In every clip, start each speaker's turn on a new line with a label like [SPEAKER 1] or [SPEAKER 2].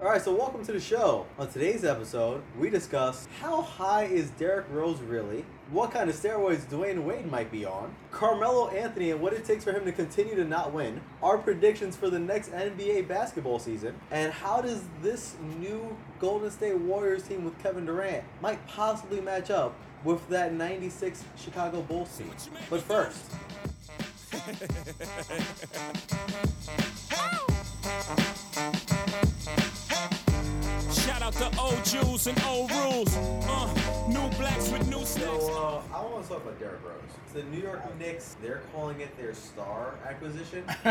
[SPEAKER 1] All right, so welcome to the show. On today's episode, we discuss how high is Derrick Rose really? What kind of steroids Dwayne Wade might be on? Carmelo Anthony and what it takes for him to continue to not win. Our predictions for the next NBA basketball season, and how does this new Golden State Warriors team with Kevin Durant might possibly match up with that '96 Chicago Bulls team? But first,
[SPEAKER 2] Shout out to old Jews and old rules. Uh, new blacks with new stacks.
[SPEAKER 1] So uh, I want to talk about Derrick Rose. It's the New York Knicks. They're calling it their star acquisition.
[SPEAKER 3] Is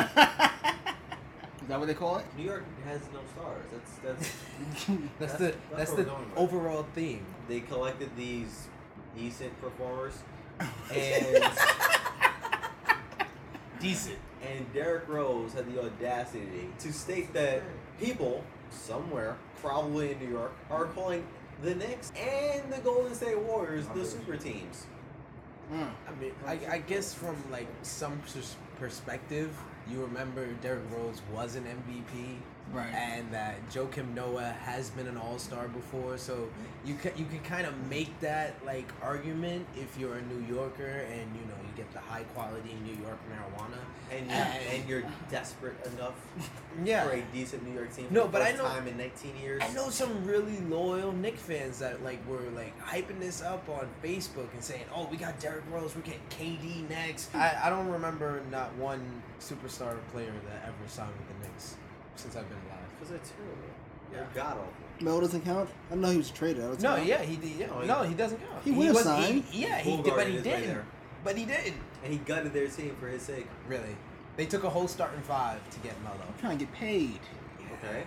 [SPEAKER 3] that what they call it?
[SPEAKER 1] New York has no stars. That's that's
[SPEAKER 4] That's,
[SPEAKER 1] That's-
[SPEAKER 4] the
[SPEAKER 1] that's
[SPEAKER 4] that's,
[SPEAKER 1] what
[SPEAKER 4] the
[SPEAKER 1] we're going with.
[SPEAKER 4] overall theme.
[SPEAKER 1] they collected these decent performers
[SPEAKER 4] Oh,
[SPEAKER 1] and
[SPEAKER 4] Decent.
[SPEAKER 1] and Derrick Rose had the audacity to state that people somewhere, probably in New York, are calling the Knicks and the Golden State Warriors the super teams.
[SPEAKER 3] Mm.
[SPEAKER 4] I mean, I, I guess from like some pers- perspective, you remember Derrick Rose was an MVP,
[SPEAKER 3] Right.
[SPEAKER 4] And that Joakim Noah has been an All Star before, so you can you can kind of make that like argument if you're a New Yorker and you know you get the high quality New York marijuana.
[SPEAKER 1] And you're,
[SPEAKER 4] And-
[SPEAKER 1] and you're desperate enough for a decent New York team. For
[SPEAKER 4] No,
[SPEAKER 1] the
[SPEAKER 4] but I
[SPEAKER 1] first
[SPEAKER 4] know-
[SPEAKER 1] time in 19 years.
[SPEAKER 4] I know some really loyal Nick fans that like were like hyping this up on Facebook and saying, "Oh, we got Derrick Rose, we're getting KD next." I, I don't remember not one superstar player that ever signed with the Knicks since I've been alive.
[SPEAKER 1] Because they're terrible.
[SPEAKER 4] Yeah.
[SPEAKER 1] They're god awful.
[SPEAKER 3] Mel doesn't count. I didn't know he was traded. I was
[SPEAKER 4] No,
[SPEAKER 3] like,
[SPEAKER 4] yeah, he did. Yeah,
[SPEAKER 1] No, he-
[SPEAKER 4] no, he doesn't count.
[SPEAKER 3] He would've
[SPEAKER 4] was-
[SPEAKER 3] signed.
[SPEAKER 4] he- yeah, he did,
[SPEAKER 1] Bulldog
[SPEAKER 4] but
[SPEAKER 1] in
[SPEAKER 4] he
[SPEAKER 1] his way
[SPEAKER 4] didn't.
[SPEAKER 1] there.
[SPEAKER 4] But he didn't.
[SPEAKER 1] And he gutted their team for his sake.
[SPEAKER 4] Really, they took a whole starting five to get Melo.
[SPEAKER 3] I'm trying to get paid.
[SPEAKER 1] Okay.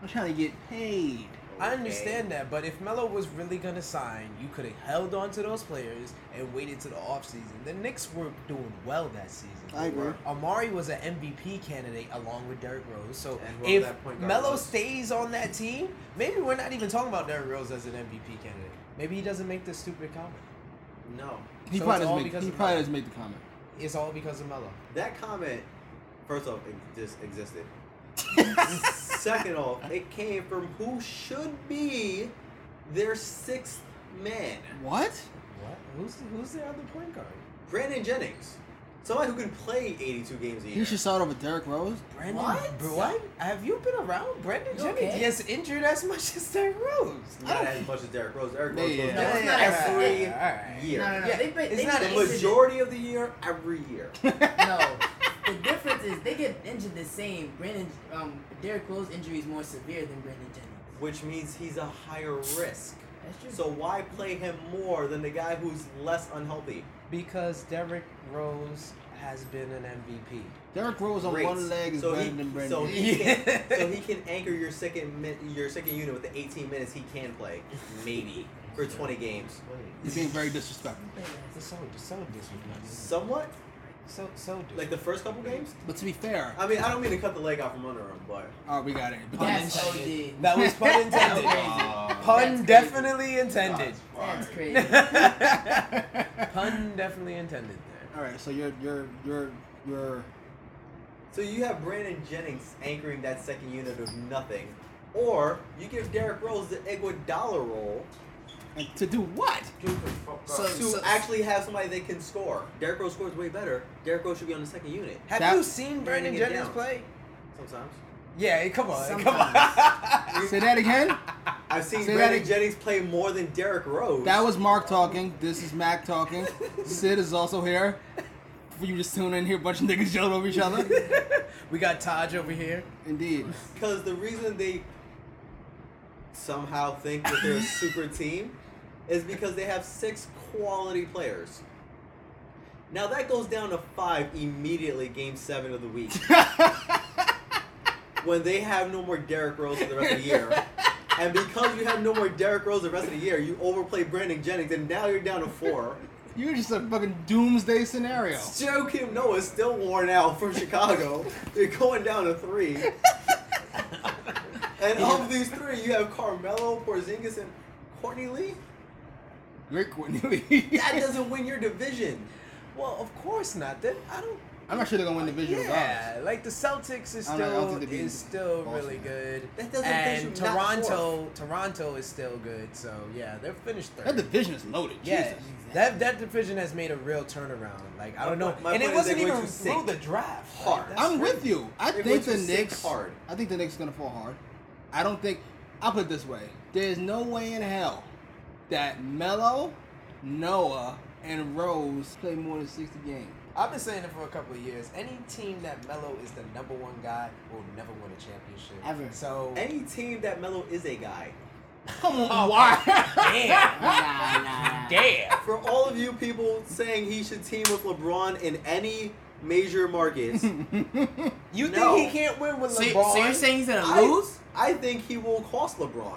[SPEAKER 3] I'm trying to get paid.
[SPEAKER 4] I
[SPEAKER 1] Okay.
[SPEAKER 4] understand that, but if Melo was really gonna sign, you could have held on to those players and waited to the offseason. The Knicks were doing well that season.
[SPEAKER 3] I agree.
[SPEAKER 4] Amari was an MVP candidate along with Derrick Rose. So
[SPEAKER 1] And whoever
[SPEAKER 4] if
[SPEAKER 1] that point guard
[SPEAKER 4] Melo
[SPEAKER 1] was.
[SPEAKER 4] stays on that team, maybe we're not even talking about Derrick Rose as an MVP candidate. Maybe he doesn't make this stupid comment.
[SPEAKER 1] No.
[SPEAKER 3] He probably
[SPEAKER 4] So it's all
[SPEAKER 3] doesn't make.
[SPEAKER 4] because
[SPEAKER 3] He
[SPEAKER 4] of
[SPEAKER 3] probably
[SPEAKER 4] Melo.
[SPEAKER 3] doesn't make the comment.
[SPEAKER 4] It's all because of Melo.
[SPEAKER 1] That comment, first off, it just existed. Second off, it came from who should be their sixth man,
[SPEAKER 3] What?
[SPEAKER 4] What? Who's who's the other point guard?
[SPEAKER 1] Brandon Jennings, somebody who can play 82 games a
[SPEAKER 3] He
[SPEAKER 1] year.
[SPEAKER 3] should start over Derrick Rose.
[SPEAKER 4] Brandon,
[SPEAKER 1] What?
[SPEAKER 4] Br- what? Have you been around Brandon
[SPEAKER 5] You
[SPEAKER 4] Jennings?
[SPEAKER 5] okay?
[SPEAKER 4] He has injured as much as Derrick Rose.
[SPEAKER 1] Not as much as Derrick Rose. Derrick Rose
[SPEAKER 3] Yeah,
[SPEAKER 1] goes
[SPEAKER 3] yeah.
[SPEAKER 1] down
[SPEAKER 5] No, it's not
[SPEAKER 1] every
[SPEAKER 4] all right, all right.
[SPEAKER 1] year.
[SPEAKER 5] No, no, no.
[SPEAKER 4] Yeah,
[SPEAKER 5] they, play,
[SPEAKER 4] it's
[SPEAKER 5] they
[SPEAKER 4] not
[SPEAKER 5] get
[SPEAKER 1] The
[SPEAKER 4] a
[SPEAKER 5] injured-
[SPEAKER 1] majority of the year, every year.
[SPEAKER 5] No. The difference is they get injured the same. Brandon, um, Derrick Rose injury is more severe than Brandon Jennings.
[SPEAKER 1] Which means he's a higher risk.
[SPEAKER 5] That's true.
[SPEAKER 1] So why play him more than the guy who's less unhealthy?
[SPEAKER 4] Because Derrick Rose has been an MVP.
[SPEAKER 3] Derrick Rose on
[SPEAKER 1] Great.
[SPEAKER 3] one leg is
[SPEAKER 1] so
[SPEAKER 3] better
[SPEAKER 1] he,
[SPEAKER 3] than Brandon.
[SPEAKER 1] So he, can,
[SPEAKER 4] Yeah.
[SPEAKER 1] so he can anchor your second mi- your second unit with the 18 minutes he can play, maybe for 20 games,
[SPEAKER 3] He's being very disrespectful.
[SPEAKER 4] It's so so disrespectful.
[SPEAKER 1] somewhat
[SPEAKER 4] So so disrespectful.
[SPEAKER 1] like the first couple games.
[SPEAKER 3] But to be fair,
[SPEAKER 1] I mean, I don't mean to cut the leg out from under him, but
[SPEAKER 3] oh, we got it.
[SPEAKER 4] Pun
[SPEAKER 5] That's
[SPEAKER 4] intended.
[SPEAKER 5] OD.
[SPEAKER 4] That was pun
[SPEAKER 5] That's
[SPEAKER 4] intended.
[SPEAKER 5] crazy.
[SPEAKER 4] pun
[SPEAKER 5] That's crazy.
[SPEAKER 4] definitely intended.
[SPEAKER 5] That's crazy.
[SPEAKER 4] pun definitely intended there.
[SPEAKER 3] All right, so you're you're you're you're
[SPEAKER 1] so you have Brandon Jennings anchoring that second unit of nothing, or you give Derrick Rose the Iguodala role
[SPEAKER 3] and to do what?
[SPEAKER 5] So-
[SPEAKER 1] to actually have somebody that can score. Derrick Rose scores way better. Derrick Rose should be on the second unit
[SPEAKER 4] Have
[SPEAKER 3] That-
[SPEAKER 4] you seen Brandon
[SPEAKER 1] Bringing it
[SPEAKER 4] Jennings
[SPEAKER 1] down.
[SPEAKER 4] play?
[SPEAKER 1] sometimes.
[SPEAKER 4] Yeah, come on, come
[SPEAKER 3] Say that again.
[SPEAKER 1] I've seen
[SPEAKER 3] Say that
[SPEAKER 1] Brandon
[SPEAKER 3] ag-
[SPEAKER 1] Jennings play more than Derrick Rose.
[SPEAKER 3] That was Mark talking. This is Mac talking. Sid is also here. For you just tune in here, a bunch of niggas yelling over each other.
[SPEAKER 4] on. we got Taj over here.
[SPEAKER 3] Indeed.
[SPEAKER 1] Because the reason they somehow think that they're a super team is because they have six quality players. Now that goes down to five immediately, game seven of the week, when they have no more Derrick Rose for the rest of the year. And because you have no more Derrick Rose the rest of the year, you overplay Brandon Jennings, and now you're down to four.
[SPEAKER 3] You're just a fucking doomsday scenario.
[SPEAKER 1] Joe Kim Noah's still worn out from Chicago. They're going down to three. And of these three, you have Carmelo, Porzingis, and Courtney Lee.
[SPEAKER 3] Great Courtney Lee.
[SPEAKER 1] That doesn't win your division.
[SPEAKER 4] Well, of course not. Then I don't.
[SPEAKER 3] I'm not sure they're gonna win the division
[SPEAKER 4] Yeah,
[SPEAKER 3] regardless.
[SPEAKER 4] like the Celtics is
[SPEAKER 3] I don't- I don't
[SPEAKER 4] still
[SPEAKER 3] think they beat
[SPEAKER 4] is still
[SPEAKER 3] Boston.
[SPEAKER 4] really good,
[SPEAKER 1] That doesn't- they
[SPEAKER 4] and
[SPEAKER 1] should not
[SPEAKER 4] Toronto Toronto is still good. So yeah, they're finished third.
[SPEAKER 3] That division is loaded.
[SPEAKER 4] yeah,
[SPEAKER 3] Jesus.
[SPEAKER 4] that that division has made a real turnaround. Like I don't
[SPEAKER 1] My-
[SPEAKER 4] know,
[SPEAKER 1] my
[SPEAKER 4] and it
[SPEAKER 1] point is
[SPEAKER 4] wasn't
[SPEAKER 1] they're
[SPEAKER 4] even
[SPEAKER 1] going to
[SPEAKER 4] through
[SPEAKER 1] sink
[SPEAKER 4] the draft. Like,
[SPEAKER 1] hard.
[SPEAKER 4] that's
[SPEAKER 3] I'm with
[SPEAKER 4] crazy.
[SPEAKER 3] you. I
[SPEAKER 1] They're
[SPEAKER 3] think the
[SPEAKER 1] going to sink
[SPEAKER 3] Knicks.
[SPEAKER 1] hard.
[SPEAKER 3] I think the Knicks are gonna fall hard. I don't think. I'll put it this way: There's no way in hell that Melo, Noah, and Rose play more than 60 games.
[SPEAKER 4] I've been saying it for a couple of years. Any team that Melo is the number one guy will never win a championship
[SPEAKER 3] Ever.
[SPEAKER 4] So
[SPEAKER 1] Any team that Melo is a guy.
[SPEAKER 3] Come on,
[SPEAKER 4] Oh,
[SPEAKER 3] why?
[SPEAKER 4] damn,
[SPEAKER 5] nah, nah, nah.
[SPEAKER 2] Damn.
[SPEAKER 1] For all of you people saying he should team with LeBron in any major markets,
[SPEAKER 4] you
[SPEAKER 1] No.
[SPEAKER 4] think he can't win with
[SPEAKER 5] So,
[SPEAKER 4] LeBron?
[SPEAKER 5] you- so you're saying he's gonna
[SPEAKER 1] I,
[SPEAKER 5] lose?
[SPEAKER 1] I think he will cost LeBron.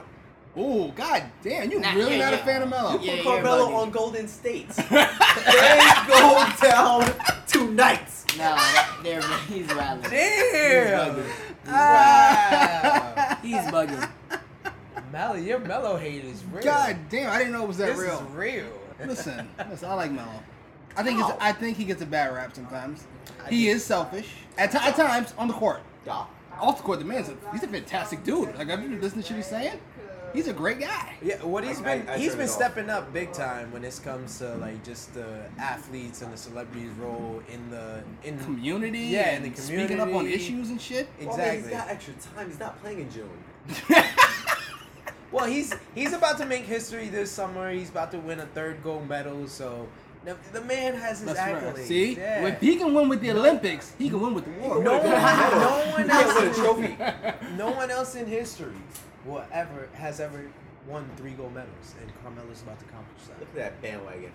[SPEAKER 3] Ooh, god damn! You
[SPEAKER 5] Nah,
[SPEAKER 3] really
[SPEAKER 5] yeah,
[SPEAKER 3] not a
[SPEAKER 5] yeah.
[SPEAKER 3] fan of Melo?
[SPEAKER 5] Yeah,
[SPEAKER 1] Put
[SPEAKER 5] you're
[SPEAKER 1] Carmelo
[SPEAKER 5] bugging.
[SPEAKER 1] on Golden State. they go down tonight.
[SPEAKER 5] No, they're, he's wilding.
[SPEAKER 4] Damn. Wow.
[SPEAKER 3] Wow.
[SPEAKER 5] He's bugging.
[SPEAKER 4] Mello, your Mello hate is real.
[SPEAKER 3] God damn! I didn't know it was that
[SPEAKER 4] this
[SPEAKER 3] real.
[SPEAKER 4] is real.
[SPEAKER 3] Listen, listen, I like Melo. I think it's, I think he gets a bad rap sometimes. He is selfish at, ti- at times on the court.
[SPEAKER 1] Yeah.
[SPEAKER 3] Off the court, the man's a, he's a fantastic dude. Like I've been listening to shit he's saying. He's a great guy.
[SPEAKER 4] Yeah, what he's
[SPEAKER 1] I-
[SPEAKER 4] been
[SPEAKER 1] I
[SPEAKER 4] he's
[SPEAKER 1] turned
[SPEAKER 4] been
[SPEAKER 1] it off.
[SPEAKER 4] stepping up big time when this comes to like just the athletes and the celebrities' role in the in
[SPEAKER 3] Community.
[SPEAKER 4] Yeah, and the
[SPEAKER 3] Speaking up on
[SPEAKER 4] community.
[SPEAKER 3] issues and shit.
[SPEAKER 1] Well, I mean, he's
[SPEAKER 4] Exactly.
[SPEAKER 1] got extra time. He's not playing in June.
[SPEAKER 4] Well, he's he's about to make history this summer. He's about to win a third gold medal. So the, the man has his
[SPEAKER 3] That's
[SPEAKER 4] accolades.
[SPEAKER 3] right. See,
[SPEAKER 4] yeah.
[SPEAKER 3] if he can win with the Olympics, he can win with the war.
[SPEAKER 4] no one, no one
[SPEAKER 1] He can't win a
[SPEAKER 4] else,
[SPEAKER 1] trophy.
[SPEAKER 4] no one else in history will ever has ever won three gold medals, and Carmelo's about to accomplish that.
[SPEAKER 1] Look at that bandwagon.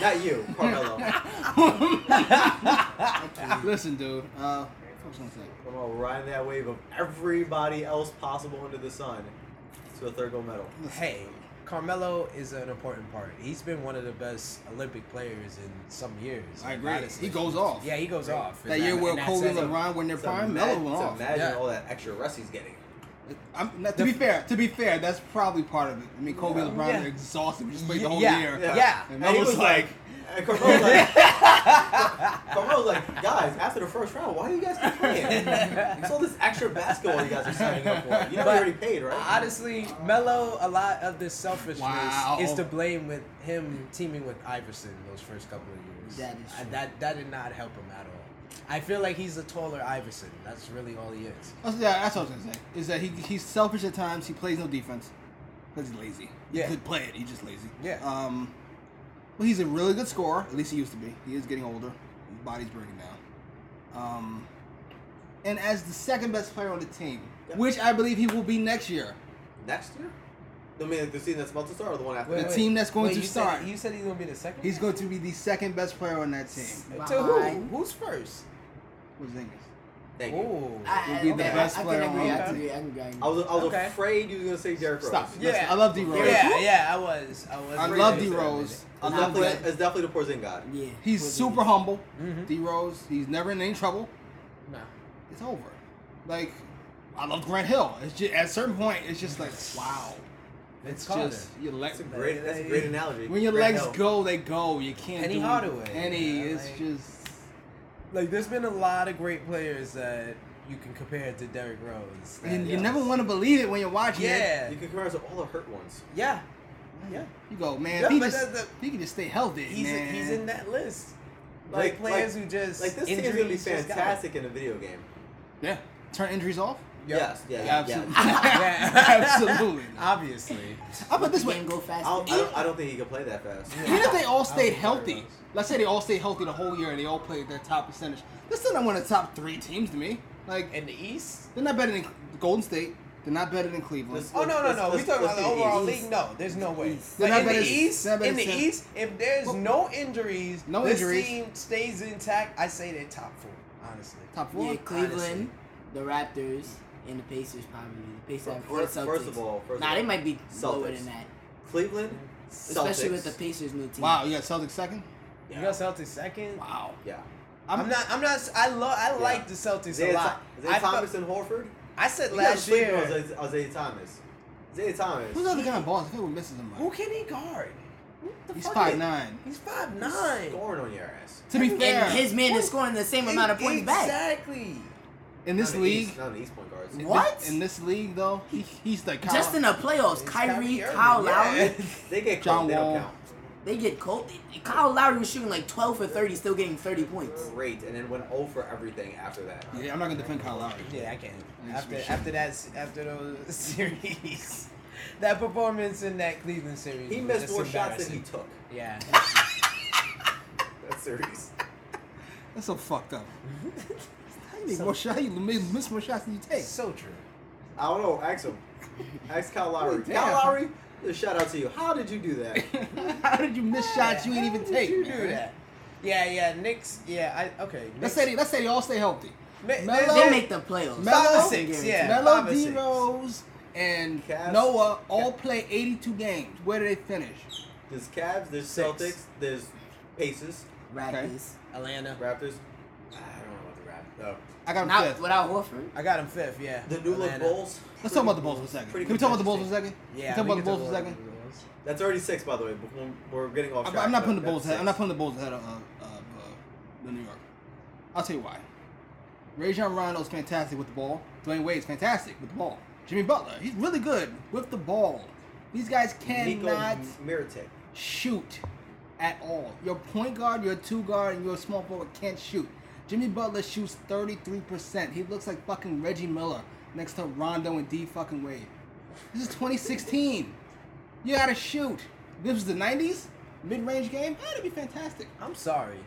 [SPEAKER 1] Not you, Carmelo.
[SPEAKER 3] Listen, dude. Uh, what was I gonna say?
[SPEAKER 1] I'm gonna ride that wave of everybody else possible under the sun to a third gold medal.
[SPEAKER 4] Hey, Carmelo is an important part. He's been one of the best Olympic players in some years.
[SPEAKER 3] I agree.
[SPEAKER 4] honestly.
[SPEAKER 3] He goes off.
[SPEAKER 4] Yeah, he goes off.
[SPEAKER 3] That year where
[SPEAKER 4] And that's
[SPEAKER 3] Kobe
[SPEAKER 4] it.
[SPEAKER 3] and LeBron were in their
[SPEAKER 1] So
[SPEAKER 3] prime,
[SPEAKER 1] ima-
[SPEAKER 3] Melo went
[SPEAKER 1] so
[SPEAKER 3] off.
[SPEAKER 1] Imagine
[SPEAKER 4] Yeah.
[SPEAKER 1] all that extra rest he's getting.
[SPEAKER 3] I'm, not, to be fair, to be fair, that's probably part of it. I mean, Kobe and LeBron
[SPEAKER 4] Yeah.
[SPEAKER 3] are exhausted. We just played the whole
[SPEAKER 4] yeah,
[SPEAKER 3] year.
[SPEAKER 4] Yeah.
[SPEAKER 1] Yeah.
[SPEAKER 3] And
[SPEAKER 1] And he
[SPEAKER 3] Melo's
[SPEAKER 1] was like,
[SPEAKER 3] like,
[SPEAKER 1] and Carmelo's like, Carmelo's like, guys, after the first round, why are you guys keep playing? It's all this extra basketball you guys are signing up for. You know
[SPEAKER 4] But
[SPEAKER 1] you already paid, right?
[SPEAKER 4] Honestly, Melo, a lot of this selfishness
[SPEAKER 3] Wow.
[SPEAKER 4] is to blame with him teaming with Iverson those first couple of years.
[SPEAKER 5] That is
[SPEAKER 4] I-
[SPEAKER 5] true.
[SPEAKER 4] that that did not help him at all. I feel like he's a taller Iverson. That's really all he is.
[SPEAKER 3] That's, yeah, that's what I was gonna say. Is that he, he's selfish at times. He plays no defense because he's lazy.
[SPEAKER 4] Yeah.
[SPEAKER 3] he could play it. He's just lazy.
[SPEAKER 4] Yeah.
[SPEAKER 3] Um, well, he's a really good scorer. At least he used to be. He is getting older. His body's breaking down. Um, and as the second best player on the team,
[SPEAKER 1] Yeah.
[SPEAKER 3] which I believe he will be next year.
[SPEAKER 1] Next year? I mean, the season that's about to start or the one after
[SPEAKER 4] Wait,
[SPEAKER 3] the
[SPEAKER 1] that?
[SPEAKER 4] wait.
[SPEAKER 3] team that's going
[SPEAKER 4] Wait,
[SPEAKER 3] to
[SPEAKER 4] you
[SPEAKER 3] start.
[SPEAKER 4] Said, you said he's gonna be the second.
[SPEAKER 3] He's going to be the second best player on that team.
[SPEAKER 4] to who?
[SPEAKER 5] Behind.
[SPEAKER 4] Who's first?
[SPEAKER 3] Porzingis.
[SPEAKER 1] Thank you.
[SPEAKER 4] Oh,
[SPEAKER 5] I,
[SPEAKER 3] Will
[SPEAKER 5] I,
[SPEAKER 3] be the
[SPEAKER 5] okay, I-
[SPEAKER 3] best
[SPEAKER 5] I,
[SPEAKER 3] player
[SPEAKER 5] can
[SPEAKER 3] on
[SPEAKER 5] agree. I
[SPEAKER 3] the
[SPEAKER 4] team.
[SPEAKER 5] can agree. I can agree.
[SPEAKER 1] I was, I was
[SPEAKER 4] Okay.
[SPEAKER 1] afraid you were going to say Derrick Rose.
[SPEAKER 3] Stop.
[SPEAKER 4] Yeah.
[SPEAKER 3] Listen, I love D Rose.
[SPEAKER 4] yeah, yeah, I was. I was.
[SPEAKER 3] I
[SPEAKER 1] Wait,
[SPEAKER 3] love
[SPEAKER 1] wait,
[SPEAKER 3] D
[SPEAKER 1] wait a
[SPEAKER 3] Rose. I
[SPEAKER 1] It's
[SPEAKER 3] love
[SPEAKER 1] definitely,
[SPEAKER 3] that.
[SPEAKER 1] it's definitely the Porzingis. guy.
[SPEAKER 5] yeah,
[SPEAKER 3] He's
[SPEAKER 5] was
[SPEAKER 3] super
[SPEAKER 5] it-
[SPEAKER 3] humble.
[SPEAKER 4] Mhm.
[SPEAKER 3] D Rose, he's never in any trouble.
[SPEAKER 4] Nah.
[SPEAKER 3] It's over. Like, I love Grant Hill. It's just, at a certain point, it's just like, wow.
[SPEAKER 4] It's
[SPEAKER 3] Just
[SPEAKER 4] just
[SPEAKER 3] your legs.
[SPEAKER 1] That's a great, that's a great analogy.
[SPEAKER 3] When your
[SPEAKER 1] Great
[SPEAKER 3] legs
[SPEAKER 1] help.
[SPEAKER 3] go, they go. You can't.
[SPEAKER 4] Penny
[SPEAKER 3] do
[SPEAKER 4] Hardaway,
[SPEAKER 3] Penny.
[SPEAKER 4] yeah,
[SPEAKER 3] it's
[SPEAKER 4] like-
[SPEAKER 3] just.
[SPEAKER 4] like there's been a lot of great players that you can compare to Derrick Rose.
[SPEAKER 3] You,
[SPEAKER 4] that-
[SPEAKER 3] you never want to believe it when you're watching it.
[SPEAKER 4] Yeah.
[SPEAKER 1] You can compare us to all the hurt ones.
[SPEAKER 4] Yeah. Yeah.
[SPEAKER 3] You go, man.
[SPEAKER 4] Yeah,
[SPEAKER 3] if he
[SPEAKER 4] but
[SPEAKER 3] just,
[SPEAKER 4] that- that-
[SPEAKER 3] if he can just stay healthy.
[SPEAKER 4] He's
[SPEAKER 3] man.
[SPEAKER 4] he's in that list. Like,
[SPEAKER 1] Like-
[SPEAKER 4] players
[SPEAKER 1] like-
[SPEAKER 4] who just
[SPEAKER 1] Like this team's
[SPEAKER 4] injuries
[SPEAKER 1] gonna be
[SPEAKER 4] just got-
[SPEAKER 1] fantastic in a video game.
[SPEAKER 3] Yeah. Turn injuries off.
[SPEAKER 1] Yes, yeah, yeah,
[SPEAKER 3] Absolutely.
[SPEAKER 1] yeah.
[SPEAKER 4] Yeah.
[SPEAKER 3] Absolutely.
[SPEAKER 4] Obviously.
[SPEAKER 3] How about this
[SPEAKER 5] The
[SPEAKER 3] way?
[SPEAKER 5] game go fast.
[SPEAKER 1] I don't, I, don't, I don't think he can play that fast.
[SPEAKER 3] Even if they all stayed
[SPEAKER 4] I'll-
[SPEAKER 3] healthy, let's say they all stayed healthy the whole year and they all played their top percentage. They're still not one of the top three teams to me. Like,
[SPEAKER 4] In the East?
[SPEAKER 3] They're not better than Golden State. They're not better than Cleveland.
[SPEAKER 1] This-
[SPEAKER 4] Oh no no
[SPEAKER 1] Let's-
[SPEAKER 4] no!
[SPEAKER 1] let's-
[SPEAKER 4] We talking
[SPEAKER 1] let's
[SPEAKER 4] about
[SPEAKER 1] do
[SPEAKER 4] the
[SPEAKER 1] the
[SPEAKER 4] overall
[SPEAKER 1] East.
[SPEAKER 4] league? No, there's no way.
[SPEAKER 5] East.
[SPEAKER 3] They're not
[SPEAKER 4] Like, in the
[SPEAKER 3] better-
[SPEAKER 4] East,
[SPEAKER 3] they're not better
[SPEAKER 4] in the
[SPEAKER 3] than-
[SPEAKER 4] East, if there's
[SPEAKER 3] Well,
[SPEAKER 4] no injuries,
[SPEAKER 3] no
[SPEAKER 4] this
[SPEAKER 3] injuries.
[SPEAKER 4] team stays intact. I say they're top four, honestly.
[SPEAKER 3] Top four.
[SPEAKER 5] Yeah,
[SPEAKER 4] honestly.
[SPEAKER 5] Cleveland, the Raptors, and the Pacers probably. The Pacers have four
[SPEAKER 1] First,
[SPEAKER 5] Celtics.
[SPEAKER 1] first of all, first
[SPEAKER 5] nah,
[SPEAKER 1] of
[SPEAKER 5] they
[SPEAKER 1] all,
[SPEAKER 5] might be lower
[SPEAKER 1] Celtics.
[SPEAKER 5] than that,
[SPEAKER 1] Cleveland, Celtics.
[SPEAKER 5] especially with the Pacers' new team.
[SPEAKER 3] Wow, you got Celtics second.
[SPEAKER 4] You got Celtics second.
[SPEAKER 3] Wow.
[SPEAKER 1] Yeah.
[SPEAKER 4] I'm, not. I'm not. I love. I like the Celtics
[SPEAKER 1] Isaiah,
[SPEAKER 4] a
[SPEAKER 1] Tho-
[SPEAKER 4] lot.
[SPEAKER 1] Isaiah
[SPEAKER 4] I, felt-
[SPEAKER 1] Thomas and Horford.
[SPEAKER 4] I said
[SPEAKER 1] You gotta
[SPEAKER 4] last
[SPEAKER 1] sleep on
[SPEAKER 4] year.
[SPEAKER 1] Isaiah- Isaiah Thomas. Isaiah
[SPEAKER 3] Who's the
[SPEAKER 1] Thomas.
[SPEAKER 3] other guy in Boston? I feel we're missing somebody.
[SPEAKER 4] Who can he guard?
[SPEAKER 5] What the
[SPEAKER 3] He's
[SPEAKER 5] fuck
[SPEAKER 3] five
[SPEAKER 5] is-
[SPEAKER 3] nine.
[SPEAKER 4] He's five
[SPEAKER 1] He's
[SPEAKER 4] nine.
[SPEAKER 1] Scoring on your ass.
[SPEAKER 3] To be
[SPEAKER 5] And
[SPEAKER 3] fair,
[SPEAKER 5] his man is scoring the same amount of points back.
[SPEAKER 4] Exactly.
[SPEAKER 3] in this
[SPEAKER 1] Not an
[SPEAKER 3] league,
[SPEAKER 1] East, not an East point guards.
[SPEAKER 5] What?
[SPEAKER 3] in this league though, he, he's like Kyle,
[SPEAKER 5] Just in the
[SPEAKER 4] It's
[SPEAKER 5] playoffs, Kyrie,
[SPEAKER 4] Kyrie Irving,
[SPEAKER 5] Kyle
[SPEAKER 4] yeah.
[SPEAKER 5] Lowry,
[SPEAKER 1] They get
[SPEAKER 3] John
[SPEAKER 1] cold. They don't
[SPEAKER 3] Wall.
[SPEAKER 1] count.
[SPEAKER 5] they get cold. Kyle Lowry was shooting like 12 for 30, still getting 30 points.
[SPEAKER 1] Great, and then went 0 for everything after that.
[SPEAKER 3] Yeah, I'm not gonna defend Kyle Lowry.
[SPEAKER 4] Yeah, I can't.
[SPEAKER 3] Yes,
[SPEAKER 4] After
[SPEAKER 3] we should.
[SPEAKER 4] after that s- after those series, that performance in that Cleveland series,
[SPEAKER 1] He
[SPEAKER 4] was
[SPEAKER 1] missed
[SPEAKER 4] just
[SPEAKER 1] more shots than he
[SPEAKER 4] embarrassing.
[SPEAKER 1] took.
[SPEAKER 4] Yeah.
[SPEAKER 1] That series.
[SPEAKER 3] That's so fucked up. How you make more shots? You miss miss more shots than you take.
[SPEAKER 4] It's so true.
[SPEAKER 1] I don't know. Ask him. Ask Kyle Lowry.
[SPEAKER 3] Damn.
[SPEAKER 1] Kyle Lowry, a shout out to you. How did you do that?
[SPEAKER 3] How did you miss shots you ain't even
[SPEAKER 4] How did
[SPEAKER 3] take?
[SPEAKER 4] You
[SPEAKER 3] man?
[SPEAKER 4] do that. Yeah, yeah. Knicks. Yeah. I okay. Knicks,
[SPEAKER 3] Let's say they, let's say they all stay healthy.
[SPEAKER 4] Ma-
[SPEAKER 3] Melo-
[SPEAKER 5] They'll make the playoffs.
[SPEAKER 3] Melo-
[SPEAKER 5] I can
[SPEAKER 4] six,
[SPEAKER 5] guarantee
[SPEAKER 4] yeah.
[SPEAKER 5] it.
[SPEAKER 3] Melo,
[SPEAKER 4] five or
[SPEAKER 3] D
[SPEAKER 4] six.
[SPEAKER 3] Rose, and
[SPEAKER 1] Cavs.
[SPEAKER 3] Noah all play 82 games. Where did they finish?
[SPEAKER 1] There's Cavs. There's
[SPEAKER 4] Six.
[SPEAKER 1] Celtics. There's Pacers.
[SPEAKER 5] Raptors.
[SPEAKER 4] Atlanta.
[SPEAKER 1] Raptors. I don't know about the Raptors. No.
[SPEAKER 3] I got them
[SPEAKER 5] Not
[SPEAKER 3] fifth.
[SPEAKER 5] without Horford.
[SPEAKER 4] I got him fifth. Yeah.
[SPEAKER 1] The New Look
[SPEAKER 4] Atlanta.
[SPEAKER 1] Bulls.
[SPEAKER 3] Let's talk about the Bulls for a second.
[SPEAKER 1] Pretty
[SPEAKER 3] Can we talk about the Bulls for a second?
[SPEAKER 4] Yeah.
[SPEAKER 3] Can we
[SPEAKER 4] we
[SPEAKER 3] talk about the Bulls
[SPEAKER 4] can
[SPEAKER 3] for a
[SPEAKER 4] talk
[SPEAKER 3] second?
[SPEAKER 4] about the Bulls.
[SPEAKER 1] That's already six, by the way. but when We're getting off
[SPEAKER 3] I'm,
[SPEAKER 1] track.
[SPEAKER 3] I'm not
[SPEAKER 1] but
[SPEAKER 3] putting the Bulls
[SPEAKER 1] that's
[SPEAKER 3] ahead. I'm not
[SPEAKER 1] six.
[SPEAKER 3] putting the Bulls ahead of, of, of uh, the New York. I'll tell you why. Rajon Rondo's fantastic with the ball. Dwayne Wade's fantastic with the ball. Jimmy Butler, he's really good with the ball. These guys
[SPEAKER 1] Nico
[SPEAKER 3] cannot
[SPEAKER 1] Miritic.
[SPEAKER 3] shoot at all. Your point guard, your two guard, and your small forward can't shoot. Jimmy Butler shoots 33%. He looks like fucking Reggie Miller next to Rondo and D fucking Wade. This is 2016. You gotta shoot. This was the 90s? Mid range game? Ah, That'd be fantastic.
[SPEAKER 4] I'm sorry,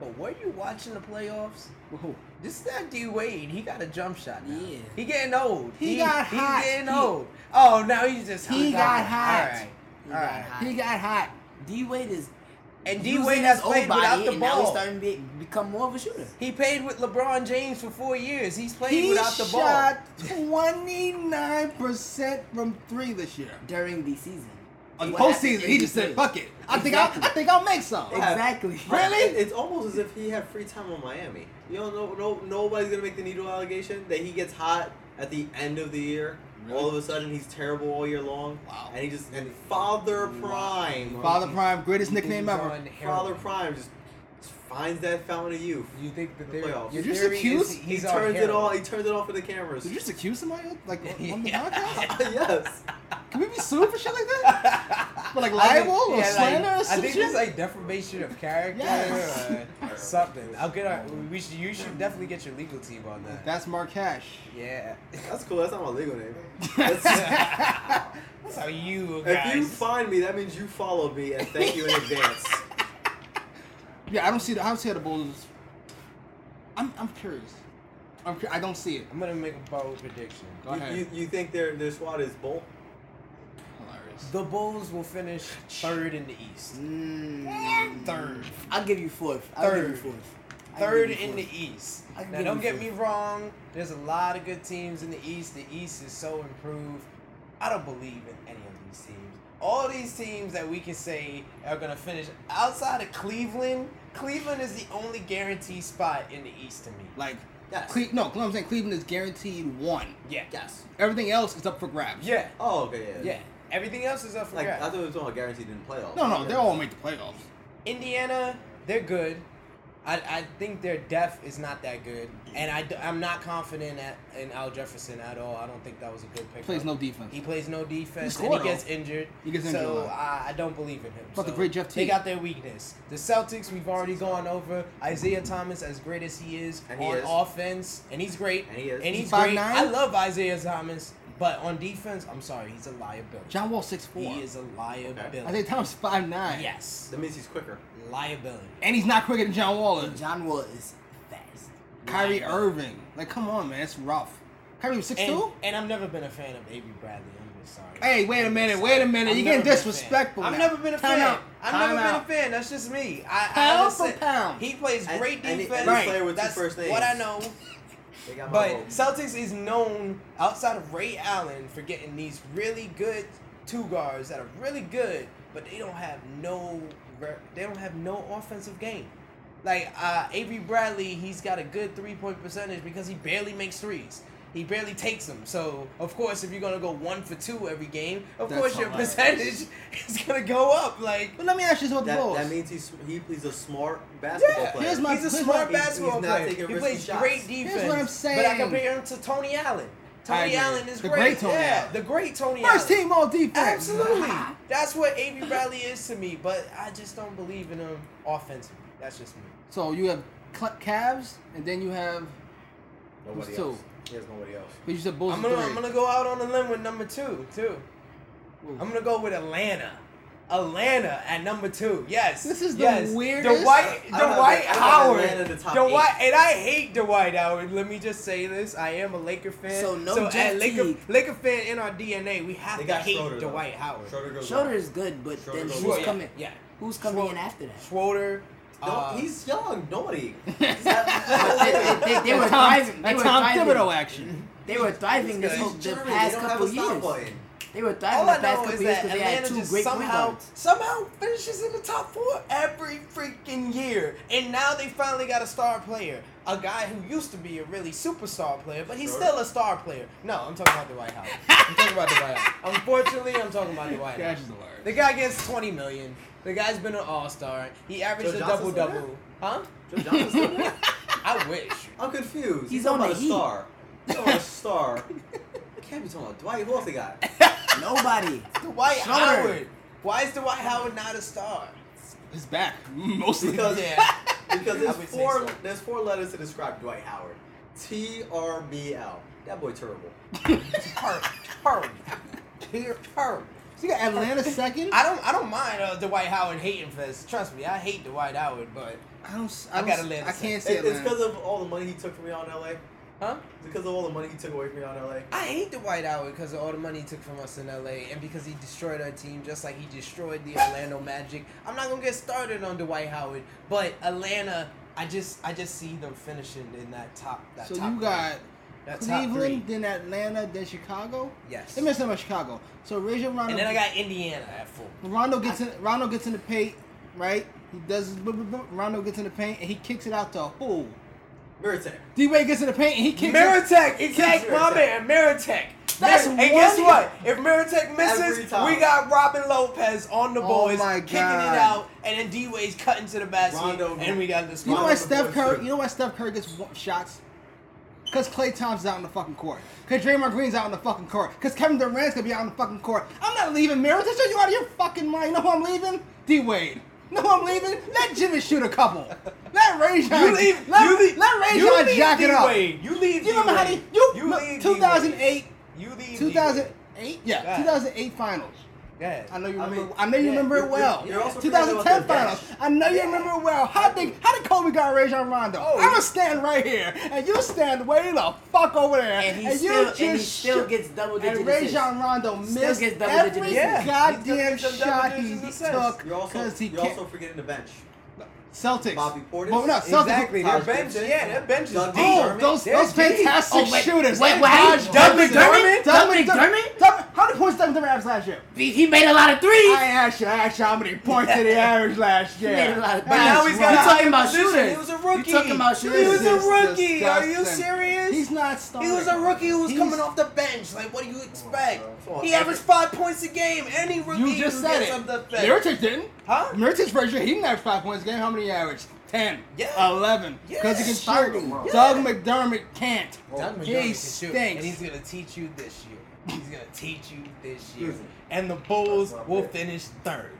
[SPEAKER 4] but were you watching the playoffs?
[SPEAKER 3] Whoa.
[SPEAKER 4] This is not D Wade. He got a jump shot now.
[SPEAKER 5] Yeah.
[SPEAKER 4] He getting old.
[SPEAKER 3] He got
[SPEAKER 4] he's
[SPEAKER 3] hot.
[SPEAKER 4] getting
[SPEAKER 3] He-
[SPEAKER 4] old. Oh, now he's just.
[SPEAKER 3] He
[SPEAKER 4] Oh,
[SPEAKER 3] got
[SPEAKER 4] God.
[SPEAKER 3] hot.
[SPEAKER 4] All right.
[SPEAKER 5] He
[SPEAKER 4] All
[SPEAKER 5] got
[SPEAKER 4] right.
[SPEAKER 5] hot.
[SPEAKER 3] He got hot.
[SPEAKER 5] D Wade is
[SPEAKER 4] And D
[SPEAKER 5] using
[SPEAKER 4] Wade
[SPEAKER 5] his
[SPEAKER 4] has
[SPEAKER 5] old
[SPEAKER 4] played
[SPEAKER 5] body,
[SPEAKER 4] without the
[SPEAKER 5] and now he's
[SPEAKER 4] ball.
[SPEAKER 5] starting to be, become more of a shooter.
[SPEAKER 4] He played with LeBron James for four years. He's played
[SPEAKER 3] He
[SPEAKER 4] without the ball.
[SPEAKER 3] shot 29% from three this year.
[SPEAKER 5] during the season.
[SPEAKER 3] On
[SPEAKER 5] What happened
[SPEAKER 3] postseason,
[SPEAKER 5] in
[SPEAKER 3] he just
[SPEAKER 5] the
[SPEAKER 3] said,
[SPEAKER 5] play.
[SPEAKER 3] fuck it. I, think I'll, I think I'll make some.
[SPEAKER 5] Exactly.
[SPEAKER 3] Really?
[SPEAKER 1] It's almost as if he had free time on Miami. You don't know, no, nobody's gonna make the needle allegation that he gets hot at the end of the year.
[SPEAKER 3] Really?
[SPEAKER 1] All of a sudden, he's terrible all year long.
[SPEAKER 3] Wow.
[SPEAKER 1] And he just and Father Prime,
[SPEAKER 3] Father Prime, greatest nickname
[SPEAKER 4] He's
[SPEAKER 3] ever.
[SPEAKER 4] on heroin.
[SPEAKER 1] Father Prime just, just finds that fountain of youth.
[SPEAKER 4] You think that
[SPEAKER 1] The
[SPEAKER 4] they
[SPEAKER 1] playoffs.
[SPEAKER 4] your
[SPEAKER 3] Did you
[SPEAKER 4] theory
[SPEAKER 3] accuse-
[SPEAKER 4] is
[SPEAKER 3] he
[SPEAKER 1] He
[SPEAKER 4] he's on
[SPEAKER 1] turns it all. He
[SPEAKER 4] heroin.
[SPEAKER 1] turns it off for the cameras.
[SPEAKER 3] Did you just accuse somebody like on the
[SPEAKER 4] Yeah.
[SPEAKER 3] podcast?
[SPEAKER 1] yes.
[SPEAKER 3] Can we be sued for shit like that? For like
[SPEAKER 4] I think-
[SPEAKER 3] libel or
[SPEAKER 4] yeah, like,
[SPEAKER 3] slander or
[SPEAKER 4] I
[SPEAKER 3] some
[SPEAKER 4] think
[SPEAKER 3] shit?
[SPEAKER 4] it's like defamation of character
[SPEAKER 3] Yes.
[SPEAKER 4] or something. I'll get our, we should, you should definitely get your legal team on that.
[SPEAKER 3] That's Mark Cash.
[SPEAKER 4] yeah.
[SPEAKER 1] That's cool. That's not my legal name. That's-
[SPEAKER 4] That's how you
[SPEAKER 1] if
[SPEAKER 4] guys.
[SPEAKER 1] you find me, that means you followed me, and thank you in advance.
[SPEAKER 3] Yeah, I don't see the. I don't see how the Bulls. I'm, I'm curious. I'm cur- I don't see it.
[SPEAKER 4] I'm gonna make a bold prediction.
[SPEAKER 3] Go ahead.
[SPEAKER 1] You, you, you think their their squad is bull?
[SPEAKER 3] Hilarious.
[SPEAKER 4] The Bulls will finish third in the East.
[SPEAKER 5] Mm,
[SPEAKER 4] Third.
[SPEAKER 5] I'll give you fourth. I'll give you
[SPEAKER 4] Third.
[SPEAKER 5] fourth. I'll
[SPEAKER 4] Third
[SPEAKER 5] give you
[SPEAKER 4] in the
[SPEAKER 5] fourth.
[SPEAKER 4] East.
[SPEAKER 5] I can
[SPEAKER 4] Now,
[SPEAKER 5] give
[SPEAKER 4] don't
[SPEAKER 5] you
[SPEAKER 4] get
[SPEAKER 5] fourth.
[SPEAKER 4] me wrong. There's a lot of good teams in the East. The East is so improved. I don't believe in any of these teams. All these teams that we can say are going to finish outside of Cleveland. Cleveland is the only guaranteed spot in the East to me.
[SPEAKER 3] Like,
[SPEAKER 1] Yes.
[SPEAKER 3] Cle- no, I'm saying Cleveland is guaranteed one.
[SPEAKER 4] Yeah.
[SPEAKER 1] Yes.
[SPEAKER 3] Everything else is up for grabs.
[SPEAKER 4] Yeah.
[SPEAKER 1] Oh, okay. Yeah.
[SPEAKER 4] Yeah. Everything else is up for
[SPEAKER 1] Like I
[SPEAKER 4] grabs.
[SPEAKER 1] thought it was all guaranteed in the playoffs.
[SPEAKER 3] No, no, they'll all make the playoffs.
[SPEAKER 4] Indiana, they're good. I, I think their depth is not that good, and I am not confident at, in Al Jefferson at all. I don't think that was a good pick.
[SPEAKER 3] Plays no defense.
[SPEAKER 4] He plays no defense,
[SPEAKER 3] He
[SPEAKER 4] and he
[SPEAKER 3] scored,
[SPEAKER 4] gets
[SPEAKER 3] though.
[SPEAKER 4] injured.
[SPEAKER 3] He gets injured a
[SPEAKER 4] so
[SPEAKER 3] lot.
[SPEAKER 4] I, I don't believe in him.
[SPEAKER 3] But the
[SPEAKER 4] So
[SPEAKER 3] great Jeff Teague.
[SPEAKER 4] They got their weakness. The Celtics, we've already gone over. Isaiah Thomas, as great as he is
[SPEAKER 1] And he
[SPEAKER 4] on
[SPEAKER 1] is.
[SPEAKER 4] offense, and he's great.
[SPEAKER 1] And he is.
[SPEAKER 4] And
[SPEAKER 3] He's
[SPEAKER 4] he's, great.
[SPEAKER 3] 5'9"?
[SPEAKER 4] I love Isaiah Thomas, but on defense, I'm sorry, he's a liability.
[SPEAKER 3] John Wall six four.
[SPEAKER 4] he is a liability.
[SPEAKER 3] I think Thomas five nine.
[SPEAKER 4] yes,
[SPEAKER 1] That means he's quicker.
[SPEAKER 4] liability.
[SPEAKER 3] And he's not quicker than John Wall is.
[SPEAKER 5] And John Wall is fast.
[SPEAKER 3] Kyrie Irving. Like, come on, man. It's rough. Kyrie was 6'2?
[SPEAKER 4] And, and I've never been a fan of Avery Bradley. I'm just sorry.
[SPEAKER 3] Hey, wait a minute. Wait a minute.
[SPEAKER 4] I've
[SPEAKER 3] You're getting
[SPEAKER 4] never been a
[SPEAKER 3] disrespectful.
[SPEAKER 4] fan. I've
[SPEAKER 3] now.
[SPEAKER 4] never been a
[SPEAKER 3] Time
[SPEAKER 4] fan.
[SPEAKER 3] Out.
[SPEAKER 4] I've
[SPEAKER 3] Time
[SPEAKER 4] never
[SPEAKER 3] out.
[SPEAKER 4] been a fan. That's just me. I, I
[SPEAKER 3] Pound
[SPEAKER 4] understand.
[SPEAKER 3] for pound.
[SPEAKER 4] He plays
[SPEAKER 1] And-
[SPEAKER 4] great
[SPEAKER 1] and he- and he
[SPEAKER 4] defense.
[SPEAKER 1] play with two
[SPEAKER 4] That's
[SPEAKER 1] first names.
[SPEAKER 4] what I know.
[SPEAKER 1] They got my
[SPEAKER 4] But
[SPEAKER 1] vote.
[SPEAKER 4] Celtics is known outside of Ray Allen for getting these really good two guards that are really good, but they don't have no re- they don't have no offensive game. Like uh, Avery Bradley, he's got a good three point percentage because he barely makes threes. He barely takes them. So of course, if you're gonna go one for two every game, of
[SPEAKER 3] That's
[SPEAKER 4] course your
[SPEAKER 3] hilarious.
[SPEAKER 4] percentage is gonna go up. Like
[SPEAKER 3] But let me ask you this about the
[SPEAKER 1] That,
[SPEAKER 3] Bulls.
[SPEAKER 1] that means he's he, he's a smart basketball
[SPEAKER 4] Yeah,
[SPEAKER 1] player.
[SPEAKER 3] here's my-
[SPEAKER 4] he's a smart
[SPEAKER 3] he's-
[SPEAKER 4] basketball
[SPEAKER 1] he's not
[SPEAKER 4] player.
[SPEAKER 1] taking
[SPEAKER 4] he
[SPEAKER 1] risky
[SPEAKER 4] plays
[SPEAKER 1] shots.
[SPEAKER 4] great defense.
[SPEAKER 3] Here's what I'm
[SPEAKER 4] But I
[SPEAKER 3] saying.
[SPEAKER 4] compare him to Tony Allen.
[SPEAKER 3] I
[SPEAKER 4] Tony
[SPEAKER 3] agree.
[SPEAKER 4] Allen is
[SPEAKER 3] The
[SPEAKER 4] great.
[SPEAKER 3] great Tony
[SPEAKER 4] yeah,
[SPEAKER 3] Allen.
[SPEAKER 4] the great Tony
[SPEAKER 3] First
[SPEAKER 4] Allen.
[SPEAKER 3] team all defense.
[SPEAKER 4] Absolutely. That's what Avery Bradley is to me, but I just don't believe in him offensively. That's just me.
[SPEAKER 3] So you have Cl- Cavs, and then you have.
[SPEAKER 1] Nobody
[SPEAKER 3] Who's two?
[SPEAKER 1] else. He has nobody else.
[SPEAKER 3] But you said Bulls.
[SPEAKER 4] I'm
[SPEAKER 3] are
[SPEAKER 4] gonna
[SPEAKER 3] 3
[SPEAKER 4] I'm gonna go out on a limb with number two too.
[SPEAKER 3] Ooh.
[SPEAKER 4] I'm gonna go with Atlanta. Atlanta at number two. Yes.
[SPEAKER 3] This is the
[SPEAKER 4] yes.
[SPEAKER 3] weirdest-
[SPEAKER 4] Dwight
[SPEAKER 1] I have- I
[SPEAKER 4] Dwight
[SPEAKER 1] have
[SPEAKER 4] Howard.
[SPEAKER 1] Atlanta in the top
[SPEAKER 4] Dwight
[SPEAKER 1] eight.
[SPEAKER 4] and I hate Dwight Howard. Let me just say this. I am a Laker fan.
[SPEAKER 5] So no
[SPEAKER 4] so
[SPEAKER 5] Jeff
[SPEAKER 4] at Laker,
[SPEAKER 5] Teague.
[SPEAKER 4] Laker fan in our DNA, we have
[SPEAKER 1] They
[SPEAKER 4] to
[SPEAKER 1] got
[SPEAKER 4] hate
[SPEAKER 1] Schroeder. though.
[SPEAKER 4] Dwight Howard.
[SPEAKER 1] Schroeder goes
[SPEAKER 5] Schroeder
[SPEAKER 1] out.
[SPEAKER 5] is good, but
[SPEAKER 1] Schroeder
[SPEAKER 5] then
[SPEAKER 1] goes
[SPEAKER 5] who's
[SPEAKER 1] out.
[SPEAKER 5] coming?
[SPEAKER 4] Yeah.
[SPEAKER 5] Who's coming
[SPEAKER 4] Schro-
[SPEAKER 5] in after that?
[SPEAKER 4] Schroeder.
[SPEAKER 1] No,
[SPEAKER 4] uh,
[SPEAKER 1] he's young. Nobody.
[SPEAKER 5] They- they- they were
[SPEAKER 3] Tom,
[SPEAKER 5] thriving. They
[SPEAKER 3] that
[SPEAKER 5] were
[SPEAKER 3] Tom
[SPEAKER 5] thriving.
[SPEAKER 3] Thibodeau action.
[SPEAKER 5] They were thriving this
[SPEAKER 4] He's
[SPEAKER 5] whole
[SPEAKER 1] He's
[SPEAKER 5] the
[SPEAKER 1] German. They
[SPEAKER 5] past
[SPEAKER 1] don't have
[SPEAKER 5] couple
[SPEAKER 1] a stop
[SPEAKER 5] years.
[SPEAKER 1] button.
[SPEAKER 5] They were
[SPEAKER 4] All
[SPEAKER 5] thriving
[SPEAKER 4] I
[SPEAKER 5] the past
[SPEAKER 4] know is
[SPEAKER 5] couple years
[SPEAKER 4] that
[SPEAKER 5] because they had
[SPEAKER 4] Atlanta
[SPEAKER 5] two
[SPEAKER 4] just
[SPEAKER 5] great point
[SPEAKER 4] somehow
[SPEAKER 5] guards.
[SPEAKER 4] somehow finishes in the top four every freaking year, and now they finally got a star player, a guy who used to be a really superstar player, but he's
[SPEAKER 1] Sure.
[SPEAKER 4] still a star player. No, I'm talking about the White House. I'm talking about the White House. Unfortunately, I'm talking about the White
[SPEAKER 3] Cash
[SPEAKER 4] House.
[SPEAKER 3] is hilarious.
[SPEAKER 4] The guy gets 20 million. The guy's been an All Star. He averaged
[SPEAKER 1] Joe
[SPEAKER 4] a double
[SPEAKER 1] Johnson's
[SPEAKER 4] double. Huh?
[SPEAKER 1] Joe Johnson's still there?
[SPEAKER 4] I wish.
[SPEAKER 1] I'm confused.
[SPEAKER 5] He's
[SPEAKER 1] talking
[SPEAKER 5] on the
[SPEAKER 1] about a
[SPEAKER 5] Heat.
[SPEAKER 1] star. He's talking about a star. Can't be talking about Dwight. Who else they got?
[SPEAKER 5] Nobody.
[SPEAKER 4] Dwight
[SPEAKER 5] Sure.
[SPEAKER 4] Howard. Why is Dwight Howard not a star?
[SPEAKER 3] His back mostly.
[SPEAKER 1] Because-
[SPEAKER 4] Yeah.
[SPEAKER 1] Because
[SPEAKER 4] I
[SPEAKER 1] there's
[SPEAKER 4] would say
[SPEAKER 1] four
[SPEAKER 4] so.
[SPEAKER 1] there's four letters to describe Dwight Howard. T R B L. That boy terrible.
[SPEAKER 4] Hurry. Hurry. Here, hurry.
[SPEAKER 3] So you got Atlanta second.
[SPEAKER 4] I don't I don't mind uh, Dwight Howard hating for this. Trust me, I hate Dwight Howard, but
[SPEAKER 3] I don't. s-
[SPEAKER 4] I
[SPEAKER 3] I, don't,
[SPEAKER 4] got
[SPEAKER 3] s-
[SPEAKER 4] Atlanta
[SPEAKER 3] I can't see
[SPEAKER 1] It- it's
[SPEAKER 3] Atlanta.
[SPEAKER 1] because of all the money he took from y'all in LA. It's
[SPEAKER 4] huh?
[SPEAKER 1] because of all the money he took away from y'all in LA.
[SPEAKER 4] I hate Dwight Howard because of all the money he took from us in LA and because he destroyed our team just like he destroyed the Orlando Magic. I'm not gonna get started on Dwight Howard, but Atlanta, I just I just see them finishing in that top that
[SPEAKER 3] So
[SPEAKER 4] top
[SPEAKER 3] you
[SPEAKER 4] three.
[SPEAKER 3] got
[SPEAKER 4] that top
[SPEAKER 3] Cleveland,
[SPEAKER 4] three.
[SPEAKER 3] then Atlanta, then Chicago.
[SPEAKER 4] Yes.
[SPEAKER 3] They missed out on Chicago. So Rajon Rondo.
[SPEAKER 4] And then I got Indiana at four.
[SPEAKER 3] Rondo gets in. Rondo gets in the paint, right? He does. his boop, boop, boop. Rondo gets in the paint and he kicks it out to who?
[SPEAKER 1] Meritek.
[SPEAKER 3] D Wade gets in the paint and he kicks it.
[SPEAKER 4] Meritech, exactly, my
[SPEAKER 1] Meritech.
[SPEAKER 4] man, Meritech.
[SPEAKER 3] That's
[SPEAKER 4] and guess
[SPEAKER 3] one-
[SPEAKER 4] what? If Meritech misses,
[SPEAKER 1] Every time.
[SPEAKER 4] we got Robin Lopez on the
[SPEAKER 3] Oh
[SPEAKER 4] boys
[SPEAKER 3] my
[SPEAKER 4] kicking it
[SPEAKER 3] God.
[SPEAKER 4] out, and then D Wade's cutting to the basket,
[SPEAKER 1] Rondo-
[SPEAKER 4] and we got the
[SPEAKER 3] You know
[SPEAKER 4] score.
[SPEAKER 1] Rondo
[SPEAKER 3] why
[SPEAKER 1] the
[SPEAKER 3] Steph
[SPEAKER 1] boys
[SPEAKER 3] Curry?
[SPEAKER 1] too.
[SPEAKER 3] You know why Steph Curry gets wa- shots? Cause Clay Thompson's out on the fucking court. Cause Draymond Green's out on the fucking court. Cause Kevin Durant's gonna be out on the fucking court. I'm not leaving Meredith. Are you out of your fucking mind? You know who I'm leaving? D Wade. No, I'm leaving. Let Jimmy shoot a couple. Let Rajon.
[SPEAKER 4] You leave,
[SPEAKER 3] Let,
[SPEAKER 4] you leave,
[SPEAKER 3] let Rajon
[SPEAKER 4] you leave
[SPEAKER 3] jack it up.
[SPEAKER 4] D-Wade. You leave.
[SPEAKER 3] You remember how they?
[SPEAKER 4] D-Wade.
[SPEAKER 3] You,
[SPEAKER 4] you leave.
[SPEAKER 3] 2008.
[SPEAKER 4] D-Wade. You leave.
[SPEAKER 3] 2008. Yeah,
[SPEAKER 4] Yeah.
[SPEAKER 3] 2008 finals.
[SPEAKER 4] Yeah.
[SPEAKER 3] I know you
[SPEAKER 1] I
[SPEAKER 3] remember. I,
[SPEAKER 1] mean,
[SPEAKER 3] know you
[SPEAKER 1] yeah,
[SPEAKER 3] remember it
[SPEAKER 1] you're-
[SPEAKER 3] well.
[SPEAKER 1] you're- you're also forgetting about
[SPEAKER 3] 2010
[SPEAKER 1] their
[SPEAKER 3] finals.
[SPEAKER 1] bench.
[SPEAKER 3] I know you remember it well. How did how did Kobe got Rajon Rondo?
[SPEAKER 4] Oh,
[SPEAKER 3] I'm
[SPEAKER 4] he-
[SPEAKER 3] gonna stand right here, and you stand way the fuck over there,
[SPEAKER 5] And he
[SPEAKER 3] and you
[SPEAKER 5] still-
[SPEAKER 3] just
[SPEAKER 5] and he still
[SPEAKER 3] shoot.
[SPEAKER 5] gets double-digit
[SPEAKER 3] And
[SPEAKER 5] assists.
[SPEAKER 3] Rajon Rondo
[SPEAKER 5] Still
[SPEAKER 3] missed
[SPEAKER 5] gets double-digit
[SPEAKER 3] every
[SPEAKER 5] assists.
[SPEAKER 4] Yeah,
[SPEAKER 3] goddamn
[SPEAKER 4] he's still getting
[SPEAKER 3] shot he
[SPEAKER 4] double-digit assists.
[SPEAKER 3] took
[SPEAKER 1] You're also
[SPEAKER 3] because he
[SPEAKER 1] you're
[SPEAKER 3] can't.
[SPEAKER 1] also forgetting the bench.
[SPEAKER 3] Celtics.
[SPEAKER 1] Bobby Portis.
[SPEAKER 3] Well, no, Celtics.
[SPEAKER 4] Exactly. Their
[SPEAKER 1] Taj
[SPEAKER 4] bench.
[SPEAKER 1] Gibson.
[SPEAKER 4] Yeah, their bench is
[SPEAKER 1] Doug
[SPEAKER 4] deep.
[SPEAKER 3] Oh, those
[SPEAKER 4] They're
[SPEAKER 3] those
[SPEAKER 4] deep.
[SPEAKER 3] fantastic
[SPEAKER 5] Oh, wait.
[SPEAKER 3] shooters.
[SPEAKER 5] Wait,
[SPEAKER 3] Like
[SPEAKER 5] what
[SPEAKER 3] Taj
[SPEAKER 5] happened? Doug
[SPEAKER 3] Gibson. Doug
[SPEAKER 5] McDermott? Doug
[SPEAKER 3] McDermott?
[SPEAKER 5] McDermott?
[SPEAKER 3] Doug- How many points Doug McDermott average last year?
[SPEAKER 5] He he made a lot of threes.
[SPEAKER 3] I asked you, I asked you how many points did he average last year.
[SPEAKER 5] made a lot of
[SPEAKER 4] But now he's got
[SPEAKER 5] You're
[SPEAKER 4] a
[SPEAKER 5] talking
[SPEAKER 4] high
[SPEAKER 5] about
[SPEAKER 4] position.
[SPEAKER 5] shooters.
[SPEAKER 4] He was a
[SPEAKER 5] You're
[SPEAKER 4] rookie.
[SPEAKER 5] talking about
[SPEAKER 4] He was
[SPEAKER 5] shooters.
[SPEAKER 4] a
[SPEAKER 3] This is
[SPEAKER 4] rookie. Are you
[SPEAKER 3] disgusting.
[SPEAKER 4] serious?
[SPEAKER 3] He's not starting.
[SPEAKER 4] He was a rookie who was
[SPEAKER 3] He's-
[SPEAKER 4] coming off the bench. Like, what do you expect?
[SPEAKER 1] bro.
[SPEAKER 4] he averaged five points a game. Any rookie
[SPEAKER 3] You just
[SPEAKER 4] who
[SPEAKER 3] said
[SPEAKER 4] gets
[SPEAKER 3] it.
[SPEAKER 4] on the bench.
[SPEAKER 3] Meritic didn't.
[SPEAKER 4] Huh?
[SPEAKER 3] Meritic's first year, he didn't average five points a game. How many he averaged? Ten.
[SPEAKER 4] Yeah.
[SPEAKER 3] Eleven. Because he
[SPEAKER 4] Yeah.
[SPEAKER 3] can
[SPEAKER 5] Starting.
[SPEAKER 3] shoot.
[SPEAKER 5] Yeah.
[SPEAKER 3] Doug McDermott can't.
[SPEAKER 4] Doug McDermott
[SPEAKER 3] he
[SPEAKER 4] can shoot, and
[SPEAKER 3] stinks.
[SPEAKER 4] he's gonna teach you this year. He's gonna teach you this year,
[SPEAKER 1] Listen.
[SPEAKER 4] and the Bulls
[SPEAKER 1] That's my
[SPEAKER 4] will
[SPEAKER 1] pick.
[SPEAKER 4] finish third.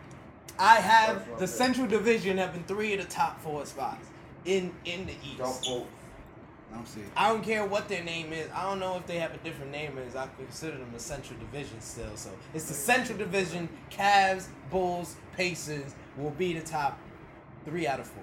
[SPEAKER 4] I have
[SPEAKER 1] That's my
[SPEAKER 4] the
[SPEAKER 1] pick.
[SPEAKER 4] Central Division having three of the top four spots in in the East.
[SPEAKER 1] Don't vote.
[SPEAKER 3] I don't see it.
[SPEAKER 4] I don't care what their name is. I don't know if they have a different name is. I consider them a Central Division still. So it's the Central Division. Cavs, Bulls, Pacers will be the top three out of four.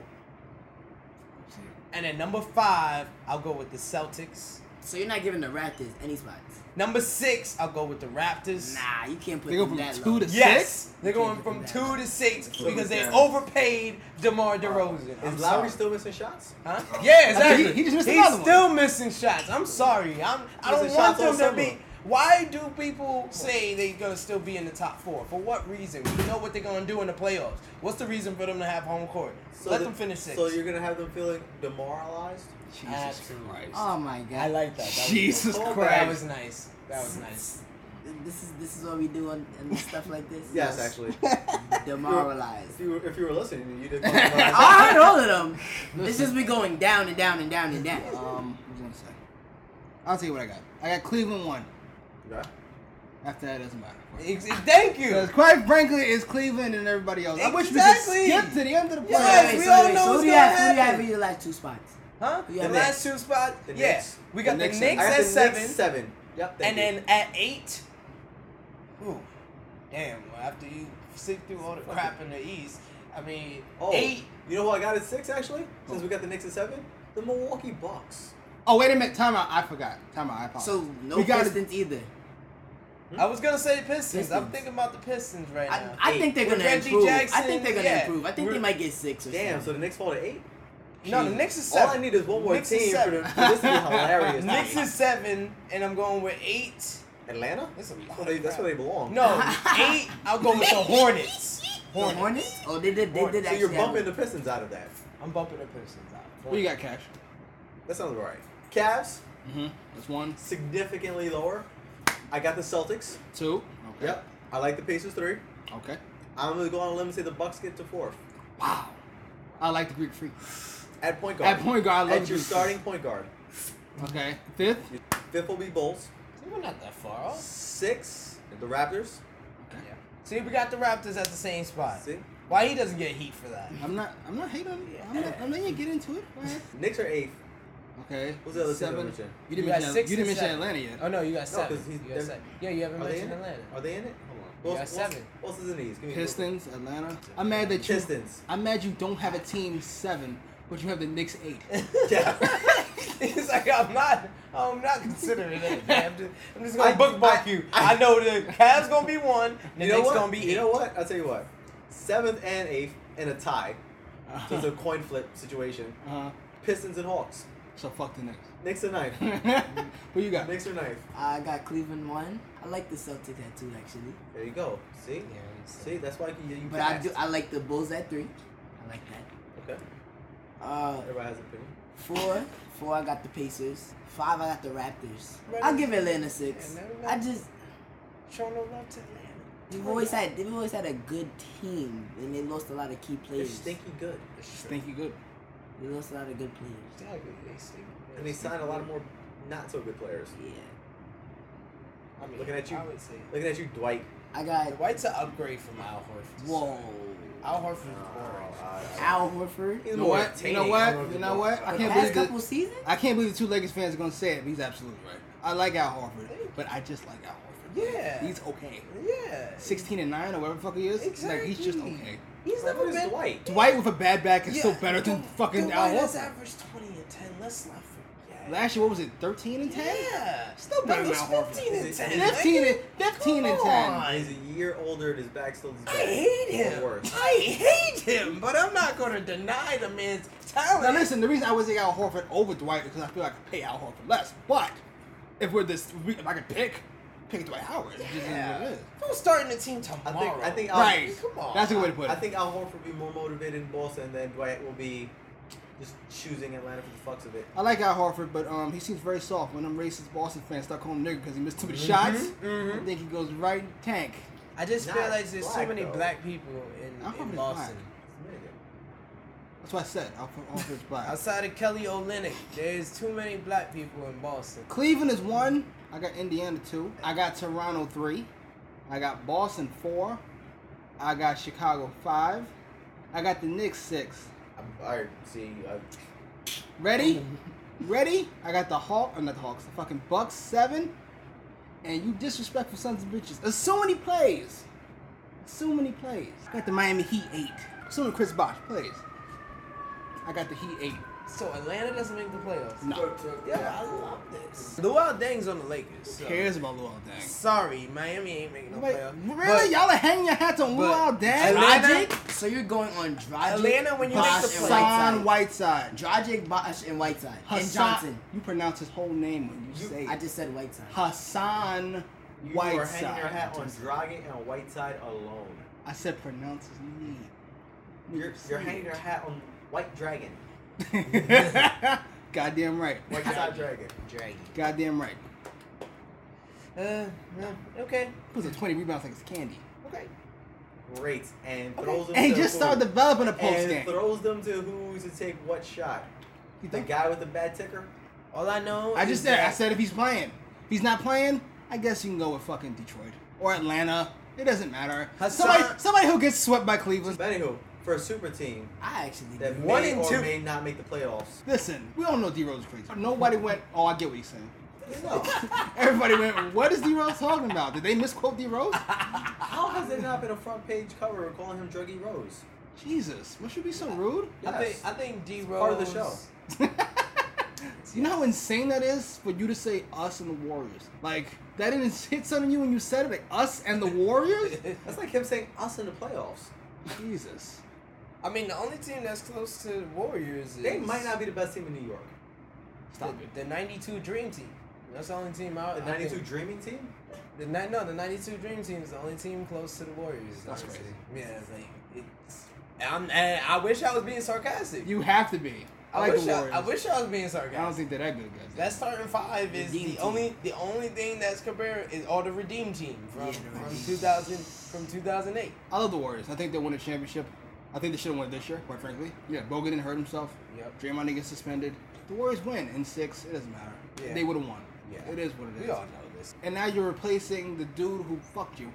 [SPEAKER 4] And at number five, I'll go with the Celtics.
[SPEAKER 5] So you're not giving the Raptors any spots.
[SPEAKER 4] Number six, I'll go with the Raptors.
[SPEAKER 5] Nah, you can't put
[SPEAKER 3] They go
[SPEAKER 5] them
[SPEAKER 3] from
[SPEAKER 5] that
[SPEAKER 3] two
[SPEAKER 5] low.
[SPEAKER 3] to
[SPEAKER 4] Yes,
[SPEAKER 3] six.
[SPEAKER 4] they're going
[SPEAKER 5] Can't
[SPEAKER 4] from
[SPEAKER 5] do that.
[SPEAKER 4] two to six
[SPEAKER 1] Slow
[SPEAKER 4] because they
[SPEAKER 1] down.
[SPEAKER 4] overpaid DeMar DeRozan. I'm
[SPEAKER 1] Is Lowry
[SPEAKER 4] sorry.
[SPEAKER 1] still missing shots?
[SPEAKER 4] Huh? Yeah,
[SPEAKER 3] I think
[SPEAKER 4] exactly.
[SPEAKER 3] he- he just missed
[SPEAKER 4] He's
[SPEAKER 3] another one.
[SPEAKER 4] still missing shots. I'm sorry. I'm. I
[SPEAKER 1] Missing
[SPEAKER 4] don't want
[SPEAKER 1] shots all
[SPEAKER 4] them to
[SPEAKER 1] summer.
[SPEAKER 4] be. Why do people say they're gonna still be in the top four? For what reason? We know what they're gonna do in the playoffs. What's the reason for them to have home court? Let
[SPEAKER 1] the-
[SPEAKER 4] them finish six.
[SPEAKER 1] So you're gonna have them feeling demoralized.
[SPEAKER 3] Jesus
[SPEAKER 4] Absolutely.
[SPEAKER 3] Christ.
[SPEAKER 5] Oh my god.
[SPEAKER 4] I like that. that was
[SPEAKER 3] Jesus
[SPEAKER 4] good.
[SPEAKER 1] Oh,
[SPEAKER 4] That
[SPEAKER 3] Christ.
[SPEAKER 4] was nice. That was nice.
[SPEAKER 5] This is this is what we do on and stuff like this.
[SPEAKER 1] Yes, actually.
[SPEAKER 5] Demoralized.
[SPEAKER 1] If you were, if you were listening, you did.
[SPEAKER 5] I heard all of them. It's just we going down and down and down and down.
[SPEAKER 4] Oh.
[SPEAKER 3] Um, what was I gonna say? I'll tell you what I got. I got Cleveland one.
[SPEAKER 1] Yeah.
[SPEAKER 3] After that, it doesn't matter.
[SPEAKER 4] Ex- Thank you.
[SPEAKER 3] Because quite frankly, it's Cleveland and everybody else.
[SPEAKER 4] Exactly.
[SPEAKER 3] I wish we could skip to the end of the playoffs.
[SPEAKER 5] Wait,
[SPEAKER 4] Yes,
[SPEAKER 5] wait,
[SPEAKER 4] we
[SPEAKER 5] so
[SPEAKER 4] all
[SPEAKER 5] wait,
[SPEAKER 4] know
[SPEAKER 5] so
[SPEAKER 4] what's
[SPEAKER 5] who do you
[SPEAKER 4] gonna
[SPEAKER 5] have? Who do you have
[SPEAKER 4] happen.
[SPEAKER 5] in your last two spots?
[SPEAKER 4] Huh?
[SPEAKER 5] Yeah,
[SPEAKER 4] the
[SPEAKER 5] Knicks.
[SPEAKER 4] last two spots.
[SPEAKER 1] The
[SPEAKER 4] Yes.
[SPEAKER 1] Knicks.
[SPEAKER 4] We got the
[SPEAKER 3] The
[SPEAKER 4] Knicks,
[SPEAKER 3] Knicks and-
[SPEAKER 1] I got
[SPEAKER 4] at
[SPEAKER 1] the
[SPEAKER 4] seven,
[SPEAKER 1] Knicks seven. Yep. thank
[SPEAKER 4] and
[SPEAKER 1] you.
[SPEAKER 4] then at eight. Ooh, damn! well, After you sit through all the crap in the East, I mean,
[SPEAKER 1] oh,
[SPEAKER 4] eight.
[SPEAKER 1] You know who I got at six actually? Since we got the Knicks at seven, the Milwaukee Bucks.
[SPEAKER 3] Oh wait a minute, time out. I forgot. Time out. I apologize.
[SPEAKER 5] So no
[SPEAKER 3] we got
[SPEAKER 5] Pistons either.
[SPEAKER 1] Hmm?
[SPEAKER 4] I was gonna say the Pistons. I'm
[SPEAKER 5] Pistons.
[SPEAKER 4] thinking about the Pistons right
[SPEAKER 5] I,
[SPEAKER 4] now.
[SPEAKER 5] I think they're
[SPEAKER 4] Uh, With
[SPEAKER 5] gonna
[SPEAKER 4] Reggie
[SPEAKER 5] improve. I
[SPEAKER 4] Jackson,
[SPEAKER 5] think they're gonna
[SPEAKER 4] yeah.
[SPEAKER 5] improve. I think
[SPEAKER 4] We're-
[SPEAKER 5] they might get six or
[SPEAKER 1] Damn. So
[SPEAKER 5] something.
[SPEAKER 1] the Knicks fall to eight.
[SPEAKER 4] no, the Knicks is
[SPEAKER 1] All
[SPEAKER 4] seven.
[SPEAKER 1] I need is one more
[SPEAKER 4] Knicks is
[SPEAKER 1] team for, the,
[SPEAKER 4] seven.
[SPEAKER 1] for this to be hilarious. to me.
[SPEAKER 4] Knicks is seven, and I'm going with eight.
[SPEAKER 1] Atlanta.
[SPEAKER 4] That's a
[SPEAKER 1] That's
[SPEAKER 4] lot.
[SPEAKER 1] where they,
[SPEAKER 4] of
[SPEAKER 1] that's
[SPEAKER 4] crap.
[SPEAKER 1] where they belong.
[SPEAKER 4] No, eight. I'll go with the Hornets.
[SPEAKER 5] The
[SPEAKER 4] Hornets.
[SPEAKER 5] Hornets? Oh, they did. They
[SPEAKER 4] Hornets.
[SPEAKER 5] did
[SPEAKER 1] So
[SPEAKER 5] actually.
[SPEAKER 1] you're
[SPEAKER 5] have-
[SPEAKER 1] bumping the Pistons out of that.
[SPEAKER 4] I'm bumping the Pistons out.
[SPEAKER 3] what you got, Cash?
[SPEAKER 1] That sounds right. Cavs
[SPEAKER 3] Mm-hmm. That's one,
[SPEAKER 1] significantly lower. I got the Celtics.
[SPEAKER 3] two. Okay.
[SPEAKER 1] Yep. I like the Pacers three.
[SPEAKER 3] Okay.
[SPEAKER 1] I'm gonna go on a limb and say the Bucks get to fourth
[SPEAKER 3] Wow. I like the Greek freak.
[SPEAKER 1] at point guard.
[SPEAKER 3] At point guard, I love
[SPEAKER 1] At your
[SPEAKER 3] Greek
[SPEAKER 1] starting point guard.
[SPEAKER 3] Freak. Okay. Fifth.
[SPEAKER 1] Fifth will be Bulls.
[SPEAKER 4] We're not that far off.
[SPEAKER 1] Six, the Raptors.
[SPEAKER 3] Okay.
[SPEAKER 4] See, we got the Raptors at the same spot.
[SPEAKER 1] See?
[SPEAKER 4] Why he doesn't get heat for that?
[SPEAKER 3] I'm not. I'm not hating. on- I'm not. I'm not even getting into it. Go ahead.
[SPEAKER 1] Knicks are eighth.
[SPEAKER 3] Okay.
[SPEAKER 1] Who's the other team that
[SPEAKER 3] Seven.
[SPEAKER 1] mentioned?
[SPEAKER 3] You
[SPEAKER 4] You
[SPEAKER 3] didn't
[SPEAKER 4] got
[SPEAKER 3] mention.
[SPEAKER 4] six
[SPEAKER 3] you didn't
[SPEAKER 4] and
[SPEAKER 3] mention
[SPEAKER 4] seven.
[SPEAKER 3] Atlanta yet.
[SPEAKER 4] Oh no, you got seven.
[SPEAKER 1] 'cause
[SPEAKER 4] you
[SPEAKER 1] he's-
[SPEAKER 4] got seven. Yeah, you haven't
[SPEAKER 1] Are they
[SPEAKER 4] mentioned
[SPEAKER 1] in it?
[SPEAKER 4] Atlanta.
[SPEAKER 1] Are they in it? Hold on.
[SPEAKER 4] You
[SPEAKER 1] else-
[SPEAKER 4] got
[SPEAKER 1] else-
[SPEAKER 4] seven.
[SPEAKER 1] What else is in the East? Give me a clue.
[SPEAKER 3] Pistons, Atlanta. I'm mad that you.
[SPEAKER 1] Pistons.
[SPEAKER 3] I'm mad you don't have a team seven, but you have the Knicks eight.
[SPEAKER 1] Yeah.
[SPEAKER 4] He's like, I'm not, I'm not considering it. man. I'm just, I'm just gonna
[SPEAKER 1] I-
[SPEAKER 4] bookmark
[SPEAKER 1] I-
[SPEAKER 4] you.
[SPEAKER 1] I-
[SPEAKER 4] I, know the Cavs gonna be one. The
[SPEAKER 1] you know
[SPEAKER 4] Knicks
[SPEAKER 1] what?
[SPEAKER 4] gonna be.
[SPEAKER 1] you know
[SPEAKER 4] eight.
[SPEAKER 1] what? I'll tell you what. Seventh and eighth in a tie. So it's a coin flip situation.
[SPEAKER 3] Uh-huh.
[SPEAKER 1] Pistons and Hawks.
[SPEAKER 3] So fuck the Knicks.
[SPEAKER 1] Knicks are ninth.
[SPEAKER 3] Who you got?
[SPEAKER 1] Knicks are ninth.
[SPEAKER 5] I got Cleveland one. I like the Celtics at two actually,
[SPEAKER 1] There you go. See?
[SPEAKER 4] Yeah, it's-
[SPEAKER 1] See, that's why you, you
[SPEAKER 5] but I
[SPEAKER 1] passed.
[SPEAKER 5] do. I like the Bulls at three. I like that.
[SPEAKER 1] Okay.
[SPEAKER 5] Uh,
[SPEAKER 1] Everybody has an opinion.
[SPEAKER 5] Four, four. I got the Pacers. Five, I got the Raptors. I'll give Atlanta six.
[SPEAKER 4] Yeah, no, no.
[SPEAKER 5] I just
[SPEAKER 4] Show no love to Atlanta.
[SPEAKER 5] we've always had we've always had a good team, and they lost a lot of key
[SPEAKER 1] They're
[SPEAKER 5] players.
[SPEAKER 1] stinky good.
[SPEAKER 3] Stinky good.
[SPEAKER 5] They lost a lot of good players.
[SPEAKER 4] Exactly, they stink.
[SPEAKER 1] And they signed a lot of more not so good players.
[SPEAKER 5] Yeah,
[SPEAKER 4] I mean,
[SPEAKER 1] Looking at you.
[SPEAKER 4] I would say
[SPEAKER 1] Looking at you, Dwight.
[SPEAKER 5] I
[SPEAKER 4] the
[SPEAKER 5] got
[SPEAKER 4] White's an upgrade from Al Horford.
[SPEAKER 5] whoa.
[SPEAKER 4] Al Horford's
[SPEAKER 1] Oh,
[SPEAKER 4] boring.
[SPEAKER 5] Al Horford.
[SPEAKER 1] He's
[SPEAKER 3] You know
[SPEAKER 1] more
[SPEAKER 3] what? You
[SPEAKER 1] entertaining.
[SPEAKER 3] know
[SPEAKER 1] I don't
[SPEAKER 3] what? You know
[SPEAKER 1] if
[SPEAKER 3] what?
[SPEAKER 1] you
[SPEAKER 3] I
[SPEAKER 5] The
[SPEAKER 3] can't believe
[SPEAKER 5] past couple
[SPEAKER 3] the,
[SPEAKER 5] seasons.
[SPEAKER 3] I can't believe the two Lakers fans are gonna say it. But he's absolutely right. I like Al Horford, but I just like Al Horford.
[SPEAKER 4] Yeah.
[SPEAKER 3] He's okay.
[SPEAKER 4] Yeah.
[SPEAKER 3] 16 and 9 or whatever the fuck he is. Like, he's just
[SPEAKER 4] Exactly.
[SPEAKER 3] okay.
[SPEAKER 4] He's
[SPEAKER 1] Like,
[SPEAKER 4] never
[SPEAKER 1] who's
[SPEAKER 4] been.
[SPEAKER 1] Dwight.
[SPEAKER 3] Dwight with a bad back is
[SPEAKER 4] Yeah,
[SPEAKER 3] still better than
[SPEAKER 4] Dw-
[SPEAKER 3] fucking
[SPEAKER 4] Dwight
[SPEAKER 3] Al
[SPEAKER 4] has
[SPEAKER 3] Horford.
[SPEAKER 4] averaged 20 and 10. Let's not forget.
[SPEAKER 3] Last year, what was it? 13 and 10?
[SPEAKER 4] Yeah.
[SPEAKER 3] Still better than
[SPEAKER 4] He's
[SPEAKER 3] Al Horford.
[SPEAKER 4] 15 and 10.
[SPEAKER 3] 15 and,
[SPEAKER 4] nigga.
[SPEAKER 3] 15 and
[SPEAKER 4] Come
[SPEAKER 3] 10.
[SPEAKER 4] on.
[SPEAKER 1] He's a year older and his back still is
[SPEAKER 4] I
[SPEAKER 1] bad.
[SPEAKER 4] hate
[SPEAKER 1] Or
[SPEAKER 4] him.
[SPEAKER 1] Worse.
[SPEAKER 4] I hate him, but I'm not going to deny the man's talent.
[SPEAKER 3] Now listen, the reason I would take Al Horford over Dwight is because I feel I could pay Al Horford less. But if we're this, if we- if I could pick, pick Dwight Howard. It just isn't what
[SPEAKER 4] Yeah.
[SPEAKER 3] it is.
[SPEAKER 4] Who's starting the team
[SPEAKER 1] I
[SPEAKER 4] tomorrow?
[SPEAKER 1] think. I think. Al,
[SPEAKER 3] Right.
[SPEAKER 4] Come on.
[SPEAKER 3] That's a good way to put it.
[SPEAKER 1] I think Al Horford will be more motivated in Boston than Dwight will be just choosing Atlanta for the fucks of it.
[SPEAKER 3] I like Al Horford, but um, he seems very soft. When them racist Boston fans start calling him nigger because he missed too many shots, I think he goes right tank.
[SPEAKER 4] I just
[SPEAKER 1] Not
[SPEAKER 4] feel like there's
[SPEAKER 1] black,
[SPEAKER 4] so many
[SPEAKER 1] though.
[SPEAKER 4] black people
[SPEAKER 3] Al
[SPEAKER 4] in,
[SPEAKER 3] Horford
[SPEAKER 4] in
[SPEAKER 3] is
[SPEAKER 4] Boston.
[SPEAKER 3] black. That's what I said. Al Al Horford's black.
[SPEAKER 4] Outside of Kelly Olynyk, there's too many black people in Boston.
[SPEAKER 3] Cleveland is one. I got Indiana two. I got Toronto three. I got Boston four. I got Chicago five. I got the Knicks six.
[SPEAKER 1] I'm, all right. See. I,
[SPEAKER 3] Ready? Ready? I got the Hawk, or not the Hawks, the fucking Bucks seven. And you disrespectful sons of bitches. Assuming he plays. Assuming he plays. I got the Miami Heat eight. Assuming Chris Bosh plays. I got the Heat eight.
[SPEAKER 4] So Atlanta doesn't make the playoffs.
[SPEAKER 3] No.
[SPEAKER 4] Yeah, I love this. Luau Deng's on the Lakers. So.
[SPEAKER 3] Who cares about Luau Dang?
[SPEAKER 4] Sorry, Miami ain't making no
[SPEAKER 3] Wait,
[SPEAKER 4] playoffs.
[SPEAKER 3] really? Y'all are hanging your hats on
[SPEAKER 4] but
[SPEAKER 3] Luau Dang?
[SPEAKER 4] Atlanta-
[SPEAKER 5] Dragic? So you're going on Dragic,
[SPEAKER 4] Atlanta, when you make
[SPEAKER 5] Bosh,
[SPEAKER 4] the
[SPEAKER 5] and
[SPEAKER 4] playoffs-
[SPEAKER 3] Hassan
[SPEAKER 5] Whiteside.
[SPEAKER 3] Whiteside.
[SPEAKER 5] Dragic, Bosh, and Whiteside. And
[SPEAKER 3] Hassan.
[SPEAKER 5] Johnson.
[SPEAKER 3] You pronounce his whole name when you, say it.
[SPEAKER 5] I just said Whiteside.
[SPEAKER 3] Hassan
[SPEAKER 1] You are hanging your
[SPEAKER 3] Whiteside.
[SPEAKER 1] hat on Dragon and Whiteside alone.
[SPEAKER 3] I said pronounce his name.
[SPEAKER 1] You're, you're hanging your hat on White Dragon.
[SPEAKER 3] Goddamn right.
[SPEAKER 1] Whiteside Dragon.
[SPEAKER 4] Dragon.
[SPEAKER 3] Goddamn right.
[SPEAKER 4] Uh, no. Okay.
[SPEAKER 3] Puts a 20 rebounds like it's candy.
[SPEAKER 4] Okay.
[SPEAKER 1] Great. And throws them
[SPEAKER 3] And he
[SPEAKER 1] to
[SPEAKER 3] just
[SPEAKER 1] who?
[SPEAKER 3] started developing a post
[SPEAKER 1] And
[SPEAKER 3] game.
[SPEAKER 1] throws them to who to take what shot.
[SPEAKER 3] You
[SPEAKER 1] The
[SPEAKER 3] think-
[SPEAKER 1] guy with the bad ticker?
[SPEAKER 4] All I know.
[SPEAKER 3] I just
[SPEAKER 4] is
[SPEAKER 3] said, I
[SPEAKER 4] that-
[SPEAKER 3] said if he's playing. If he's not playing, I guess you can go with fucking Detroit or Atlanta. It doesn't matter.
[SPEAKER 4] Hassan-
[SPEAKER 3] Somebody, somebody who gets swept by Cleveland.
[SPEAKER 1] But anywho, for a super team
[SPEAKER 5] I actually
[SPEAKER 1] that
[SPEAKER 5] do.
[SPEAKER 4] One
[SPEAKER 1] may
[SPEAKER 4] and
[SPEAKER 1] or
[SPEAKER 4] two.
[SPEAKER 1] may not make the playoffs.
[SPEAKER 3] Listen, we all know D Rose crazy. Nobody went. Oh, I get what you're saying.
[SPEAKER 1] No.
[SPEAKER 3] Everybody went. What is D Rose talking about? Did they misquote D Rose?
[SPEAKER 1] How has there not been a front page cover calling him Druggy Rose?
[SPEAKER 3] Jesus, what should be so rude?
[SPEAKER 4] I
[SPEAKER 1] Yes.
[SPEAKER 4] think I think D Rose.
[SPEAKER 1] part of the show.
[SPEAKER 3] You know how insane that is for you to say us and the Warriors. Like that didn't hit something you when you said it. Like us and the Warriors.
[SPEAKER 1] That's like him saying us in the playoffs.
[SPEAKER 3] Jesus.
[SPEAKER 4] I mean, the only team that's close to the Warriors is
[SPEAKER 1] They might not be the best team in New York.
[SPEAKER 3] Stop
[SPEAKER 4] the,
[SPEAKER 3] it.
[SPEAKER 4] the '92 Dream Team. That's the only team out.
[SPEAKER 1] The 92 Dreaming team?
[SPEAKER 4] The ni- no, the '92 Dream Team is the only team close to the Warriors.
[SPEAKER 3] That's
[SPEAKER 4] honestly.
[SPEAKER 3] crazy.
[SPEAKER 4] Yeah, it's like it's. I'm, and I wish I was being sarcastic.
[SPEAKER 3] You have to be. I,
[SPEAKER 4] I,
[SPEAKER 3] like
[SPEAKER 4] wish
[SPEAKER 3] the
[SPEAKER 4] I,
[SPEAKER 3] Warriors.
[SPEAKER 4] I wish I was being
[SPEAKER 3] I
[SPEAKER 4] sarcastic.
[SPEAKER 3] don't think they're that good, guys.
[SPEAKER 4] That starting five is
[SPEAKER 5] Redeem
[SPEAKER 4] the
[SPEAKER 5] team.
[SPEAKER 4] only the only thing that's compared is all the redeem team from,
[SPEAKER 5] Yeah, the
[SPEAKER 4] from
[SPEAKER 5] redeem.
[SPEAKER 4] two thousand from two thousand eight.
[SPEAKER 3] I love the Warriors. I think they'll win a championship. I think they should have won it this year, quite frankly. Yeah, Bogan didn't hurt himself.
[SPEAKER 4] Yep.
[SPEAKER 3] Draymond didn't get suspended. The Warriors win in six. It doesn't matter.
[SPEAKER 4] Yeah.
[SPEAKER 3] They would have won.
[SPEAKER 4] Yeah.
[SPEAKER 3] It is what it is.
[SPEAKER 4] We all know this.
[SPEAKER 3] And now you're replacing the dude who fucked you.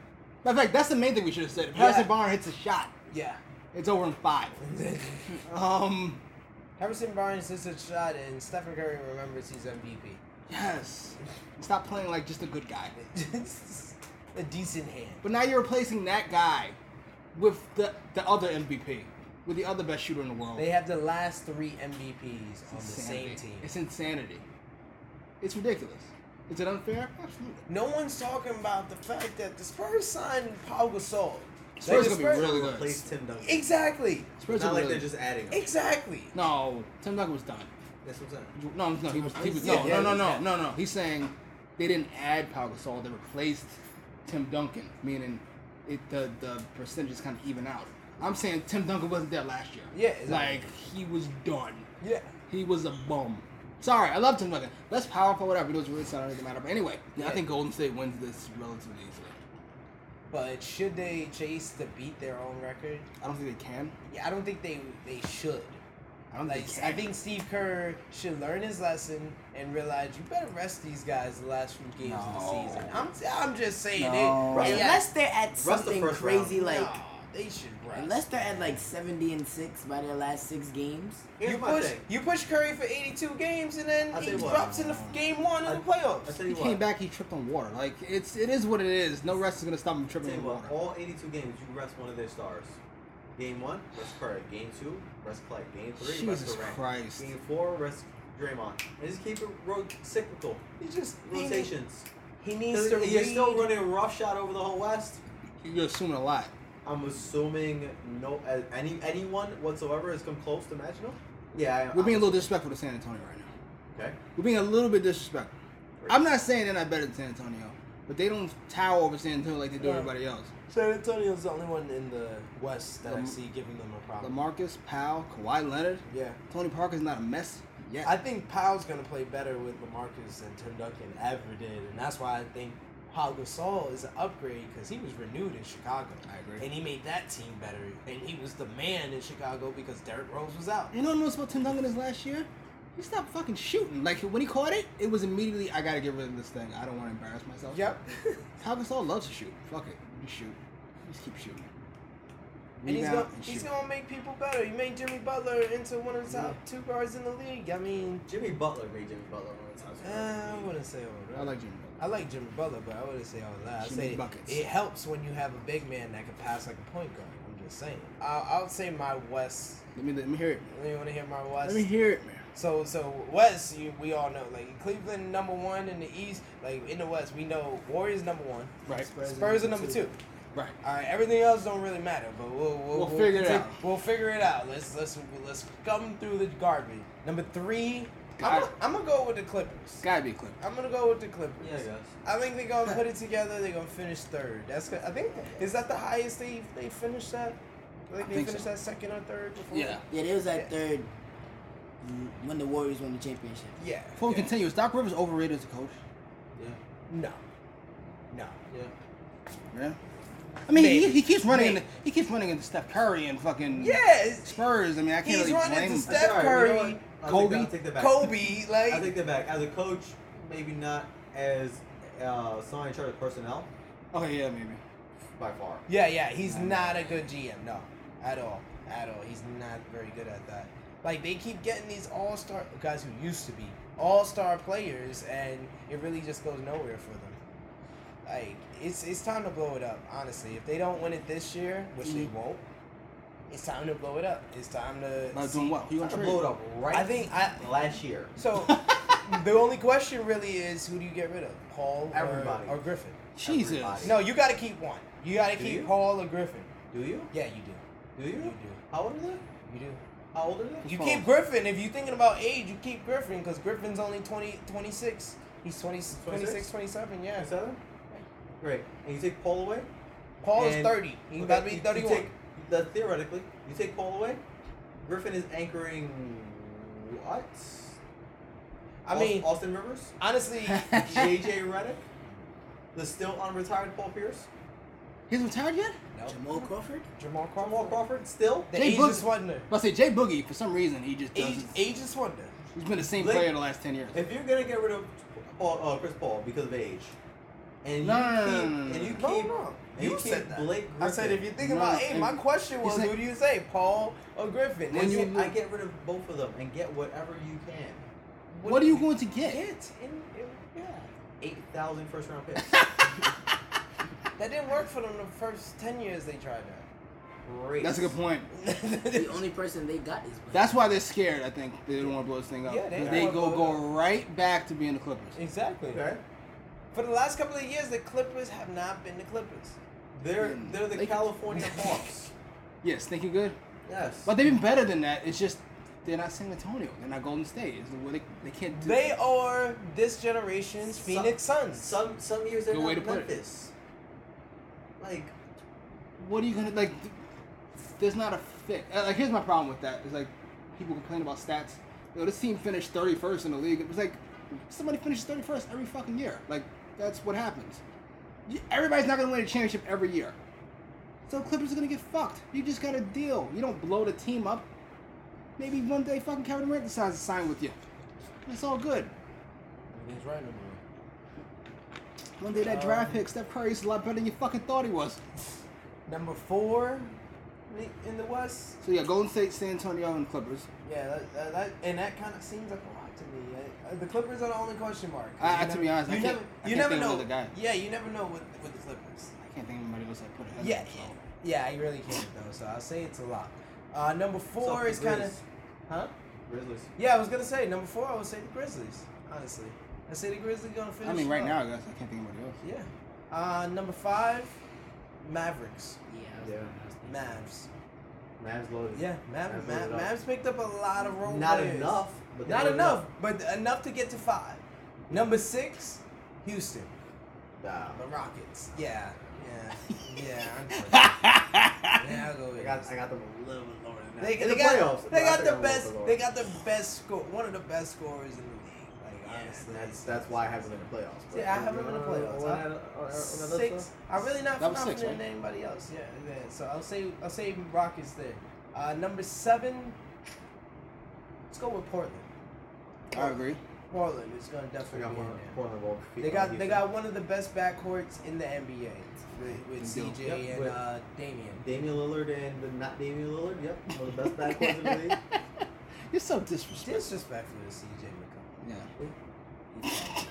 [SPEAKER 3] Matter of fact, that's the main thing we should have said. If Harrison
[SPEAKER 4] Yeah.
[SPEAKER 3] Barnes hits a shot,
[SPEAKER 4] Yeah.
[SPEAKER 3] it's over in five. Um,
[SPEAKER 4] Harrison Barnes hits a shot and Stephen Curry remembers he's
[SPEAKER 3] yes. Stop playing like just a good guy.
[SPEAKER 4] MVP. a decent hand.
[SPEAKER 3] But now you're replacing that guy with the the other MVP, with the other best shooter in the world.
[SPEAKER 4] They have the last three MVPs on the
[SPEAKER 3] Insanity.
[SPEAKER 4] same team.
[SPEAKER 3] It's insanity. It's ridiculous. Is it unfair? Absolutely.
[SPEAKER 4] No one's talking about the fact that the Spurs signed Paul Gasol.
[SPEAKER 3] Spurs
[SPEAKER 4] Like, the
[SPEAKER 3] gonna be really good.
[SPEAKER 1] Replace Tim Duncan.
[SPEAKER 4] Exactly.
[SPEAKER 3] Spurs
[SPEAKER 1] Not
[SPEAKER 3] are
[SPEAKER 1] like
[SPEAKER 3] really-
[SPEAKER 1] they're just adding him.
[SPEAKER 4] Exactly.
[SPEAKER 3] No, Tim Duncan was done.
[SPEAKER 1] That's what I'm saying.
[SPEAKER 3] No, no, he was. He was
[SPEAKER 4] Yeah,
[SPEAKER 3] no,
[SPEAKER 4] yeah,
[SPEAKER 3] no, no,
[SPEAKER 4] he was
[SPEAKER 3] no,
[SPEAKER 4] dead.
[SPEAKER 3] no, no. He's saying they didn't add Pau Gasol. They replaced Tim Duncan, meaning it the the percentages kind of even out. I'm saying Tim Duncan wasn't there last year.
[SPEAKER 4] Yeah, exactly.
[SPEAKER 3] like he was done.
[SPEAKER 4] Yeah.
[SPEAKER 3] He was a bum. Sorry, I love Tim Duncan. That's powerful, whatever. It doesn't really sound doesn't matter. But anyway, yeah, I
[SPEAKER 4] Yeah.
[SPEAKER 3] think Golden State wins this relatively easily.
[SPEAKER 4] But should they chase to beat their own record?
[SPEAKER 3] I don't think they can.
[SPEAKER 4] Yeah, I don't think they they should.
[SPEAKER 3] I don't
[SPEAKER 4] Like
[SPEAKER 3] think they
[SPEAKER 4] I
[SPEAKER 3] can.
[SPEAKER 4] think Steve Kerr should learn his lesson and realize you better rest these guys the last few games of the
[SPEAKER 3] No.
[SPEAKER 4] season. I'm I'm just saying
[SPEAKER 3] No.
[SPEAKER 4] it.
[SPEAKER 5] Unless they're at
[SPEAKER 1] the
[SPEAKER 5] something
[SPEAKER 1] first
[SPEAKER 5] crazy
[SPEAKER 1] round.
[SPEAKER 5] like.
[SPEAKER 4] Nah, they should rest.
[SPEAKER 5] Unless they're at like 70 and 6 by their last six games.
[SPEAKER 4] you
[SPEAKER 1] Here's my
[SPEAKER 4] push
[SPEAKER 1] thing.
[SPEAKER 4] you push Curry for 82 games and then
[SPEAKER 1] I'll
[SPEAKER 4] he
[SPEAKER 1] tell you what.
[SPEAKER 4] drops in the f- game one of the
[SPEAKER 1] I
[SPEAKER 4] playoffs.
[SPEAKER 1] tell
[SPEAKER 3] He
[SPEAKER 1] you
[SPEAKER 3] came
[SPEAKER 1] what.
[SPEAKER 3] back. He tripped on water. Like it's it is what it is. No rest is gonna stop him
[SPEAKER 1] I tell
[SPEAKER 3] tripping
[SPEAKER 1] you
[SPEAKER 3] on
[SPEAKER 1] what.
[SPEAKER 3] water.
[SPEAKER 1] All 82 games, you rest one of their stars. Game one, rest Curry. Game two, rest Clay. Game three,
[SPEAKER 3] Jesus
[SPEAKER 1] rest Durant.
[SPEAKER 3] Christ.
[SPEAKER 1] Game four, rest Draymond. And just keep it ro- cyclical
[SPEAKER 4] He just he need-
[SPEAKER 1] rotations.
[SPEAKER 4] He needs to
[SPEAKER 1] You're still
[SPEAKER 4] read-
[SPEAKER 1] running roughshod over the whole West.
[SPEAKER 3] You're assuming a lot.
[SPEAKER 1] I'm assuming no uh, any anyone whatsoever has come close to matching him. Yeah, I,
[SPEAKER 3] We're being a little disrespectful to San Antonio right now.
[SPEAKER 1] okay.
[SPEAKER 3] We're being a little bit disrespectful. I'm not saying they're not better than San Antonio, but they don't tower over San Antonio like they do
[SPEAKER 4] Yeah.
[SPEAKER 3] everybody else.
[SPEAKER 4] San Antonio's the only one in the West that I
[SPEAKER 3] Lam-
[SPEAKER 4] see giving them a problem.
[SPEAKER 3] LaMarcus, Powell, Kawhi Leonard,
[SPEAKER 4] yeah.
[SPEAKER 3] Tony Parker's not a mess yet.
[SPEAKER 4] I think Powell's gonna play better with LaMarcus than Tim Duncan ever did, and that's why I think Paul Gasol is an upgrade because he was renewed in Chicago.
[SPEAKER 3] I agree.
[SPEAKER 4] And he made that team better, and he was the man in Chicago because Derrick Rose was out.
[SPEAKER 3] you know what I noticed about Tim Duncan this last year? He stopped fucking shooting. Like when he caught it, it was immediately I gotta get rid of this thing. I don't want to embarrass myself. Pau Gasol loves to shoot. Fuck it, just shoot. Just keep shooting.
[SPEAKER 4] and he's
[SPEAKER 3] Rebound
[SPEAKER 4] gonna
[SPEAKER 3] and
[SPEAKER 4] he's
[SPEAKER 3] shoot.
[SPEAKER 4] gonna make people better. He made Jimmy Butler into one of the top two guards in the league. I mean,
[SPEAKER 1] Jimmy Butler made Jimmy Butler one of the times.
[SPEAKER 4] uh, I wouldn't say all that.
[SPEAKER 3] I like Jimmy. Butler.
[SPEAKER 4] I like Jimmy Butler, but I wouldn't say all that. I
[SPEAKER 3] She
[SPEAKER 4] say
[SPEAKER 3] need buckets.
[SPEAKER 4] it helps when you have a big man that can pass like a point guard. I'm just saying. I'll, I'll say my West.
[SPEAKER 3] Let me let me hear it.
[SPEAKER 4] You want to hear my West?
[SPEAKER 3] Let me hear it, man.
[SPEAKER 4] So so West, you, we all know like Cleveland number one in the East. Like in the West, we know Warriors number one,
[SPEAKER 3] Right.
[SPEAKER 4] Spurs, are number two.
[SPEAKER 3] Right.
[SPEAKER 4] All right, everything else don't really matter, but we'll we'll,
[SPEAKER 3] We'll figure it
[SPEAKER 4] take-
[SPEAKER 3] out.
[SPEAKER 4] We'll figure it out. Let's let's let's come through the garbage. Number three, I'm
[SPEAKER 3] Got
[SPEAKER 4] gonna,
[SPEAKER 3] it.
[SPEAKER 4] I'm gonna go with the Clippers.
[SPEAKER 3] Gotta be Clippers.
[SPEAKER 4] I'm gonna go with the Clippers.
[SPEAKER 1] Yeah, I guess.
[SPEAKER 4] I think they're gonna put it together. They're gonna finish third. That's good. I think is that the highest they they finished that. Like
[SPEAKER 3] I
[SPEAKER 4] they
[SPEAKER 3] think
[SPEAKER 4] finished
[SPEAKER 3] so.
[SPEAKER 4] that second or third before.
[SPEAKER 3] Yeah.
[SPEAKER 5] Yeah, they was that
[SPEAKER 4] Yeah.
[SPEAKER 5] third mm, when the Warriors won the championship.
[SPEAKER 4] Yeah.
[SPEAKER 3] Before we
[SPEAKER 4] yeah.
[SPEAKER 3] continue, is Doc Rivers overrated as a coach?
[SPEAKER 1] Yeah,
[SPEAKER 4] No. No.
[SPEAKER 1] yeah.
[SPEAKER 3] Yeah. I mean, he,
[SPEAKER 4] Maybe.
[SPEAKER 3] he keeps running.
[SPEAKER 4] Maybe.
[SPEAKER 3] Into, he keeps running into Steph Curry and fucking
[SPEAKER 4] Yeah. it's-
[SPEAKER 3] Spurs. I mean, I can't
[SPEAKER 4] He's
[SPEAKER 3] really
[SPEAKER 4] running
[SPEAKER 3] blame
[SPEAKER 4] to
[SPEAKER 3] him.
[SPEAKER 4] Steph-
[SPEAKER 1] Sorry, you know
[SPEAKER 4] Curry,
[SPEAKER 1] what? I'll
[SPEAKER 3] Kobe,
[SPEAKER 1] take that- I'll take that back.
[SPEAKER 4] Kobe, like.
[SPEAKER 1] I take that back. As a coach, maybe not as uh, someone in charge of personnel
[SPEAKER 3] Okay, Oh, yeah, maybe.
[SPEAKER 1] by far.
[SPEAKER 4] Yeah, yeah, he's
[SPEAKER 3] I know.
[SPEAKER 4] not a good GM, no, at all, at all. He's not very good at that. Like they keep getting these all star guys who used to be all star players, and it really just goes nowhere for them. Like it's it's time to blow it up, honestly. If they don't win it this year, which they
[SPEAKER 1] Mm.
[SPEAKER 3] Mhm.
[SPEAKER 4] won't, it's time to blow it up. It's time to
[SPEAKER 3] Not
[SPEAKER 4] see-
[SPEAKER 3] doing well. He
[SPEAKER 1] I
[SPEAKER 3] gonna
[SPEAKER 1] to
[SPEAKER 3] trade.
[SPEAKER 1] blow it up right
[SPEAKER 4] I think I-
[SPEAKER 1] last year.
[SPEAKER 4] So the only question really is, who do you get rid of, Paul or-
[SPEAKER 1] Everybody.
[SPEAKER 4] or, Griffin?
[SPEAKER 3] Jesus.
[SPEAKER 1] Everybody.
[SPEAKER 4] No, you got to keep one. You got to
[SPEAKER 1] Do
[SPEAKER 4] keep
[SPEAKER 1] you?
[SPEAKER 4] Paul or Griffin.
[SPEAKER 1] Do you?
[SPEAKER 4] Yeah, you do.
[SPEAKER 1] Do you?
[SPEAKER 4] You do.
[SPEAKER 1] How old are they?
[SPEAKER 4] You do.
[SPEAKER 1] How old are they?
[SPEAKER 3] What's
[SPEAKER 4] You
[SPEAKER 3] wrong?
[SPEAKER 4] keep Griffin. If you're thinking about age, you keep Griffin because Griffin's only 20, 26. He's 20, 26, 27, yeah.
[SPEAKER 1] 27? Great. And you take Paul away?
[SPEAKER 4] Paul is
[SPEAKER 1] And-
[SPEAKER 4] 30. He's
[SPEAKER 1] okay,
[SPEAKER 4] about to be
[SPEAKER 1] you- you
[SPEAKER 4] 31.
[SPEAKER 1] take- that theoretically, you take Paul away, Griffin is anchoring what?
[SPEAKER 4] I
[SPEAKER 1] Aus-
[SPEAKER 4] mean,
[SPEAKER 1] Austin Rivers?
[SPEAKER 4] honestly,
[SPEAKER 1] JJ Redick? The still unretired Paul Pierce?
[SPEAKER 3] He's retired yet?
[SPEAKER 4] no.
[SPEAKER 5] Jamal Crawford?
[SPEAKER 4] Jamal Crawford.
[SPEAKER 1] Jamal Crawford? Still?
[SPEAKER 4] The
[SPEAKER 3] Jay
[SPEAKER 4] ageless
[SPEAKER 3] Book-
[SPEAKER 4] wonder.
[SPEAKER 3] But I say Jay Boogie for some reason he just
[SPEAKER 4] Age,
[SPEAKER 3] doesn't.
[SPEAKER 4] ageless wonder.
[SPEAKER 3] He's been the same
[SPEAKER 1] Blake-
[SPEAKER 3] player the last ten years.
[SPEAKER 1] If you're gonna get rid of Paul, uh, Chris Paul because of age, and you
[SPEAKER 3] No, no, no,
[SPEAKER 1] keep,
[SPEAKER 3] no, no,
[SPEAKER 1] and you
[SPEAKER 4] No,
[SPEAKER 1] keep,
[SPEAKER 4] no.
[SPEAKER 1] and you
[SPEAKER 4] You
[SPEAKER 1] keep
[SPEAKER 4] said that.
[SPEAKER 1] Blake
[SPEAKER 4] I
[SPEAKER 1] Griffin,
[SPEAKER 4] said, if you think
[SPEAKER 3] No,
[SPEAKER 4] about
[SPEAKER 3] no,
[SPEAKER 4] age,
[SPEAKER 3] if-
[SPEAKER 4] my question
[SPEAKER 3] you
[SPEAKER 4] was,
[SPEAKER 3] said-
[SPEAKER 4] who do you say, Paul or Griffin?
[SPEAKER 3] When
[SPEAKER 1] I
[SPEAKER 4] And
[SPEAKER 3] you
[SPEAKER 1] get-
[SPEAKER 4] said,
[SPEAKER 1] I get rid of both of them and get whatever you can.
[SPEAKER 3] What are you going to get?
[SPEAKER 4] Get in, in, yeah.
[SPEAKER 1] Eight thousand first round picks.
[SPEAKER 4] That didn't work for them the first 10 years they tried
[SPEAKER 1] Great.
[SPEAKER 3] That's a good point.
[SPEAKER 4] that.
[SPEAKER 5] The only person they got is. Blake.
[SPEAKER 3] That's why they're scared. I think they don't want to blow this thing up.
[SPEAKER 4] Yeah, they
[SPEAKER 3] 'Cause
[SPEAKER 4] don't
[SPEAKER 3] they
[SPEAKER 4] wanna
[SPEAKER 3] go
[SPEAKER 4] blow
[SPEAKER 3] go
[SPEAKER 4] it
[SPEAKER 3] right back to being the Clippers.
[SPEAKER 4] Exactly.
[SPEAKER 1] Okay.
[SPEAKER 4] For the last couple of years, the Clippers have not been the Clippers.
[SPEAKER 1] They're
[SPEAKER 3] Mm.
[SPEAKER 1] they're the
[SPEAKER 3] They-
[SPEAKER 1] California Hawks.
[SPEAKER 3] Yes, thinking good.
[SPEAKER 1] Yes.
[SPEAKER 3] But they've been better than that. It's just they're not San Antonio. They're not Golden State. It's the way they, they can't do.
[SPEAKER 4] They are this generation's Phoenix Suns.
[SPEAKER 1] some some years they're
[SPEAKER 3] Good
[SPEAKER 1] not
[SPEAKER 3] way to put it.
[SPEAKER 1] Memphis. Like
[SPEAKER 3] what are you gonna like? th- There's not a fit. Uh, Like here's my problem with that. It's like people complain about stats. You know, this team finished 31st in the league. It was like somebody finishes 31st every fucking year. Like that's what happens. You- Everybody's not gonna win a championship every year. So Clippers are gonna get fucked. You just gotta deal. You don't blow the team up. Maybe one day fucking Kevin Durant decides to sign with you. It's all good.
[SPEAKER 4] He's right number
[SPEAKER 3] One day that draft pick, Steph Curry's a lot better than you fucking thought he was.
[SPEAKER 4] Number four in- in the West.
[SPEAKER 3] So yeah, Golden State, San Antonio, and Clippers.
[SPEAKER 4] Yeah, that, that, that- and that kind of seems like a lot to me. Uh, the Clippers are the only question mark.
[SPEAKER 3] I- I-
[SPEAKER 4] You
[SPEAKER 3] to
[SPEAKER 4] never-
[SPEAKER 3] be honest, I
[SPEAKER 4] you
[SPEAKER 3] can't-
[SPEAKER 4] never,
[SPEAKER 3] I
[SPEAKER 4] you
[SPEAKER 3] can't
[SPEAKER 4] never
[SPEAKER 3] think of
[SPEAKER 4] know.
[SPEAKER 3] another guy.
[SPEAKER 4] Yeah, you never know with with the Clippers.
[SPEAKER 3] I can't think of anybody else I put ahead. of
[SPEAKER 4] Yeah,
[SPEAKER 3] them, so.
[SPEAKER 4] yeah, yeah, I really can't though. So I'll say it's a lot. Uh, number
[SPEAKER 1] What's up,
[SPEAKER 4] four
[SPEAKER 1] the
[SPEAKER 4] is kind of,
[SPEAKER 1] Grizz?
[SPEAKER 4] huh?
[SPEAKER 1] Grizzlies.
[SPEAKER 4] Yeah, I was gonna say number four. I would say the Grizzlies. Honestly, I say the Grizzlies gonna finish.
[SPEAKER 3] I mean, right
[SPEAKER 4] up.
[SPEAKER 3] now, I guess I can't think of anybody else.
[SPEAKER 4] Yeah. Uh, number five, Mavericks.
[SPEAKER 5] Yeah. I was-
[SPEAKER 1] Yeah.
[SPEAKER 5] I was thinking-
[SPEAKER 4] Mavs.
[SPEAKER 1] Mavs loaded.
[SPEAKER 4] Yeah, Mav-
[SPEAKER 1] Mavs
[SPEAKER 4] Mav-
[SPEAKER 1] loaded up.
[SPEAKER 4] Mavs picked up a lot of role
[SPEAKER 1] Not
[SPEAKER 4] players.
[SPEAKER 1] enough. But they
[SPEAKER 4] Not
[SPEAKER 1] loaded
[SPEAKER 4] enough,
[SPEAKER 1] up.
[SPEAKER 4] but enough to get to five. Number six, Houston.
[SPEAKER 1] Nah.
[SPEAKER 4] The Rockets. Yeah. Yeah. Yeah. I'm good. yeah, I'll go with
[SPEAKER 1] I got I
[SPEAKER 4] Houston.
[SPEAKER 1] got them a little bit lower than that.
[SPEAKER 4] They,
[SPEAKER 1] In
[SPEAKER 4] they
[SPEAKER 1] the
[SPEAKER 4] got,
[SPEAKER 1] playoffs,
[SPEAKER 4] they
[SPEAKER 1] I
[SPEAKER 4] got
[SPEAKER 1] think
[SPEAKER 4] the
[SPEAKER 1] I'm a little
[SPEAKER 4] best.
[SPEAKER 1] bit lower.
[SPEAKER 4] They got the best score. One of the best scorers in the league. Like honestly,
[SPEAKER 1] That's that's why I have them in the playoffs. but-
[SPEAKER 4] Yeah, I have them in the playoffs.
[SPEAKER 1] Or- or- or- or- or-
[SPEAKER 4] Six. I'm really not
[SPEAKER 3] That was six,
[SPEAKER 4] confident in
[SPEAKER 3] right?
[SPEAKER 4] anybody else. Yeah, yeah. So I'll say I'll say Rockets there. Uh, number seven. Let's go with Portland.
[SPEAKER 3] I agree.
[SPEAKER 4] Portland is gonna
[SPEAKER 1] I
[SPEAKER 4] definitely
[SPEAKER 1] got
[SPEAKER 4] be in
[SPEAKER 1] one-
[SPEAKER 4] there.
[SPEAKER 1] Portland Wolf-
[SPEAKER 4] They got they
[SPEAKER 1] Houston.
[SPEAKER 4] got one of the best backcourts in the NBA with, with
[SPEAKER 3] They do.
[SPEAKER 4] CJ
[SPEAKER 1] Yep,
[SPEAKER 4] and
[SPEAKER 1] with-
[SPEAKER 4] uh, Damian.
[SPEAKER 1] Damian Lillard and the not Damian Lillard. Yep, one of the best backcourts in the league.
[SPEAKER 3] You're so disrespectful.
[SPEAKER 4] Disrespectful to CJ McCollum.
[SPEAKER 3] Yeah.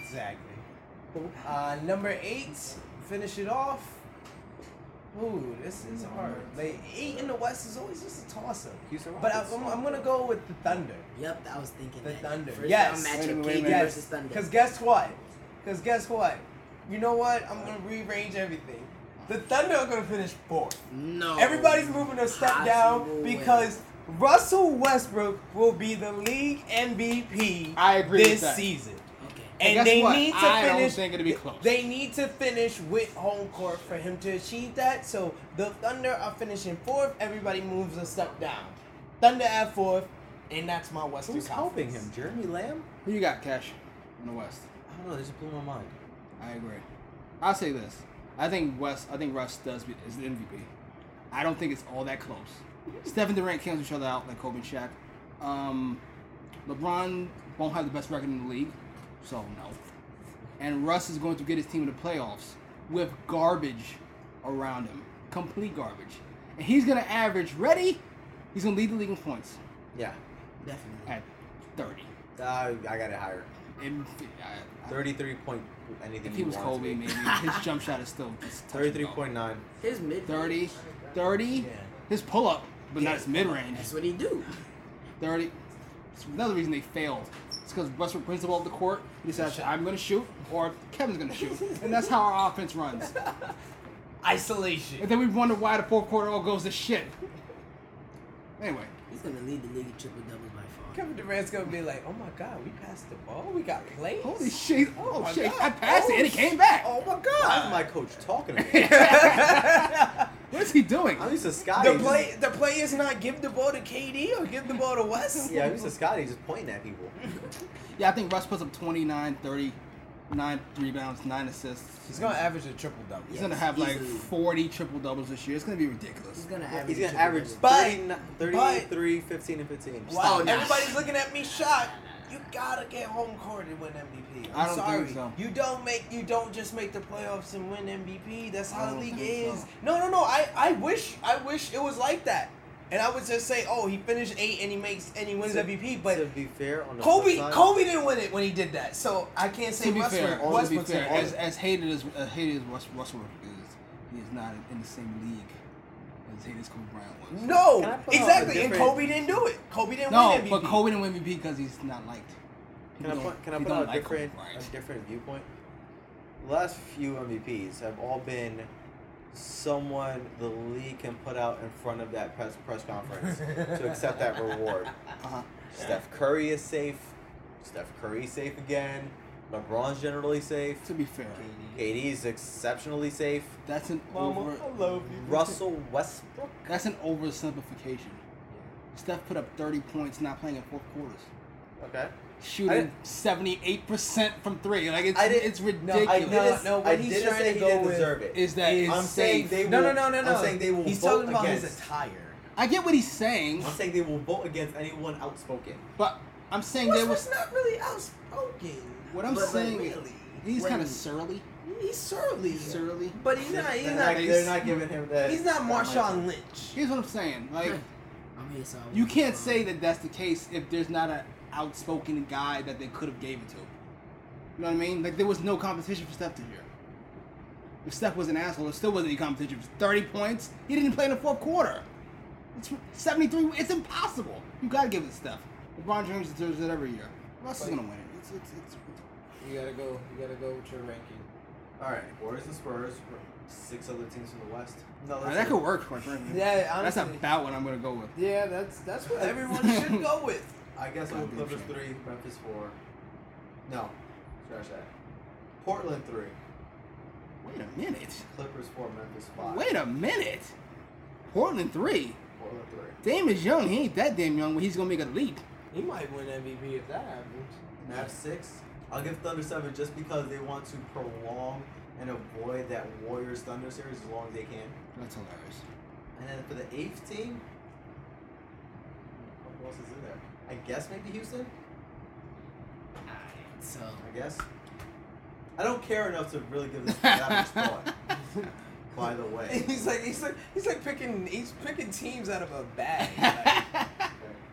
[SPEAKER 4] exactly. Uh, number eight, finish it off. Ooh, this is hard. Like eight in the West is always just a toss up.
[SPEAKER 1] Houston
[SPEAKER 4] But I,
[SPEAKER 1] Rockets.
[SPEAKER 4] I'm, I'm gonna go with the Thunder.
[SPEAKER 5] Yep, I was thinking
[SPEAKER 4] The
[SPEAKER 5] that.
[SPEAKER 4] Thunder.
[SPEAKER 5] First
[SPEAKER 4] Yes.
[SPEAKER 5] round
[SPEAKER 3] Wait a
[SPEAKER 5] matchup,
[SPEAKER 3] minute, wait a
[SPEAKER 5] KD
[SPEAKER 3] minute.
[SPEAKER 5] versus
[SPEAKER 4] Yes,
[SPEAKER 5] Thunder.
[SPEAKER 4] because guess what? Because guess what? You know what? I'm gonna rearrange everything. The Thunder are gonna finish fourth.
[SPEAKER 5] no,
[SPEAKER 4] Everybody's moving a step down
[SPEAKER 5] Possible way.
[SPEAKER 4] because Russell Westbrook will be the league MVP
[SPEAKER 3] I agree with
[SPEAKER 4] this
[SPEAKER 3] that.
[SPEAKER 4] season.
[SPEAKER 5] Okay.
[SPEAKER 4] And,
[SPEAKER 3] guess
[SPEAKER 4] they
[SPEAKER 3] what?
[SPEAKER 4] need to
[SPEAKER 3] I don't
[SPEAKER 4] finish.
[SPEAKER 3] think it'll be close.
[SPEAKER 4] They need to finish with home court for him to achieve that. So the Thunder are finishing fourth. Everybody moves a step down. Thunder at fourth, and that's my Western
[SPEAKER 1] Who's helping
[SPEAKER 4] Conference.
[SPEAKER 1] him? Jeremy Lamb?
[SPEAKER 3] Who you got, Cash? In the West.
[SPEAKER 1] I don't know. They just blew my mind.
[SPEAKER 3] I agree. I'll say this. I think West. I think Russ does be, is the MVP. I don't think it's all that close. Stephen Durant cancels each other out like Kobe and Shaq. Um, LeBron won't have the best record in the league, so no. And Russ is going to get his team in the playoffs with garbage around him, complete garbage. And he's going to average. Ready? He's going to lead the league in points
[SPEAKER 1] Yeah.
[SPEAKER 5] Definitely.
[SPEAKER 3] at 30.
[SPEAKER 1] Uh, I got it higher.
[SPEAKER 3] And I- I-
[SPEAKER 1] 33 point anything
[SPEAKER 3] if
[SPEAKER 1] you
[SPEAKER 3] he was
[SPEAKER 1] want it to
[SPEAKER 3] Kobe,
[SPEAKER 1] be.
[SPEAKER 3] maybe his jump shot is still just touch and go.
[SPEAKER 1] 33.9.
[SPEAKER 5] His mid
[SPEAKER 3] 30, 30, his pull up, but not his mid range.
[SPEAKER 5] That's what he do.
[SPEAKER 3] 30. It's another reason they failed. It's because Westbrook brings the ball up the court. He decides, I'm going to shoot, or Kevin's going to shoot. And that's how our offense runs. And
[SPEAKER 4] Isolation.
[SPEAKER 3] then we wonder why the fourth quarter all goes to shit. Anyway,
[SPEAKER 5] He's gonna lead the league in triple doubles by far.
[SPEAKER 4] Kevin Durant's gonna be like, oh my god, we passed the ball, we got plays.
[SPEAKER 3] holy shit.
[SPEAKER 4] Oh
[SPEAKER 3] Oh,
[SPEAKER 4] my
[SPEAKER 3] shit.
[SPEAKER 4] God.
[SPEAKER 3] I passed it and it
[SPEAKER 4] Oh,
[SPEAKER 3] came back.
[SPEAKER 4] Oh my
[SPEAKER 1] Why is
[SPEAKER 4] god.
[SPEAKER 1] my coach talking about?
[SPEAKER 3] What is he doing?
[SPEAKER 1] I'm used to Scotty.
[SPEAKER 4] the
[SPEAKER 1] just-
[SPEAKER 4] play, the play is not give the ball to KD or give the ball to West.
[SPEAKER 1] Yeah, I'm used to Scotty just pointing at people.
[SPEAKER 3] Yeah, I think Russ puts up 29, 30, 9 rebounds, 9 assists.
[SPEAKER 4] He's gonna average a triple double.
[SPEAKER 3] He's going to have like
[SPEAKER 5] Easily.
[SPEAKER 3] 40 triple doubles this year. It's going to be ridiculous.
[SPEAKER 5] He's gonna average.
[SPEAKER 1] He's gonna
[SPEAKER 5] triple
[SPEAKER 1] average
[SPEAKER 5] doubles.
[SPEAKER 4] But-
[SPEAKER 1] 39
[SPEAKER 4] but-
[SPEAKER 1] 33, 15, and 15.
[SPEAKER 4] Wow,
[SPEAKER 5] Oh, nah.
[SPEAKER 4] everybody's looking at me shocked. You gotta get home court and win MVP. I'm
[SPEAKER 3] I don't
[SPEAKER 4] sorry.
[SPEAKER 3] think so.
[SPEAKER 4] You don't make you don't just make the playoffs and win MVP. That's
[SPEAKER 3] I
[SPEAKER 4] how the
[SPEAKER 3] don't
[SPEAKER 4] league
[SPEAKER 3] think
[SPEAKER 4] is.
[SPEAKER 3] so.
[SPEAKER 4] No, no, no. I, I wish I wish it was like that. And I would just say, oh, he finished eight and he makes and he wins
[SPEAKER 1] to
[SPEAKER 4] MVP. But
[SPEAKER 1] be fair, on the
[SPEAKER 4] Kobe
[SPEAKER 1] flip side,
[SPEAKER 4] Kobe didn't win it when he did that. So I can't say
[SPEAKER 3] to be
[SPEAKER 4] Westbrook.
[SPEAKER 3] fair, to be
[SPEAKER 4] Westbrook's
[SPEAKER 3] fair,
[SPEAKER 4] in it.
[SPEAKER 3] as, as hated as uh, hated as West, Westbrook is, he is not in the same league as hated as Kobe Bryant was.
[SPEAKER 1] Can I
[SPEAKER 4] no,
[SPEAKER 1] put out a
[SPEAKER 4] exactly. And
[SPEAKER 1] different-
[SPEAKER 4] Kobe didn't do it. Kobe didn't
[SPEAKER 3] No,
[SPEAKER 4] win MVP.
[SPEAKER 3] but Kobe didn't win MVP because he's not liked.
[SPEAKER 1] Can I
[SPEAKER 3] People
[SPEAKER 1] put, can I
[SPEAKER 3] don't-
[SPEAKER 1] put
[SPEAKER 3] people
[SPEAKER 1] out a
[SPEAKER 3] don't like Kobe
[SPEAKER 1] different, a
[SPEAKER 3] Bryant.
[SPEAKER 1] different viewpoint? The last few MVPs have all been someone the league can put out in front of that press press conference to accept that reward.
[SPEAKER 3] Uh-huh.
[SPEAKER 1] Steph Curry is safe. Steph Curry's safe again. LeBron's generally safe.
[SPEAKER 3] To be fair,
[SPEAKER 1] KD is exceptionally safe.
[SPEAKER 3] that's an
[SPEAKER 4] Mama,
[SPEAKER 3] over
[SPEAKER 4] I love you.
[SPEAKER 1] Russell Westbrook.
[SPEAKER 4] oh.
[SPEAKER 3] that's an oversimplification. Steph put up 30 points, not playing in fourth quarters,
[SPEAKER 1] Okay.
[SPEAKER 3] shooting 78 percent from three. Like it's
[SPEAKER 1] I didn't-
[SPEAKER 3] it's ridiculous.
[SPEAKER 1] No, I didn't,
[SPEAKER 4] no, what
[SPEAKER 1] I
[SPEAKER 4] he's
[SPEAKER 1] didn't
[SPEAKER 4] trying
[SPEAKER 1] say
[SPEAKER 4] to
[SPEAKER 1] he
[SPEAKER 4] go
[SPEAKER 1] didn't
[SPEAKER 4] with
[SPEAKER 1] deserve it.
[SPEAKER 3] is that
[SPEAKER 4] is
[SPEAKER 1] I'm saying
[SPEAKER 4] safe.
[SPEAKER 1] they
[SPEAKER 4] no,
[SPEAKER 1] will-
[SPEAKER 4] no, no, no,
[SPEAKER 1] I'm
[SPEAKER 4] no.
[SPEAKER 1] saying they will
[SPEAKER 4] He's
[SPEAKER 1] vote
[SPEAKER 4] talking about his
[SPEAKER 1] against-
[SPEAKER 4] attire.
[SPEAKER 3] I get what he's saying,
[SPEAKER 1] I'm saying they will vote against anyone outspoken.
[SPEAKER 3] but I'm saying there was
[SPEAKER 4] Westbrook's not really outspoken.
[SPEAKER 3] What I'm
[SPEAKER 4] But, like,
[SPEAKER 3] saying is,
[SPEAKER 4] really,
[SPEAKER 3] he's
[SPEAKER 4] when-
[SPEAKER 3] kind of surly.
[SPEAKER 4] He's surly.
[SPEAKER 3] Surly.
[SPEAKER 4] But he's not. He's
[SPEAKER 1] they're,
[SPEAKER 4] not.
[SPEAKER 1] not, they're not giving him that.
[SPEAKER 4] He's not
[SPEAKER 1] that much.
[SPEAKER 4] Marshawn Lynch.
[SPEAKER 3] Here's what I'm saying. Like,
[SPEAKER 5] I'm here, so I
[SPEAKER 3] you
[SPEAKER 5] won't-
[SPEAKER 3] can't say that that's the case if there's not an outspoken guy that they could have gave it to. You know what I mean? Like, there was no competition for Steph this year. If Steph was an asshole, there still wasn't any competition. It was 30 points. He didn't play in the fourth quarter. It's 73. It's impossible. You gotta give it to Steph. LeBron James deserves it every year. Russ is
[SPEAKER 4] Like-
[SPEAKER 3] gonna win it. It's, it's, it's,
[SPEAKER 4] You gotta go. You gotta go with your ranking.
[SPEAKER 1] All right, Warriors and Spurs. Six other teams from the West. No,
[SPEAKER 3] Nah, that could work, quite frankly.
[SPEAKER 4] Yeah,
[SPEAKER 3] that's
[SPEAKER 4] honestly.
[SPEAKER 3] about what I'm gonna go with.
[SPEAKER 4] Yeah, that's that's what everyone should go with.
[SPEAKER 1] I guess
[SPEAKER 3] Goddamn
[SPEAKER 1] I'm Clippers
[SPEAKER 3] shame.
[SPEAKER 1] three, Memphis four. No, scratch that. Portland three,
[SPEAKER 3] Wait a minute.
[SPEAKER 1] Clippers four, Memphis five.
[SPEAKER 3] Wait a minute. Portland three.
[SPEAKER 1] Portland three.
[SPEAKER 3] Dame is young. He ain't that damn young, but he's gonna make a leap.
[SPEAKER 4] He might win MVP if that happens.
[SPEAKER 1] Mavs six. I'll give Thunder seven just because they want to prolong and avoid that Warriors Thunder series as long as they can.
[SPEAKER 3] That's hilarious.
[SPEAKER 1] And then for the eighth team, who else is in there? I guess maybe Houston.
[SPEAKER 5] So
[SPEAKER 1] I guess. I don't care enough to really give this that much thought. By the way,
[SPEAKER 4] he's like he's like he's like picking he's picking teams out of a bag.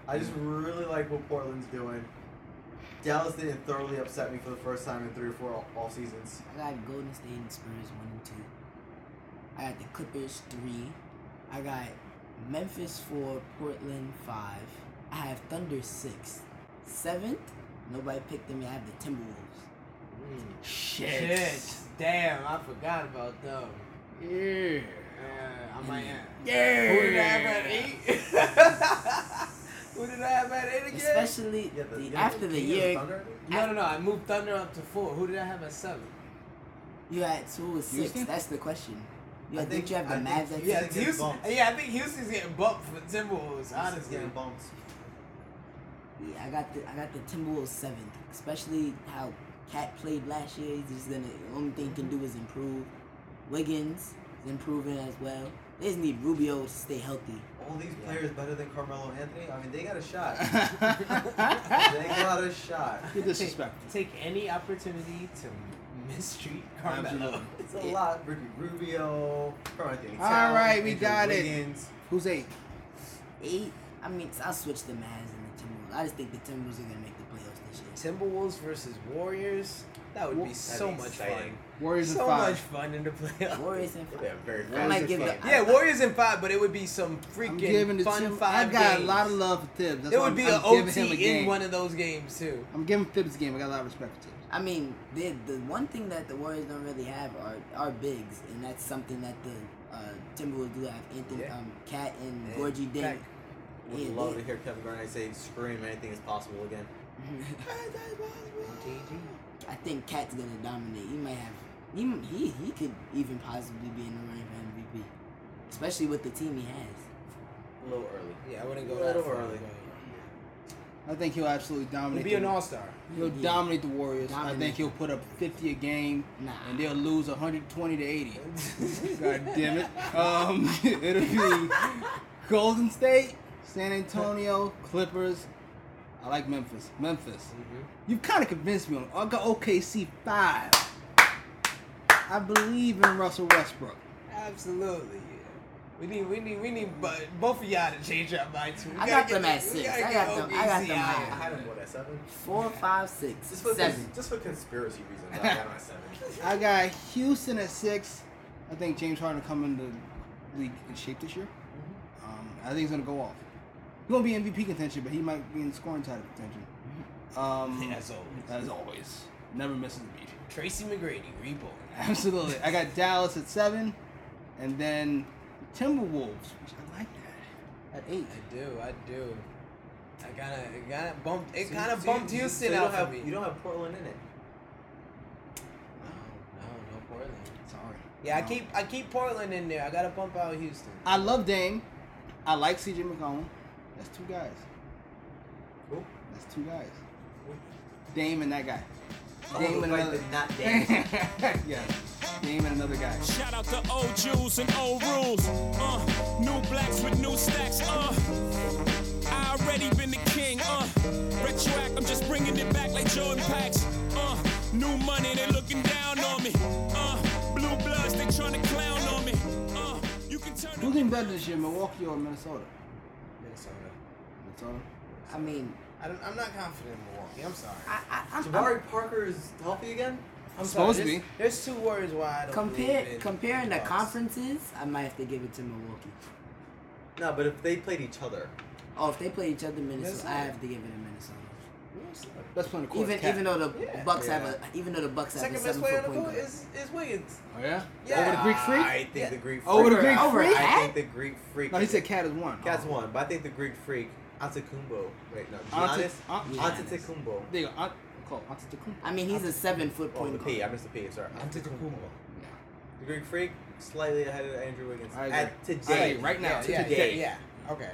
[SPEAKER 1] I just really like what Portland's doing. Dallas didn't thoroughly upset me for the first time in three or four all, all seasons.
[SPEAKER 5] I got Golden State and Spurs one and two. I got the Clippers three. I got Memphis four, Portland five. I have Thunder six. Seventh, nobody picked them. I have the Timberwolves. Shit.
[SPEAKER 4] Shit. Damn, I forgot about them.
[SPEAKER 3] Yeah.
[SPEAKER 4] Yeah, I might have.
[SPEAKER 5] Yeah.
[SPEAKER 4] Who did I have at eight? Who did I have at eight again?
[SPEAKER 5] Especially
[SPEAKER 1] Yeah,
[SPEAKER 5] the,
[SPEAKER 1] yeah,
[SPEAKER 5] after the
[SPEAKER 1] King of
[SPEAKER 5] year
[SPEAKER 1] Thunder, I think?
[SPEAKER 4] no, no, no. I moved Thunder up to four. Who did I have at seven?
[SPEAKER 5] you had two or six.
[SPEAKER 3] Houston?
[SPEAKER 5] That's the question. You
[SPEAKER 1] I
[SPEAKER 5] had,
[SPEAKER 1] think-
[SPEAKER 5] did you have the
[SPEAKER 1] I
[SPEAKER 5] Mavs
[SPEAKER 1] think-
[SPEAKER 5] at
[SPEAKER 1] yeah, Houston gets
[SPEAKER 5] six?
[SPEAKER 4] Houston.
[SPEAKER 1] bumped.
[SPEAKER 4] Yeah, I think Houston's getting bumped for Timberwolves.
[SPEAKER 1] Houston's
[SPEAKER 4] Honestly,
[SPEAKER 1] getting bumped.
[SPEAKER 5] Yeah, I got the I got the Timberwolves seventh. Especially how Cat played last year. He's just gonna the only thing he can do is improve. Wiggins is improving as well. They just need Rubio to stay healthy.
[SPEAKER 1] All these players better than Carmelo Anthony. I mean, they got a shot. they got a shot.
[SPEAKER 3] You're disrespectful.
[SPEAKER 4] Take any opportunity to mistreat Carmelo.
[SPEAKER 3] Absolutely.
[SPEAKER 1] It's a lot. Ricky Rubio, Carmelo Anthony.
[SPEAKER 3] All
[SPEAKER 1] Towns,
[SPEAKER 3] right, we
[SPEAKER 1] Andrew
[SPEAKER 3] got it.
[SPEAKER 1] Wiggins.
[SPEAKER 3] Who's eight?
[SPEAKER 5] Eight. I mean, I'll switch the Mavs and the Timberwolves. I just think the Timberwolves are gonna make the playoffs this year.
[SPEAKER 4] Timberwolves versus Warriors. That would be
[SPEAKER 3] That'd
[SPEAKER 4] so
[SPEAKER 1] be
[SPEAKER 4] much
[SPEAKER 1] exciting.
[SPEAKER 3] Warriors
[SPEAKER 4] fun.
[SPEAKER 3] in
[SPEAKER 4] So
[SPEAKER 3] five.
[SPEAKER 4] much fun in the playoffs.
[SPEAKER 5] Warriors and
[SPEAKER 1] They're very
[SPEAKER 5] I
[SPEAKER 1] fast.
[SPEAKER 5] might
[SPEAKER 3] in
[SPEAKER 5] give the
[SPEAKER 3] five.
[SPEAKER 4] Yeah, Warriors in five, but it would be some freaking
[SPEAKER 3] I'm giving the
[SPEAKER 4] fun
[SPEAKER 3] two.
[SPEAKER 4] five
[SPEAKER 3] I've got
[SPEAKER 4] games.
[SPEAKER 3] a lot of love for Tibbs. That's
[SPEAKER 4] It
[SPEAKER 3] why
[SPEAKER 4] would be
[SPEAKER 3] I'm,
[SPEAKER 4] an
[SPEAKER 3] I'm giving him a
[SPEAKER 4] OT
[SPEAKER 3] game.
[SPEAKER 4] in one of those games too.
[SPEAKER 3] I'm giving Tibbs a game. I got a lot of respect for Tibbs.
[SPEAKER 5] I mean, the the one thing that the Warriors don't really have are are bigs, and that's something that the uh, Timberwolves do have. Anthony,
[SPEAKER 4] Yeah.
[SPEAKER 5] um, Cat and
[SPEAKER 4] And
[SPEAKER 5] Gorgie Dick.
[SPEAKER 4] Pac.
[SPEAKER 1] Would
[SPEAKER 5] Yeah,
[SPEAKER 1] love
[SPEAKER 5] they-
[SPEAKER 1] to hear Kevin Garnett say, "Scream, anything is possible" again.
[SPEAKER 5] Mm-hmm. I think Cat's gonna dominate. He might have. He he he could even possibly be in the running for MVP, especially with the team he has.
[SPEAKER 1] A little early.
[SPEAKER 4] Yeah, I wouldn't go
[SPEAKER 1] A
[SPEAKER 4] that
[SPEAKER 1] little
[SPEAKER 4] far.
[SPEAKER 1] early.
[SPEAKER 3] I think he'll absolutely
[SPEAKER 4] He'll
[SPEAKER 3] dominate.
[SPEAKER 4] be an
[SPEAKER 3] the,
[SPEAKER 4] all star.
[SPEAKER 3] he'll
[SPEAKER 5] Yeah.
[SPEAKER 3] dominate the Warriors. I
[SPEAKER 5] Dominate.
[SPEAKER 3] think he'll put up 50 a game,
[SPEAKER 5] Nah.
[SPEAKER 3] and they'll lose 120 to 80. God damn it. Um, it'll be Golden State, San Antonio, Clippers. I like Memphis. Memphis. You've kind of convinced me on. I got OKC five. I believe in Russell Westbrook.
[SPEAKER 4] Absolutely. yeah. We need, we need, we need bu- both of y'all to change our minds. too. We
[SPEAKER 5] I
[SPEAKER 4] gotta
[SPEAKER 5] got
[SPEAKER 4] get
[SPEAKER 5] them
[SPEAKER 4] the-
[SPEAKER 5] at
[SPEAKER 4] we
[SPEAKER 5] six.
[SPEAKER 4] gotta
[SPEAKER 5] I
[SPEAKER 4] get
[SPEAKER 5] got them- I got
[SPEAKER 4] OKC
[SPEAKER 5] them
[SPEAKER 4] out
[SPEAKER 5] high.
[SPEAKER 1] I
[SPEAKER 4] here.
[SPEAKER 1] had him what at seven.
[SPEAKER 5] Four, five, six,
[SPEAKER 1] Just for
[SPEAKER 5] seven.
[SPEAKER 1] just for conspiracy reasons, I got him at seven.
[SPEAKER 3] I got Houston at six. I think James Harden come into the league in shape this year.
[SPEAKER 4] Mm-hmm.
[SPEAKER 3] Um, I think he's gonna go off. He won't be MVP contention, but he might be in scoring title contention. Um,
[SPEAKER 4] Mm-hmm. As always.
[SPEAKER 3] as always, never misses a beat.
[SPEAKER 4] Tracy McGrady, Repo.
[SPEAKER 3] Absolutely. I got Dallas at seven, and then Timberwolves. Which I like that. At eight.
[SPEAKER 4] I do, I do. I kind of, it kind of bumped, it
[SPEAKER 1] So
[SPEAKER 4] kind of
[SPEAKER 1] you- so you-
[SPEAKER 4] bumped
[SPEAKER 1] so you
[SPEAKER 4] Houston
[SPEAKER 1] don't
[SPEAKER 4] out
[SPEAKER 1] have-
[SPEAKER 4] for me.
[SPEAKER 1] You don't have Portland in it.
[SPEAKER 4] No, no, no Portland.
[SPEAKER 3] Sorry.
[SPEAKER 4] Yeah,
[SPEAKER 3] No.
[SPEAKER 4] I keep, I keep Portland in there. I gotta pump out Houston.
[SPEAKER 3] I love Dame. I like CJ McCollum. That's two guys.
[SPEAKER 1] Cool.
[SPEAKER 3] That's two guys. Dame and that guy.
[SPEAKER 1] Oh,
[SPEAKER 3] Dame and
[SPEAKER 1] like
[SPEAKER 3] another.
[SPEAKER 1] the not Dame.
[SPEAKER 3] yeah. Dame and another guy.
[SPEAKER 2] Shout out to old Jews and old rules. Uh, new blacks with new stacks. Uh, I already been the king. Uh, retroact, I'm just bringing it back like Jordan Packs. Uh, new money, they looking down on me. Uh, blue bloods, they trying to clown on me. Uh, you can turn.
[SPEAKER 3] Who's in better this year, Milwaukee or Minnesota?
[SPEAKER 4] Minnesota.
[SPEAKER 3] Minnesota.
[SPEAKER 5] I mean,
[SPEAKER 4] I don't, I'm not confident in Milwaukee. I'm sorry.
[SPEAKER 5] I, I, I'm, I'm-
[SPEAKER 1] Jabari Parker is healthy again.
[SPEAKER 4] I'm
[SPEAKER 3] Supposed
[SPEAKER 4] sorry.
[SPEAKER 3] to be.
[SPEAKER 4] there's, There's two words why I don't
[SPEAKER 5] compare
[SPEAKER 4] believe in
[SPEAKER 5] comparing the
[SPEAKER 4] Bucks.
[SPEAKER 5] conferences. I might have to give it to Milwaukee.
[SPEAKER 1] No, but if they played each other,
[SPEAKER 5] Oh, if they play each other, Minnesota,
[SPEAKER 4] Minnesota.
[SPEAKER 5] I have to give it to Minnesota.
[SPEAKER 3] Best player on the court.
[SPEAKER 5] Even
[SPEAKER 3] Cat.
[SPEAKER 5] even though the
[SPEAKER 4] Yeah.
[SPEAKER 5] Bucks
[SPEAKER 1] Yeah.
[SPEAKER 5] have a even though the Bucks have a
[SPEAKER 4] Second best
[SPEAKER 5] seven
[SPEAKER 4] player
[SPEAKER 5] foot
[SPEAKER 4] on the
[SPEAKER 5] point
[SPEAKER 4] court
[SPEAKER 5] guard.
[SPEAKER 4] is, is Wiggins.
[SPEAKER 3] Oh yeah.
[SPEAKER 4] Yeah.
[SPEAKER 3] Over the Greek
[SPEAKER 1] I
[SPEAKER 3] freak.
[SPEAKER 1] think
[SPEAKER 4] Yeah.
[SPEAKER 1] the Greek freak.
[SPEAKER 3] Over the Greek
[SPEAKER 5] Over
[SPEAKER 3] freak.
[SPEAKER 5] Al-
[SPEAKER 1] I think the Greek freak.
[SPEAKER 3] No, he said Cat is one. Oh.
[SPEAKER 1] Cats won, but I think the Greek freak Antetokounmpo. Wait, no,
[SPEAKER 3] Ante-
[SPEAKER 1] Giannis.
[SPEAKER 3] Ant-
[SPEAKER 5] Giannis.
[SPEAKER 1] Antetokounmpo.
[SPEAKER 3] There you go. Ant- Call Antetokounmpo.
[SPEAKER 5] I mean, he's a seven foot
[SPEAKER 1] Oh, the
[SPEAKER 5] point
[SPEAKER 1] P. I
[SPEAKER 5] guard.
[SPEAKER 1] missed the P. Sorry.
[SPEAKER 4] Antetokounmpo.
[SPEAKER 1] The Greek freak slightly ahead of Andrew Wiggins.
[SPEAKER 3] I agree.
[SPEAKER 1] At
[SPEAKER 3] I
[SPEAKER 1] today,
[SPEAKER 3] agree. Right now.
[SPEAKER 4] Yeah, yeah,
[SPEAKER 1] Today.
[SPEAKER 4] yeah, yeah. Okay.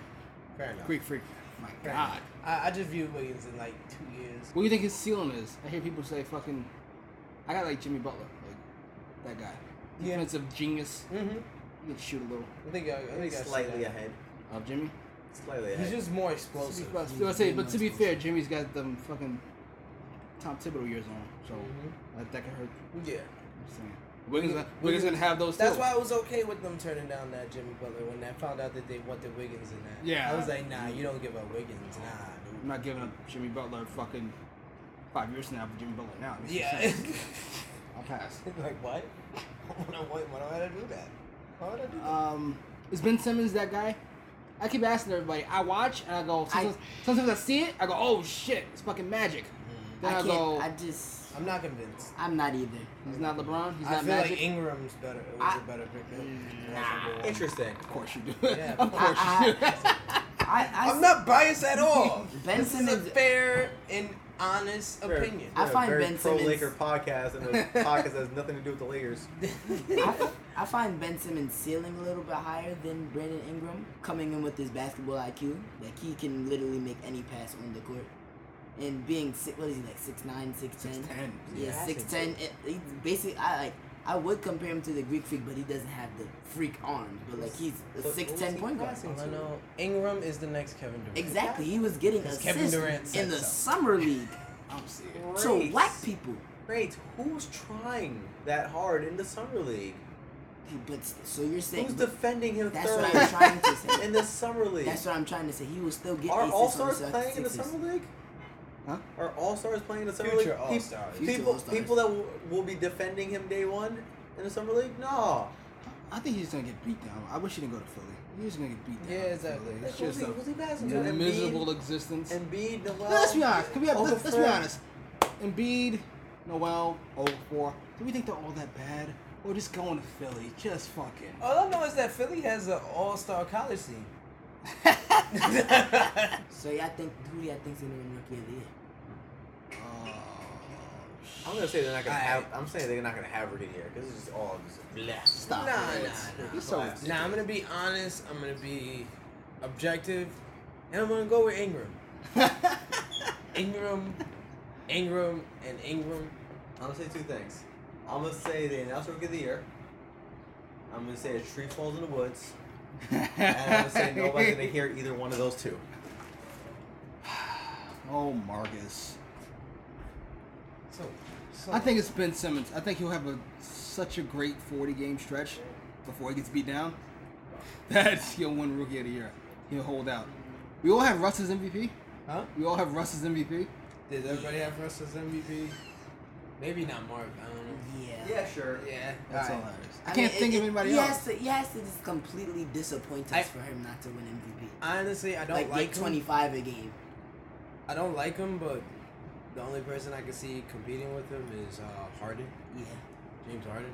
[SPEAKER 4] Fair enough.
[SPEAKER 3] Greek freak. My
[SPEAKER 4] Fair enough.
[SPEAKER 3] God.
[SPEAKER 4] I, I just view Wiggins in like two years.
[SPEAKER 3] What do you think his ceiling is? I hear people say fucking. I got like Jimmy Butler, like that guy.
[SPEAKER 4] Yeah.
[SPEAKER 3] Defensive genius.
[SPEAKER 4] Mm-hmm.
[SPEAKER 3] You can shoot a little
[SPEAKER 4] I think I, I think I see
[SPEAKER 1] slightly
[SPEAKER 4] that.
[SPEAKER 1] ahead.
[SPEAKER 3] of Jimmy.
[SPEAKER 1] Slightly ahead.
[SPEAKER 4] He's just more
[SPEAKER 3] To be
[SPEAKER 4] explosive.
[SPEAKER 3] fair- I say, but to be fair, Jimmy's got them fucking Tom Thibodeau years on, so
[SPEAKER 4] Mhm.
[SPEAKER 3] that, that can hurt.
[SPEAKER 4] Yeah.
[SPEAKER 3] I'm saying. Mm-hmm. Wiggins,
[SPEAKER 4] Wiggins-
[SPEAKER 3] Wiggins gonna have those.
[SPEAKER 4] That's
[SPEAKER 3] too.
[SPEAKER 4] why I was okay with them turning down that Jimmy Butler when I found out that they wanted Wiggins in that.
[SPEAKER 3] Yeah.
[SPEAKER 4] I was like, nah, you don't give up Wiggins, nah, dude.
[SPEAKER 3] I'm not giving up Jimmy Butler fucking five years from now for Jimmy Butler now. That's what I'm
[SPEAKER 4] Yeah.
[SPEAKER 3] saying. I'll pass.
[SPEAKER 4] like what? What do I- Why do I gotta do that? Why would I do that?
[SPEAKER 3] Um, is Ben Simmons that guy? I keep asking everybody. I watch and I go. Sometimes I, sometimes I see it. I go, oh shit, it's fucking magic. Then
[SPEAKER 5] Mm-hmm. I
[SPEAKER 3] I,
[SPEAKER 5] can't.
[SPEAKER 3] go,
[SPEAKER 5] I just.
[SPEAKER 4] I'm not convinced.
[SPEAKER 5] I'm not either.
[SPEAKER 3] he's not LeBron. He's
[SPEAKER 4] I
[SPEAKER 3] not
[SPEAKER 4] feel
[SPEAKER 3] magic.
[SPEAKER 4] like Ingram's better. It was
[SPEAKER 5] I-
[SPEAKER 4] a better pickup.
[SPEAKER 1] Interesting.
[SPEAKER 3] of course you do.
[SPEAKER 4] Yeah,
[SPEAKER 3] of course you do.
[SPEAKER 5] I, I, I,
[SPEAKER 4] I'm not biased at all.
[SPEAKER 5] Ben
[SPEAKER 4] this is
[SPEAKER 5] Simmons-
[SPEAKER 4] a fair and honest
[SPEAKER 1] We're-
[SPEAKER 4] opinion.
[SPEAKER 1] we're
[SPEAKER 5] I
[SPEAKER 1] a
[SPEAKER 5] find
[SPEAKER 1] very
[SPEAKER 5] Ben
[SPEAKER 1] pro
[SPEAKER 5] Simmons-
[SPEAKER 1] Laker podcast and a podcast that has nothing to do with the Lakers.
[SPEAKER 5] I, I find Ben Simmons' ceiling a little bit higher than Brandon Ingram, coming in with his basketball IQ. Like he can literally make any pass on the court, and being six, what is he like six nine, six ten?
[SPEAKER 3] 6'10".
[SPEAKER 5] Yeah,
[SPEAKER 4] Yeah,
[SPEAKER 5] six ten. He's basically I like. I would compare him to the Greek freak, but he doesn't have the freak arms. But like he's a
[SPEAKER 1] But
[SPEAKER 5] six
[SPEAKER 1] who's
[SPEAKER 5] ten
[SPEAKER 1] he
[SPEAKER 5] point guard.
[SPEAKER 1] passing
[SPEAKER 4] I know Ingram is the next Kevin Durant.
[SPEAKER 5] Exactly, he was getting
[SPEAKER 4] Because Kevin
[SPEAKER 5] assists
[SPEAKER 4] Durant said
[SPEAKER 5] in the
[SPEAKER 4] so.
[SPEAKER 5] summer league
[SPEAKER 3] I'm serious.
[SPEAKER 5] to
[SPEAKER 1] Great.
[SPEAKER 5] black people.
[SPEAKER 1] Great. Who's trying that hard in the summer league?
[SPEAKER 5] But so you're saying
[SPEAKER 1] Who's defending him
[SPEAKER 5] that's
[SPEAKER 1] third
[SPEAKER 5] what I'm trying to say.
[SPEAKER 1] in the summer league?
[SPEAKER 5] That's what I'm trying to say. He will still get
[SPEAKER 1] Are
[SPEAKER 5] assists
[SPEAKER 1] all
[SPEAKER 5] on
[SPEAKER 1] stars
[SPEAKER 5] Celtics-
[SPEAKER 1] playing in the
[SPEAKER 5] Sixers.
[SPEAKER 1] summer league?
[SPEAKER 3] Huh?
[SPEAKER 1] Are all stars playing in the summer
[SPEAKER 4] Future
[SPEAKER 1] league? Pe-
[SPEAKER 4] All-Stars.
[SPEAKER 5] Future
[SPEAKER 1] People,
[SPEAKER 5] All-Stars.
[SPEAKER 1] people that w- will be defending him day one in the summer league? No.
[SPEAKER 3] I think he's just gonna get beat down. I wish he didn't go to Philly. He's just gonna get beat down.
[SPEAKER 4] Yeah,
[SPEAKER 3] in
[SPEAKER 4] exactly.
[SPEAKER 3] Philly.
[SPEAKER 1] Like,
[SPEAKER 3] It's
[SPEAKER 1] who's
[SPEAKER 3] just
[SPEAKER 1] he,
[SPEAKER 3] a
[SPEAKER 1] who's he passing to?
[SPEAKER 3] mi-
[SPEAKER 1] Embiid?
[SPEAKER 3] miserable existence.
[SPEAKER 1] Embiid, Noel.
[SPEAKER 3] let's be honest. Can we have, let's, let's be
[SPEAKER 1] Okafor.
[SPEAKER 3] honest. Embiid, Noel, Okafor. Do we think they're all that bad? Or just going to Philly? Just fucking. uh,
[SPEAKER 4] All I know is that Philly has an all-star college team.
[SPEAKER 5] So y'all think who do y'all think's gonna win Rookie of the Year?
[SPEAKER 1] I'm gonna say they're not gonna
[SPEAKER 4] All
[SPEAKER 1] have.
[SPEAKER 4] right.
[SPEAKER 1] I'm saying they're not gonna have Ricky here because it's just all just blessed.
[SPEAKER 3] Stop
[SPEAKER 4] Nah,
[SPEAKER 3] it.
[SPEAKER 4] nah, nah.
[SPEAKER 3] You're so
[SPEAKER 1] Nah,
[SPEAKER 4] Now
[SPEAKER 3] ridiculous.
[SPEAKER 4] I'm gonna be honest. I'm gonna be objective, and I'm gonna go with Ingram. Ingram, Ingram, and Ingram.
[SPEAKER 1] I'm gonna say two things. I'm gonna say they announced Rookie of the Year. I'm gonna say a tree falls in the woods, and I'm gonna say nobody's gonna hear either one of those two.
[SPEAKER 3] Oh, Marcus.
[SPEAKER 4] So, so
[SPEAKER 3] I think it's Ben Simmons. I think he'll have a such a great 40 game stretch before he gets beat down that he'll win Rookie of the Year. He'll hold out. We all have Russ's MVP.
[SPEAKER 4] Huh?
[SPEAKER 3] We all have Russ's MVP.
[SPEAKER 4] Did everybody have Russell's MVP? Maybe not Mark. I don't know.
[SPEAKER 5] Yeah.
[SPEAKER 1] sure.
[SPEAKER 4] Yeah,
[SPEAKER 3] That's all
[SPEAKER 4] alright.
[SPEAKER 3] that is. I, can't
[SPEAKER 5] mean,
[SPEAKER 3] think
[SPEAKER 5] it-
[SPEAKER 3] of
[SPEAKER 5] it-
[SPEAKER 3] anybody
[SPEAKER 5] he
[SPEAKER 3] else.
[SPEAKER 5] Has to, he has to just completely disappoint us
[SPEAKER 4] I-
[SPEAKER 5] for him not to win MVP.
[SPEAKER 4] Honestly, I don't
[SPEAKER 5] Like,
[SPEAKER 4] like,
[SPEAKER 5] like
[SPEAKER 4] him.
[SPEAKER 5] 25 a game.
[SPEAKER 4] I don't like him, but the only person I can see competing with him is uh, Harden,
[SPEAKER 5] Yeah.
[SPEAKER 4] James Harden.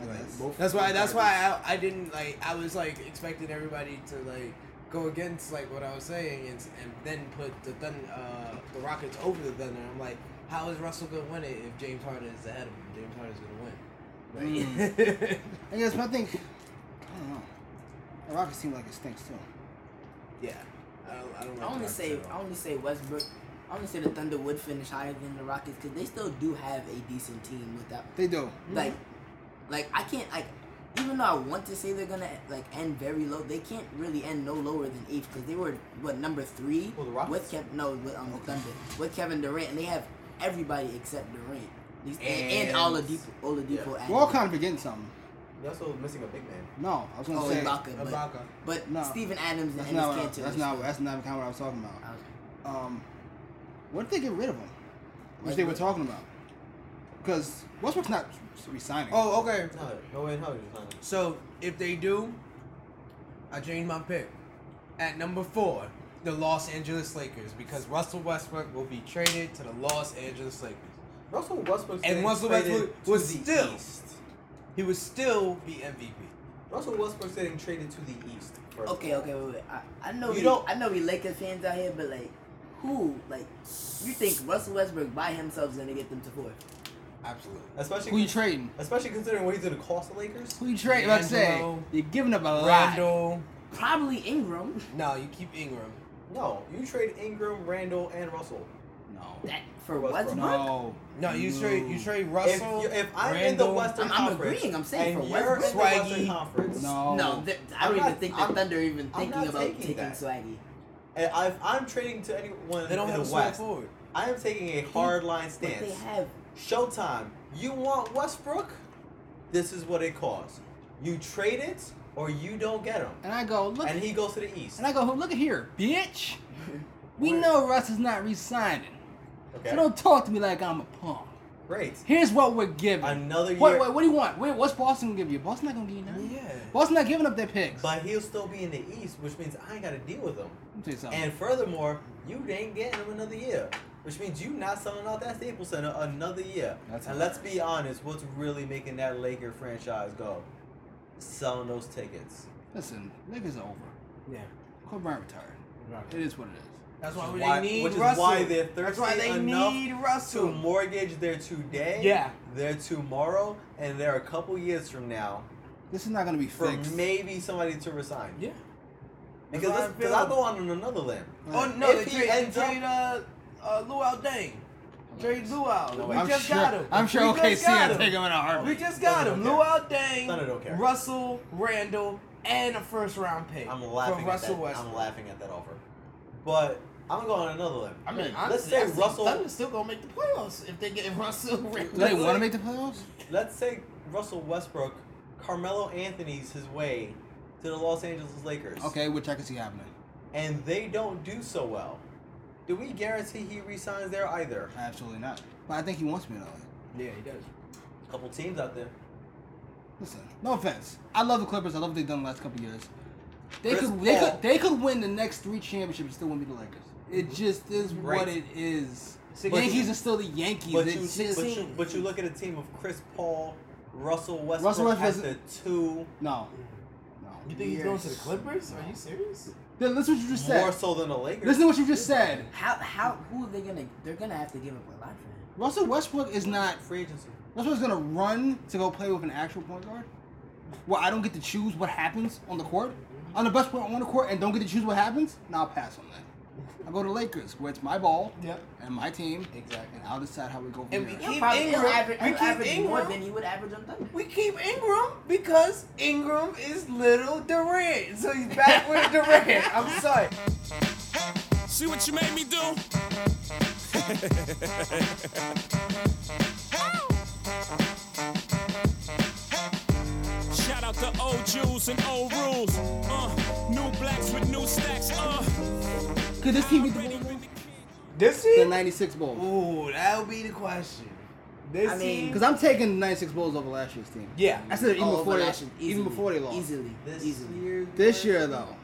[SPEAKER 3] I
[SPEAKER 4] Like,
[SPEAKER 3] guess. Both
[SPEAKER 4] that's why. That's
[SPEAKER 3] Harden's.
[SPEAKER 4] why I, I didn't like. I was like expecting everybody to like go against like what I was saying, and, and then put the thun, uh, the Rockets over the Thunder. I'm like, how is Russell gonna win it if James Harden is ahead of him? James Harden's gonna win. Like,
[SPEAKER 3] I guess, but I think. I don't know. The Rockets seem like it stinks too.
[SPEAKER 4] yeah. I don't. I don't. Like
[SPEAKER 5] I
[SPEAKER 4] the
[SPEAKER 5] only
[SPEAKER 4] Rockets
[SPEAKER 5] say
[SPEAKER 4] at
[SPEAKER 5] I
[SPEAKER 4] all.
[SPEAKER 5] only say Westbrook. I only say the Thunder would finish higher than the Rockets because they still do have a decent team without
[SPEAKER 3] They do.
[SPEAKER 5] like like I can't like even though I want to say they're gonna like end very low, they can't really end no lower than eighth because they were what number three
[SPEAKER 3] Oh,
[SPEAKER 1] Well, the Rockets?
[SPEAKER 5] with Kevin no with um, the Thunder with Kevin Durant and they have everybody except Durant and, and, and
[SPEAKER 1] And-
[SPEAKER 5] Oladipo Oladipo
[SPEAKER 1] yeah.
[SPEAKER 5] added.
[SPEAKER 3] We're all kind of getting something.
[SPEAKER 1] You're also missing a big man.
[SPEAKER 3] No, I was gonna
[SPEAKER 5] oh
[SPEAKER 3] say.
[SPEAKER 5] Ibaka but,
[SPEAKER 4] Ibaka.
[SPEAKER 5] but
[SPEAKER 3] No.
[SPEAKER 5] Steven Adams
[SPEAKER 3] That's
[SPEAKER 5] and
[SPEAKER 3] not. What
[SPEAKER 5] Ennis
[SPEAKER 3] I,
[SPEAKER 5] Cantor
[SPEAKER 3] that's
[SPEAKER 5] is Uh,
[SPEAKER 3] not.
[SPEAKER 5] still-
[SPEAKER 3] That's not kind of what I was talking about.
[SPEAKER 5] I was-
[SPEAKER 3] Um, what if they get rid of him? Which they were talking about. Because Westbrook's not resigning.
[SPEAKER 4] Oh, okay.
[SPEAKER 1] No, no way in hell you're not.
[SPEAKER 4] So if they do, I change my pick. At number four, the Los Angeles Lakers, because Russell Westbrook will be traded to the Los Angeles Lakers.
[SPEAKER 1] Russell Westbrook.
[SPEAKER 4] And Russell
[SPEAKER 1] traded
[SPEAKER 4] Westbrook
[SPEAKER 1] to
[SPEAKER 4] was
[SPEAKER 1] the
[SPEAKER 4] still-
[SPEAKER 1] East.
[SPEAKER 4] He would still be MVP.
[SPEAKER 1] Russell Westbrook's getting traded to the East. first of
[SPEAKER 5] Okay,
[SPEAKER 1] all.
[SPEAKER 5] okay, wait, wait. I, I know
[SPEAKER 1] You
[SPEAKER 5] we,
[SPEAKER 1] don't-
[SPEAKER 5] I know we Lakers fans out here, but like, who like, you think Russell Westbrook by himself is gonna get them to four?
[SPEAKER 4] Absolutely.
[SPEAKER 3] Who
[SPEAKER 1] Especially,
[SPEAKER 3] you trading?
[SPEAKER 1] especially considering what he's going to cost the Lakers.
[SPEAKER 3] Who you trading? Let's say
[SPEAKER 4] D'Angelo.
[SPEAKER 3] you're giving up a lot.
[SPEAKER 4] Randall.
[SPEAKER 5] Probably Ingram.
[SPEAKER 4] No, you keep Ingram.
[SPEAKER 1] No, you trade Ingram, Randall, and Russell.
[SPEAKER 3] No.
[SPEAKER 5] That for
[SPEAKER 1] Westbrook.
[SPEAKER 5] Westbrook.
[SPEAKER 3] No.
[SPEAKER 4] No, you trade you trade
[SPEAKER 1] If,
[SPEAKER 4] Russell.
[SPEAKER 1] you, if I'm
[SPEAKER 4] Randall,
[SPEAKER 1] in the Western
[SPEAKER 5] I'm- I'm
[SPEAKER 1] Conference,
[SPEAKER 5] agreeing, I'm saying
[SPEAKER 1] and
[SPEAKER 5] for
[SPEAKER 1] you're in the
[SPEAKER 4] Westbrook.
[SPEAKER 1] Western
[SPEAKER 4] Swaggy.
[SPEAKER 1] Conference,
[SPEAKER 3] No.
[SPEAKER 5] No, th- I
[SPEAKER 1] I'm
[SPEAKER 5] don't even
[SPEAKER 1] not-
[SPEAKER 5] think the
[SPEAKER 1] I'm-
[SPEAKER 5] Thunder are even
[SPEAKER 1] I'm
[SPEAKER 5] thinking
[SPEAKER 1] not
[SPEAKER 5] about
[SPEAKER 1] taking
[SPEAKER 5] taking,
[SPEAKER 1] that.
[SPEAKER 5] Swaggy.
[SPEAKER 1] and I, if I'm trading to anyone
[SPEAKER 4] They don't
[SPEAKER 1] in
[SPEAKER 4] have a
[SPEAKER 1] the
[SPEAKER 4] small
[SPEAKER 1] West,
[SPEAKER 4] forward.
[SPEAKER 1] I am taking a hard line
[SPEAKER 5] But they
[SPEAKER 1] stance.
[SPEAKER 5] have
[SPEAKER 1] Showtime, you want Westbrook? This is what it costs. You trade it, or you don't get him,
[SPEAKER 3] And I go look.
[SPEAKER 1] and he goes to the East.
[SPEAKER 3] and I go look at here, bitch. We
[SPEAKER 1] Where?
[SPEAKER 3] know Russ is not resigning.
[SPEAKER 1] okay,
[SPEAKER 3] So don't talk to me like I'm a punk.
[SPEAKER 1] great.
[SPEAKER 3] Here's what we're giving.
[SPEAKER 1] Another year.
[SPEAKER 3] What, what, what do you want? Wait, what's Boston gonna give you? Boston not gonna give you nothing.
[SPEAKER 4] Yeah.
[SPEAKER 3] Boston not giving up their picks.
[SPEAKER 1] But he'll still be in the East, which means I ain't got to deal with him.
[SPEAKER 3] Let me tell you something.
[SPEAKER 1] And furthermore, you ain't getting him another year, which means you not selling out that Staples Center another year.
[SPEAKER 3] That's
[SPEAKER 1] and
[SPEAKER 3] a-
[SPEAKER 1] let's be honest, what's really making that Laker franchise go? Selling those tickets.
[SPEAKER 3] Listen, Lakers are over.
[SPEAKER 4] Yeah.
[SPEAKER 3] Kobe Bryant retired. It is what it is.
[SPEAKER 4] That's
[SPEAKER 1] Which
[SPEAKER 4] why
[SPEAKER 1] is
[SPEAKER 4] they
[SPEAKER 1] why-
[SPEAKER 4] need
[SPEAKER 1] which is
[SPEAKER 4] Russell.
[SPEAKER 1] why they're
[SPEAKER 4] That's why
[SPEAKER 1] thirsty
[SPEAKER 4] they
[SPEAKER 1] enough
[SPEAKER 4] need
[SPEAKER 1] To
[SPEAKER 4] Russell.
[SPEAKER 1] mortgage their today,
[SPEAKER 4] Yeah.
[SPEAKER 1] their tomorrow, and their a couple years from now
[SPEAKER 3] This is not gonna be
[SPEAKER 1] for
[SPEAKER 3] fixed.
[SPEAKER 1] maybe somebody to resign.
[SPEAKER 4] Yeah.
[SPEAKER 1] Because
[SPEAKER 4] That's how
[SPEAKER 1] let's,
[SPEAKER 4] I
[SPEAKER 1] because
[SPEAKER 4] feel.
[SPEAKER 1] I'll go on in another limb.
[SPEAKER 4] Oh
[SPEAKER 3] Right.
[SPEAKER 4] no,
[SPEAKER 1] If
[SPEAKER 4] they
[SPEAKER 1] he
[SPEAKER 4] trade, they
[SPEAKER 1] ends up-
[SPEAKER 4] trade uh, uh, Luau Deng. Trade Luau.
[SPEAKER 1] No,
[SPEAKER 4] we
[SPEAKER 1] I'm
[SPEAKER 4] just
[SPEAKER 3] sure,
[SPEAKER 4] got him.
[SPEAKER 3] I'm sure
[SPEAKER 4] we just
[SPEAKER 3] OKC
[SPEAKER 4] got
[SPEAKER 3] will take him in a
[SPEAKER 4] We
[SPEAKER 3] heartbeat.
[SPEAKER 4] just got
[SPEAKER 1] No, no,
[SPEAKER 4] him.
[SPEAKER 1] no, No,
[SPEAKER 4] Luau
[SPEAKER 1] no, no,
[SPEAKER 4] Deng,
[SPEAKER 1] care.
[SPEAKER 4] Russell, Randall, and a first round pick
[SPEAKER 1] I'm laughing
[SPEAKER 4] from
[SPEAKER 1] at
[SPEAKER 4] Russell
[SPEAKER 1] that.
[SPEAKER 4] Westbrook.
[SPEAKER 1] I'm laughing at that offer. But I'm gonna go on another limb.
[SPEAKER 4] I mean,
[SPEAKER 3] Let's
[SPEAKER 4] honestly,
[SPEAKER 1] say
[SPEAKER 4] I think
[SPEAKER 1] Russell-
[SPEAKER 4] Thunder's still gonna make the playoffs if they get Russell.
[SPEAKER 3] Do
[SPEAKER 4] Randall.
[SPEAKER 3] they want to make the playoffs?
[SPEAKER 1] Let's say Russell Westbrook, Carmelo Anthony's his way to the Los Angeles Lakers.
[SPEAKER 3] Okay, which I can see happening.
[SPEAKER 1] And they don't do so well. Do we guarantee he resigns there either?
[SPEAKER 3] Absolutely not. But I think he wants me to. LA.
[SPEAKER 4] Yeah, he does.
[SPEAKER 1] A couple teams out there.
[SPEAKER 3] Listen, no offense. I love the Clippers. I love what they've done the last couple years. They
[SPEAKER 1] Chris
[SPEAKER 3] could, they
[SPEAKER 1] Paul.
[SPEAKER 3] could, they could win the next three championships and still win the Lakers. It just is
[SPEAKER 1] Right.
[SPEAKER 3] what it is.
[SPEAKER 4] Six-
[SPEAKER 3] Yankees are still the Yankees.
[SPEAKER 1] But you,
[SPEAKER 3] It's just-
[SPEAKER 1] but, you, but you look at a team of Chris Paul, Russell Westbrook,
[SPEAKER 3] Russell
[SPEAKER 1] as
[SPEAKER 3] Westbrook-
[SPEAKER 1] the two,
[SPEAKER 3] no, no.
[SPEAKER 4] You think he's going to the Clippers? Are you serious?
[SPEAKER 3] Then Listen to what you just
[SPEAKER 1] more
[SPEAKER 3] said.
[SPEAKER 1] so than the Lakers.
[SPEAKER 3] Listen to what you just said.
[SPEAKER 5] How how who are they gonna? They're gonna have to give up a lot for him.
[SPEAKER 3] Russell Westbrook is not
[SPEAKER 1] Free agency.
[SPEAKER 3] Russell's gonna run to go play with an actual point guard. Well, I don't get to choose what happens on the court. I'm the best player on the court and don't get to choose what happens. Now I'll pass on that. I go to Lakers where it's my ball
[SPEAKER 4] Yep.
[SPEAKER 3] and my team,
[SPEAKER 4] Exactly.
[SPEAKER 3] and I'll decide how we go from
[SPEAKER 4] And
[SPEAKER 3] there.
[SPEAKER 4] we Keep
[SPEAKER 5] He'll probably- he'll
[SPEAKER 4] Ingram.
[SPEAKER 5] average,
[SPEAKER 4] We
[SPEAKER 5] he'll
[SPEAKER 4] keep
[SPEAKER 5] average more
[SPEAKER 4] Ingram.
[SPEAKER 5] than he would average on Thunder.
[SPEAKER 4] We keep Ingram because Ingram is little Durant. So he's back with Durant. I'm sorry.
[SPEAKER 2] See what you made me do? Shout out to old Jews and old rules. Uh, new blacks with new stacks. Uh,
[SPEAKER 3] Could this team beat the
[SPEAKER 2] already
[SPEAKER 3] Bulls?
[SPEAKER 2] been the king.
[SPEAKER 4] This
[SPEAKER 3] The
[SPEAKER 4] team?
[SPEAKER 3] '96 Bulls.
[SPEAKER 4] Ooh, that'll be the question. This
[SPEAKER 5] I mean-
[SPEAKER 4] team?
[SPEAKER 3] Because I'm taking the '96 Bulls over last year's team.
[SPEAKER 4] Yeah.
[SPEAKER 3] I said even
[SPEAKER 5] All
[SPEAKER 3] before they,
[SPEAKER 5] overlapping,
[SPEAKER 3] even
[SPEAKER 5] Oh, easily,
[SPEAKER 3] before they lost.
[SPEAKER 5] Easily.
[SPEAKER 1] This
[SPEAKER 5] easily.
[SPEAKER 1] year.
[SPEAKER 3] This year though,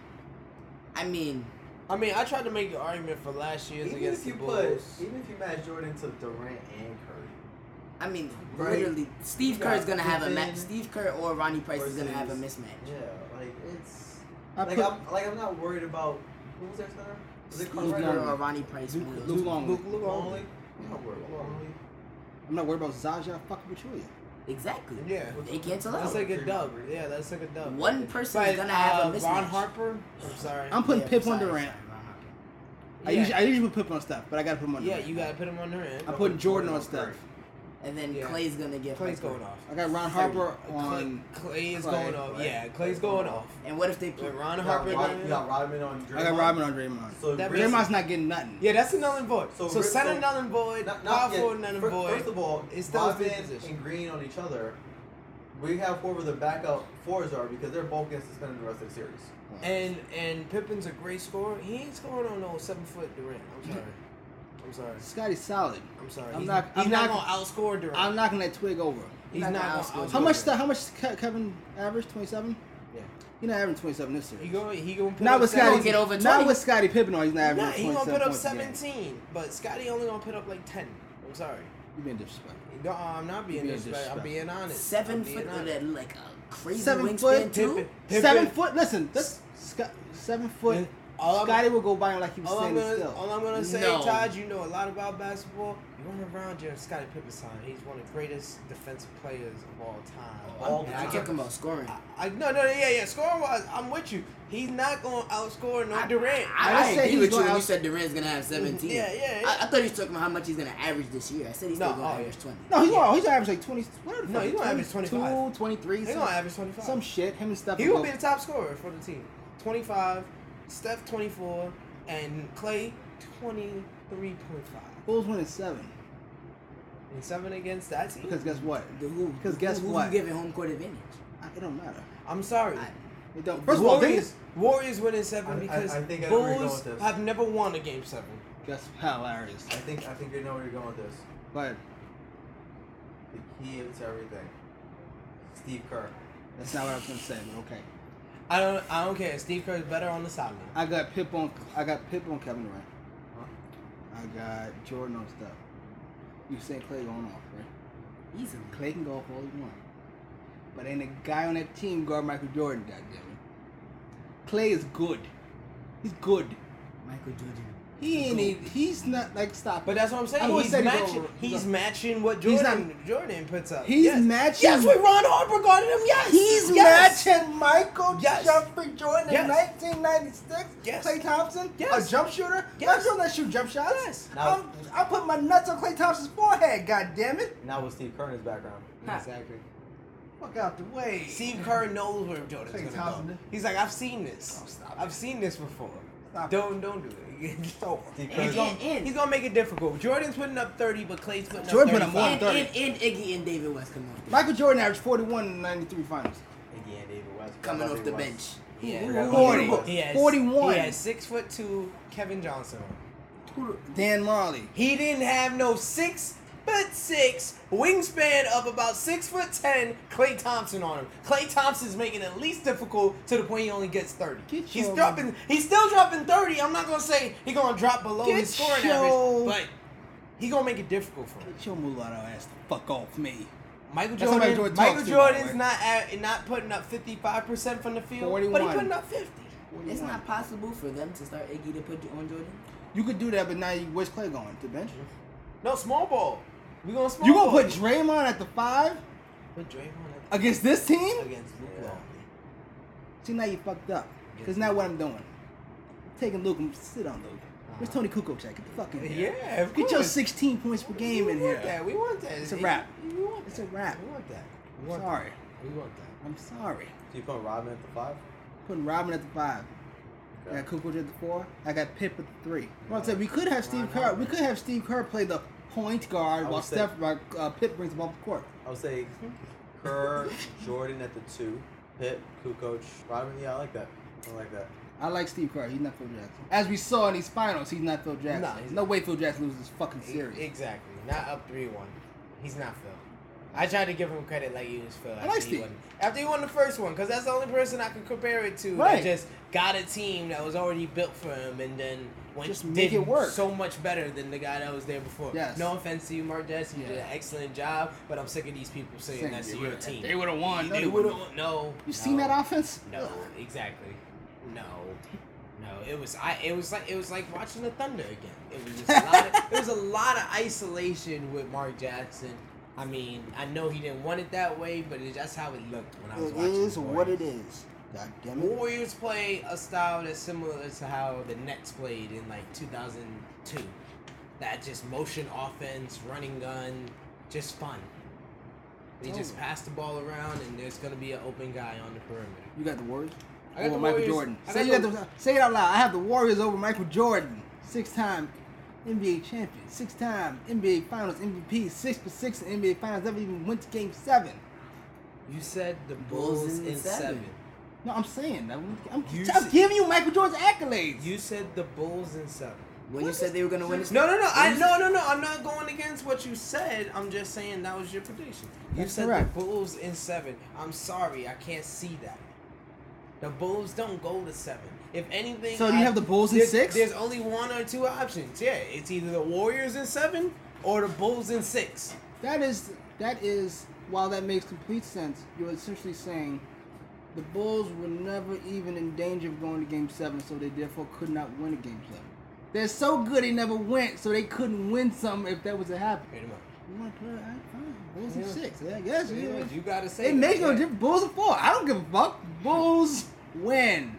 [SPEAKER 5] I mean,
[SPEAKER 4] I mean, I tried to make the argument for last year's
[SPEAKER 1] Even
[SPEAKER 4] against
[SPEAKER 1] if you
[SPEAKER 4] the
[SPEAKER 1] put,
[SPEAKER 4] Bulls.
[SPEAKER 1] even if you match Jordan to Durant and Curry,
[SPEAKER 5] I mean,
[SPEAKER 1] Right.
[SPEAKER 5] literally, Steve
[SPEAKER 1] You got
[SPEAKER 5] Kerr's gonna have a
[SPEAKER 1] Pippen
[SPEAKER 5] match. Steve Kerr or Ronnie Price is gonna have a
[SPEAKER 1] versus-
[SPEAKER 5] mismatch.
[SPEAKER 1] Yeah, like it's
[SPEAKER 3] I
[SPEAKER 1] like
[SPEAKER 3] put-
[SPEAKER 1] I'm like I'm not worried about who was their center. Was it
[SPEAKER 5] Steve
[SPEAKER 1] Carmelo?
[SPEAKER 5] Kerr or Ronnie Price.
[SPEAKER 3] Luke-
[SPEAKER 5] wins.
[SPEAKER 3] Luke Longley.
[SPEAKER 1] Luke Longley? I'm not worried about Longley.
[SPEAKER 3] I'm not worried about Zaza fucking with you.
[SPEAKER 5] Exactly.
[SPEAKER 4] Yeah.
[SPEAKER 5] They cancel
[SPEAKER 4] That's
[SPEAKER 5] out.
[SPEAKER 4] like a dub. Yeah, that's like a dub.
[SPEAKER 5] One person
[SPEAKER 4] But,
[SPEAKER 5] is gonna have a
[SPEAKER 4] uh,
[SPEAKER 5] mismatch.
[SPEAKER 4] Von Harper. I'm sorry.
[SPEAKER 3] I'm putting
[SPEAKER 5] Yeah,
[SPEAKER 3] Pip on
[SPEAKER 5] sorry,
[SPEAKER 3] Durant.
[SPEAKER 5] sorry, Ron Harper.
[SPEAKER 3] I
[SPEAKER 4] Yeah.
[SPEAKER 3] usually I usually put Pip on Steph, but I gotta put him on.
[SPEAKER 4] Yeah,
[SPEAKER 3] Durant.
[SPEAKER 4] you gotta put him on her end.
[SPEAKER 3] I'm putting Jordan on Steph.
[SPEAKER 5] And then
[SPEAKER 4] Yeah.
[SPEAKER 5] Clay's gonna get
[SPEAKER 4] Clay's
[SPEAKER 5] Harper.
[SPEAKER 4] going off.
[SPEAKER 3] I got Ron Harper on.
[SPEAKER 4] Clay, Clay is
[SPEAKER 3] Clay,
[SPEAKER 4] going off.
[SPEAKER 1] right?
[SPEAKER 4] Yeah, Clay's going off.
[SPEAKER 5] And what if they play
[SPEAKER 4] With Ron
[SPEAKER 1] You
[SPEAKER 4] Harper.
[SPEAKER 1] got, Rod,
[SPEAKER 4] going
[SPEAKER 1] you got
[SPEAKER 4] off.
[SPEAKER 1] Rodman on Draymond.
[SPEAKER 3] I got Robin on Draymond.
[SPEAKER 1] So
[SPEAKER 4] That
[SPEAKER 1] Draymond-
[SPEAKER 3] Draymond's not getting nothing.
[SPEAKER 4] Yeah, that's a null and void.
[SPEAKER 1] So
[SPEAKER 4] So,
[SPEAKER 1] Rick-
[SPEAKER 4] center
[SPEAKER 1] so-
[SPEAKER 4] null and void,
[SPEAKER 1] not,
[SPEAKER 4] power
[SPEAKER 1] not yet.
[SPEAKER 4] forward null and
[SPEAKER 1] Fir-
[SPEAKER 4] void.
[SPEAKER 1] First of all,
[SPEAKER 4] it's still his
[SPEAKER 1] Rodman
[SPEAKER 4] position.
[SPEAKER 1] and Green on each other. We have whoever the backup fours are because they're both getting suspended the rest of the series.
[SPEAKER 4] And and Pippen's a great scorer. He ain't scoring on no seven foot Durant. I'm sorry. I'm sorry.
[SPEAKER 3] Scotty's solid.
[SPEAKER 4] I'm sorry.
[SPEAKER 3] I'm
[SPEAKER 4] he's
[SPEAKER 3] not-
[SPEAKER 4] he's
[SPEAKER 3] I'm
[SPEAKER 4] not,
[SPEAKER 3] not-
[SPEAKER 4] gonna outscore Durant.
[SPEAKER 3] I'm knocking that twig over.
[SPEAKER 4] he's not
[SPEAKER 5] I'm not
[SPEAKER 4] gonna
[SPEAKER 5] gonna
[SPEAKER 4] outscore.
[SPEAKER 5] outscore
[SPEAKER 3] How much?
[SPEAKER 4] Durant.
[SPEAKER 3] How much? Ke- Kevin average twenty seven.
[SPEAKER 4] Yeah.
[SPEAKER 3] He's not averaging twenty seven this
[SPEAKER 4] He
[SPEAKER 3] year.
[SPEAKER 4] going he going put
[SPEAKER 3] Not
[SPEAKER 4] up
[SPEAKER 3] with
[SPEAKER 4] seven-
[SPEAKER 5] gonna
[SPEAKER 3] Scotty.
[SPEAKER 5] get over
[SPEAKER 3] Not
[SPEAKER 5] 20.
[SPEAKER 3] with Scotty Pippen. on, He's not
[SPEAKER 4] Nah,
[SPEAKER 3] averaging
[SPEAKER 4] he
[SPEAKER 3] twenty
[SPEAKER 4] gonna put
[SPEAKER 3] seven
[SPEAKER 4] up
[SPEAKER 3] points. a game.
[SPEAKER 4] 17, but Scotty only gonna put up like 10. I'm sorry.
[SPEAKER 3] You being disrespectful.
[SPEAKER 4] No, I'm not being
[SPEAKER 3] being
[SPEAKER 4] disrespectful. I'm
[SPEAKER 3] disrespectful.
[SPEAKER 4] being honest.
[SPEAKER 5] seven
[SPEAKER 4] I'm being
[SPEAKER 5] foot with
[SPEAKER 4] honest.
[SPEAKER 5] a, like a crazy
[SPEAKER 3] Seven
[SPEAKER 5] wingspan
[SPEAKER 3] foot,
[SPEAKER 5] too?
[SPEAKER 4] Pippen.
[SPEAKER 3] Seven foot. Listen, this Sc- seven foot.
[SPEAKER 4] All I'm-
[SPEAKER 3] Scotty will go by him like he was
[SPEAKER 4] All I'm
[SPEAKER 3] standing
[SPEAKER 4] gonna,
[SPEAKER 3] still.
[SPEAKER 4] all I'm gonna say,
[SPEAKER 5] No.
[SPEAKER 4] Todd, you know a lot about basketball. You're going around your Scottie Pippen's time. He's one of the greatest defensive players of all time.
[SPEAKER 1] All
[SPEAKER 4] And
[SPEAKER 1] the
[SPEAKER 5] I'm
[SPEAKER 4] I
[SPEAKER 1] time.
[SPEAKER 5] talking
[SPEAKER 4] get-
[SPEAKER 5] about scoring.
[SPEAKER 4] I, I, no, no, yeah, yeah. Scoring wise, I'm with you. He's not gonna outscore no Durant.
[SPEAKER 5] I,
[SPEAKER 3] I
[SPEAKER 5] I,
[SPEAKER 3] just said he's
[SPEAKER 5] agree with you
[SPEAKER 3] gonna Mm-hmm.
[SPEAKER 5] when you
[SPEAKER 3] out-
[SPEAKER 5] said Durant's gonna have 17.
[SPEAKER 4] Yeah, yeah, yeah.
[SPEAKER 5] I, I thought he was talking about how much he's gonna average this year. I said he's
[SPEAKER 4] No,
[SPEAKER 5] still
[SPEAKER 4] oh,
[SPEAKER 5] gonna
[SPEAKER 4] yeah.
[SPEAKER 5] average 20.
[SPEAKER 3] no, he's gonna he's gonna average like twenty. Whatever. the
[SPEAKER 4] No,
[SPEAKER 3] fuck,
[SPEAKER 4] he's gonna average
[SPEAKER 3] 22,
[SPEAKER 4] 25.
[SPEAKER 3] 23,
[SPEAKER 4] He's
[SPEAKER 3] some-
[SPEAKER 4] gonna average 25.
[SPEAKER 3] Some shit. Him and Steph.
[SPEAKER 4] He
[SPEAKER 3] will
[SPEAKER 4] will
[SPEAKER 3] go-
[SPEAKER 4] be the top scorer for the team. 25, Steph 24, and Clay 23.5.
[SPEAKER 3] Bulls winning seven.
[SPEAKER 4] And seven against that team.
[SPEAKER 3] Because guess what?
[SPEAKER 5] The who?
[SPEAKER 3] 'Cause guess
[SPEAKER 5] who, who
[SPEAKER 3] what?
[SPEAKER 5] you giving home court advantage?
[SPEAKER 3] It don't matter.
[SPEAKER 4] I'm sorry.
[SPEAKER 5] I-
[SPEAKER 3] It don't. First of all, they,
[SPEAKER 4] Warriors, Warriors winning seven
[SPEAKER 1] I- I-
[SPEAKER 4] because
[SPEAKER 1] I think I know where you're going
[SPEAKER 4] Bulls
[SPEAKER 1] with this.
[SPEAKER 4] have never won a game seven.
[SPEAKER 3] That's hilarious.
[SPEAKER 1] I think I think you know where you're going with this.
[SPEAKER 3] But
[SPEAKER 1] The key to everything. Steve Kerr.
[SPEAKER 3] That's not what I was gonna say, but okay.
[SPEAKER 4] I don't. I don't care. Steve Kerr is better on the sideline.
[SPEAKER 3] I got Pip on. I got Pip on Kevin Durant. I got Jordan on stuff. You saying Clay going off, right?
[SPEAKER 5] Easily.
[SPEAKER 3] Clay can go off all he want, but ain't a guy on that team guard Michael Jordan. Goddamn it. Clay is good. He's good.
[SPEAKER 5] Michael Jordan.
[SPEAKER 3] He ain't. even- He's not like stop.
[SPEAKER 4] But that's what I'm saying.
[SPEAKER 3] I would
[SPEAKER 4] he's
[SPEAKER 3] say he's
[SPEAKER 4] matching.
[SPEAKER 3] over-
[SPEAKER 4] He's
[SPEAKER 3] no.
[SPEAKER 4] matching what
[SPEAKER 3] He's not-
[SPEAKER 4] Jordan Jordan puts up.
[SPEAKER 3] He's
[SPEAKER 4] yes.
[SPEAKER 3] matching-
[SPEAKER 4] Yes, what Ron Harper guarded him. Yes,
[SPEAKER 3] He's
[SPEAKER 4] yes.
[SPEAKER 3] matching Michael
[SPEAKER 4] Yes.
[SPEAKER 3] Jeffrey Jordan
[SPEAKER 4] Yes.
[SPEAKER 3] in 1996.
[SPEAKER 4] Yes.
[SPEAKER 3] Clay Thompson,
[SPEAKER 4] Yes.
[SPEAKER 3] a jump shooter.
[SPEAKER 4] Yes.
[SPEAKER 3] I don't let shoot jump shots.
[SPEAKER 4] Yes.
[SPEAKER 1] Now-
[SPEAKER 3] I'm- I put my nuts on Clay Thompson's forehead. God damn it!
[SPEAKER 1] Now with Steve Kerr in his background.
[SPEAKER 3] Exactly. Fuck out the way.
[SPEAKER 4] Steve Kerr knows where Jordan's
[SPEAKER 3] Clay
[SPEAKER 4] gonna go.
[SPEAKER 3] Thompson.
[SPEAKER 4] He's like, I've seen this.
[SPEAKER 3] Oh, stop
[SPEAKER 4] I've
[SPEAKER 3] it.
[SPEAKER 4] seen this before.
[SPEAKER 3] Stop
[SPEAKER 4] don't don't do it. It's over.
[SPEAKER 1] Steve
[SPEAKER 4] He's
[SPEAKER 1] Kerr's-
[SPEAKER 4] gonna,
[SPEAKER 5] And- and-
[SPEAKER 4] he's gonna make it difficult. Jordan's putting up thirty, but Clay's putting
[SPEAKER 3] Jordan
[SPEAKER 4] up
[SPEAKER 3] put up more.
[SPEAKER 4] thirty-five.
[SPEAKER 5] And,
[SPEAKER 3] 30.
[SPEAKER 5] and, and Iggy and David West coming off the
[SPEAKER 3] Michael Jordan averaged 41 in the 93 finals.
[SPEAKER 1] Iggy and David West.
[SPEAKER 5] coming
[SPEAKER 1] David
[SPEAKER 5] off the
[SPEAKER 1] West.
[SPEAKER 5] bench.
[SPEAKER 4] Yeah.
[SPEAKER 5] Yeah.
[SPEAKER 1] Forgot about
[SPEAKER 3] Forty.
[SPEAKER 1] David West.
[SPEAKER 4] He has,
[SPEAKER 3] 41.
[SPEAKER 4] He has six foot two Kevin Johnson.
[SPEAKER 3] Dan Marley.
[SPEAKER 4] He didn't have no six foot six wingspan of about six foot ten Clay Thompson on him. Clay Thompson's making it least difficult to the point he only gets thirty.
[SPEAKER 3] Get
[SPEAKER 4] he's
[SPEAKER 3] your-
[SPEAKER 4] dropping he's still dropping thirty. I'm not gonna say he's gonna drop below
[SPEAKER 3] Get
[SPEAKER 4] his scoring
[SPEAKER 3] your-
[SPEAKER 4] average, but he gonna make it difficult for him.
[SPEAKER 3] Get your mulatto ass the fuck off me.
[SPEAKER 4] Michael
[SPEAKER 3] That's how
[SPEAKER 4] Jordan,
[SPEAKER 3] Michael Jordan
[SPEAKER 4] Michael
[SPEAKER 3] talks to, by the
[SPEAKER 4] Jordan's
[SPEAKER 3] way.
[SPEAKER 4] not at, not putting up fifty five percent from the field, but he
[SPEAKER 3] 41.
[SPEAKER 4] putting up fifty.
[SPEAKER 5] It's
[SPEAKER 3] 41.
[SPEAKER 5] not possible for them to start Iggy to put on Jordan.
[SPEAKER 3] You could do that, but now you where's Clay going to the bench?
[SPEAKER 4] No small ball. We gonna small
[SPEAKER 3] You
[SPEAKER 4] ball.
[SPEAKER 3] gonna put Draymond at the five
[SPEAKER 4] put Draymond up
[SPEAKER 3] against this team?
[SPEAKER 4] against Luke
[SPEAKER 1] Yeah.
[SPEAKER 4] Longley.
[SPEAKER 3] See now you fucked up. Cause now what I'm doing? taking Luke and sit on Luke. Where's Tony Kukoc at? Get the fuck in here.
[SPEAKER 4] Uh-huh. Yeah, of
[SPEAKER 3] Get your
[SPEAKER 4] course.
[SPEAKER 3] 16 points per game in
[SPEAKER 4] We want
[SPEAKER 3] here.
[SPEAKER 4] that. We want that.
[SPEAKER 3] It's a wrap.
[SPEAKER 4] We want
[SPEAKER 3] It's
[SPEAKER 4] that.
[SPEAKER 3] a wrap.
[SPEAKER 4] We want that. We
[SPEAKER 3] I'm
[SPEAKER 4] want
[SPEAKER 3] sorry.
[SPEAKER 4] That. We want that.
[SPEAKER 3] I'm sorry.
[SPEAKER 1] So you put Rodman at the five?
[SPEAKER 3] Putting Robin at the five. I
[SPEAKER 1] Okay.
[SPEAKER 3] got Kukoc at the four. I got Pip at the three. Well, I'm saying we could have Steve
[SPEAKER 4] Why
[SPEAKER 3] Kerr.
[SPEAKER 4] not?
[SPEAKER 3] We could have Steve Kerr play the point guard
[SPEAKER 1] would
[SPEAKER 3] while
[SPEAKER 1] say-
[SPEAKER 3] Steph, while uh, Pip brings the ball up the court.
[SPEAKER 1] I would say Kerr, Jordan at the two, Pitt, Kukoc, Rodman. Yeah, I like that. I like that.
[SPEAKER 3] I like Steve Kerr. He's not Phil Jackson. As we saw in these finals, he's not Phil Jackson.
[SPEAKER 4] Nah, he's
[SPEAKER 3] no
[SPEAKER 4] not.
[SPEAKER 3] way Phil Jackson loses this fucking series.
[SPEAKER 4] E- Exactly. Not up three one. He's not Phil. I tried to give him credit like you was Phil. After
[SPEAKER 3] like
[SPEAKER 4] he
[SPEAKER 3] Steve.
[SPEAKER 4] Won. After he won the first one, because that's the only person I could compare it to.
[SPEAKER 3] Right.
[SPEAKER 4] That just got a team that was already built for him, and then went
[SPEAKER 3] Just make
[SPEAKER 4] did
[SPEAKER 3] it work.
[SPEAKER 4] so much better than the guy that was there before.
[SPEAKER 3] Yes.
[SPEAKER 4] No offense to you, Martez. You
[SPEAKER 3] Yeah.
[SPEAKER 4] did an excellent job, but I'm sick of these people saying
[SPEAKER 3] Saying
[SPEAKER 4] that's
[SPEAKER 3] they
[SPEAKER 4] your
[SPEAKER 3] would've-
[SPEAKER 4] team.
[SPEAKER 3] They would have won.
[SPEAKER 4] They would have. No.
[SPEAKER 3] You seen
[SPEAKER 4] no.
[SPEAKER 3] that offense?
[SPEAKER 4] No,
[SPEAKER 3] Ugh.
[SPEAKER 4] exactly. No, no. It was I. It was like it was like watching the Thunder again. It was just a lot. Of, it was a lot of isolation with Mark Jackson. I mean, I know he didn't want it that way, but it, that's how it looked when I was
[SPEAKER 3] It
[SPEAKER 4] watching.
[SPEAKER 3] is
[SPEAKER 4] the
[SPEAKER 3] what it
[SPEAKER 4] Warriors.
[SPEAKER 3] is. God damn it.
[SPEAKER 4] Warriors play a style that's similar to how the Nets played in like 2002. That just motion offense, running gun, just fun. They just
[SPEAKER 3] Totally.
[SPEAKER 4] pass the ball around, and there's gonna be an open guy on the perimeter.
[SPEAKER 3] You got the Warriors?
[SPEAKER 4] I
[SPEAKER 3] Over
[SPEAKER 4] got the
[SPEAKER 3] Michael
[SPEAKER 4] Warriors.
[SPEAKER 3] Jordan.
[SPEAKER 4] I
[SPEAKER 3] Say,
[SPEAKER 4] got
[SPEAKER 3] you got the, say it out loud. I have the Warriors over Michael Jordan. Six time NBA champion. Six time NBA Finals MVP. Six for six in NBA Finals. Never even went to game seven.
[SPEAKER 4] You said the Bulls,
[SPEAKER 5] Bulls in
[SPEAKER 4] in seven.
[SPEAKER 5] seven.
[SPEAKER 3] No, I'm saying that. I'm, I'm,
[SPEAKER 4] You
[SPEAKER 3] I'm
[SPEAKER 4] said-
[SPEAKER 3] giving you Michael Jordan's accolades.
[SPEAKER 4] You said the Bulls in seven.
[SPEAKER 5] When you said they were gonna win this,
[SPEAKER 4] No, no, no. I no, no, no. I'm not going against what you said. I'm just saying that was your prediction. You
[SPEAKER 3] That's
[SPEAKER 4] said
[SPEAKER 3] correct.
[SPEAKER 4] the Bulls in seven. I'm sorry, I can't see that. The Bulls don't go to seven. If anything,
[SPEAKER 3] So you
[SPEAKER 4] I-
[SPEAKER 3] have the Bulls in
[SPEAKER 4] there's-
[SPEAKER 3] six?
[SPEAKER 4] There's only one or two options. Yeah, it's either the Warriors in seven or the Bulls in six.
[SPEAKER 3] That is that is while that makes complete sense, you're essentially saying the Bulls were never even in danger of going to game seven, so they therefore could not win a game seven. They're so good they never went, so they couldn't win some if that was to happen.
[SPEAKER 4] Pretty much.
[SPEAKER 3] You want to put it I- fine. Bulls in
[SPEAKER 4] Yeah.
[SPEAKER 3] six, yeah, I guess.
[SPEAKER 4] Pretty
[SPEAKER 3] Yeah.
[SPEAKER 4] much. You gotta say
[SPEAKER 3] It makes no
[SPEAKER 4] yeah.
[SPEAKER 3] difference. Bulls are four. I don't give a fuck. Bulls win.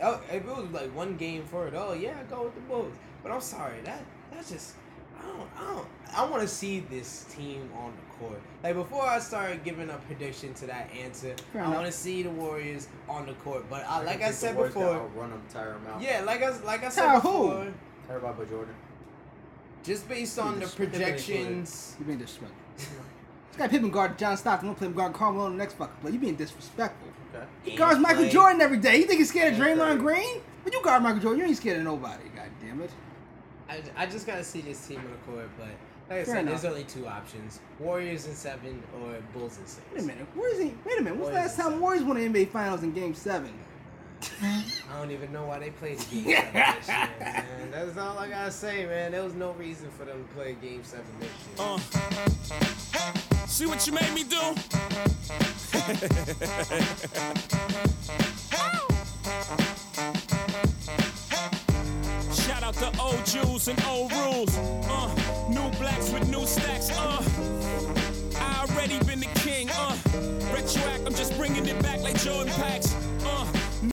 [SPEAKER 4] Oh, If it was like one game for it, all, yeah, I go with the Bulls. But I'm sorry, that that's just I don't I don't I want to see this team on the court. Like before I started giving a prediction to that answer,
[SPEAKER 3] Fair
[SPEAKER 4] I
[SPEAKER 3] enough.
[SPEAKER 4] want to see the Warriors on the court. But I, like
[SPEAKER 1] think
[SPEAKER 4] I
[SPEAKER 1] the
[SPEAKER 4] said
[SPEAKER 1] Warriors gotta
[SPEAKER 4] before,
[SPEAKER 1] outrun them, tire them out.
[SPEAKER 4] yeah, like I like I said
[SPEAKER 3] Tara who?
[SPEAKER 4] before,
[SPEAKER 1] Tire 'em out by Jordan.
[SPEAKER 4] just based on the
[SPEAKER 1] Just particularly
[SPEAKER 4] projections.
[SPEAKER 3] You being disrespectful. This guy Pippen guard John Stockton. I'm gonna play him guard Carmelo in the next fucking play. You being disrespectful.
[SPEAKER 1] Okay.
[SPEAKER 3] He guards Michael
[SPEAKER 4] gameplay-
[SPEAKER 3] Jordan every day. You think he's scared of
[SPEAKER 1] Yeah,
[SPEAKER 3] Draymond
[SPEAKER 1] right.
[SPEAKER 3] Green? But you guard Michael Jordan, you ain't scared of nobody. God damn it.
[SPEAKER 4] I, I just gotta see this team on the court, but Like I
[SPEAKER 3] Fair
[SPEAKER 4] said,
[SPEAKER 3] enough.
[SPEAKER 4] there's only two options: Warriors in seven or Bulls in six.
[SPEAKER 3] Wait a minute. Where is he? Wait a minute. When's the
[SPEAKER 4] Warriors
[SPEAKER 3] last time
[SPEAKER 4] in
[SPEAKER 3] Warriors won an NBA Finals in Game Seven?
[SPEAKER 4] I don't even know why they played the game seven this year, man. That's all I gotta say, man. There was no reason for them to play game seven this year.
[SPEAKER 2] Uh. See what you made me do? Shout out to old Jews and old rules. Uh, new blacks with new stacks. Uh, I already been the king. Uh, retroact, I'm just bringing it back like Jordan Packs.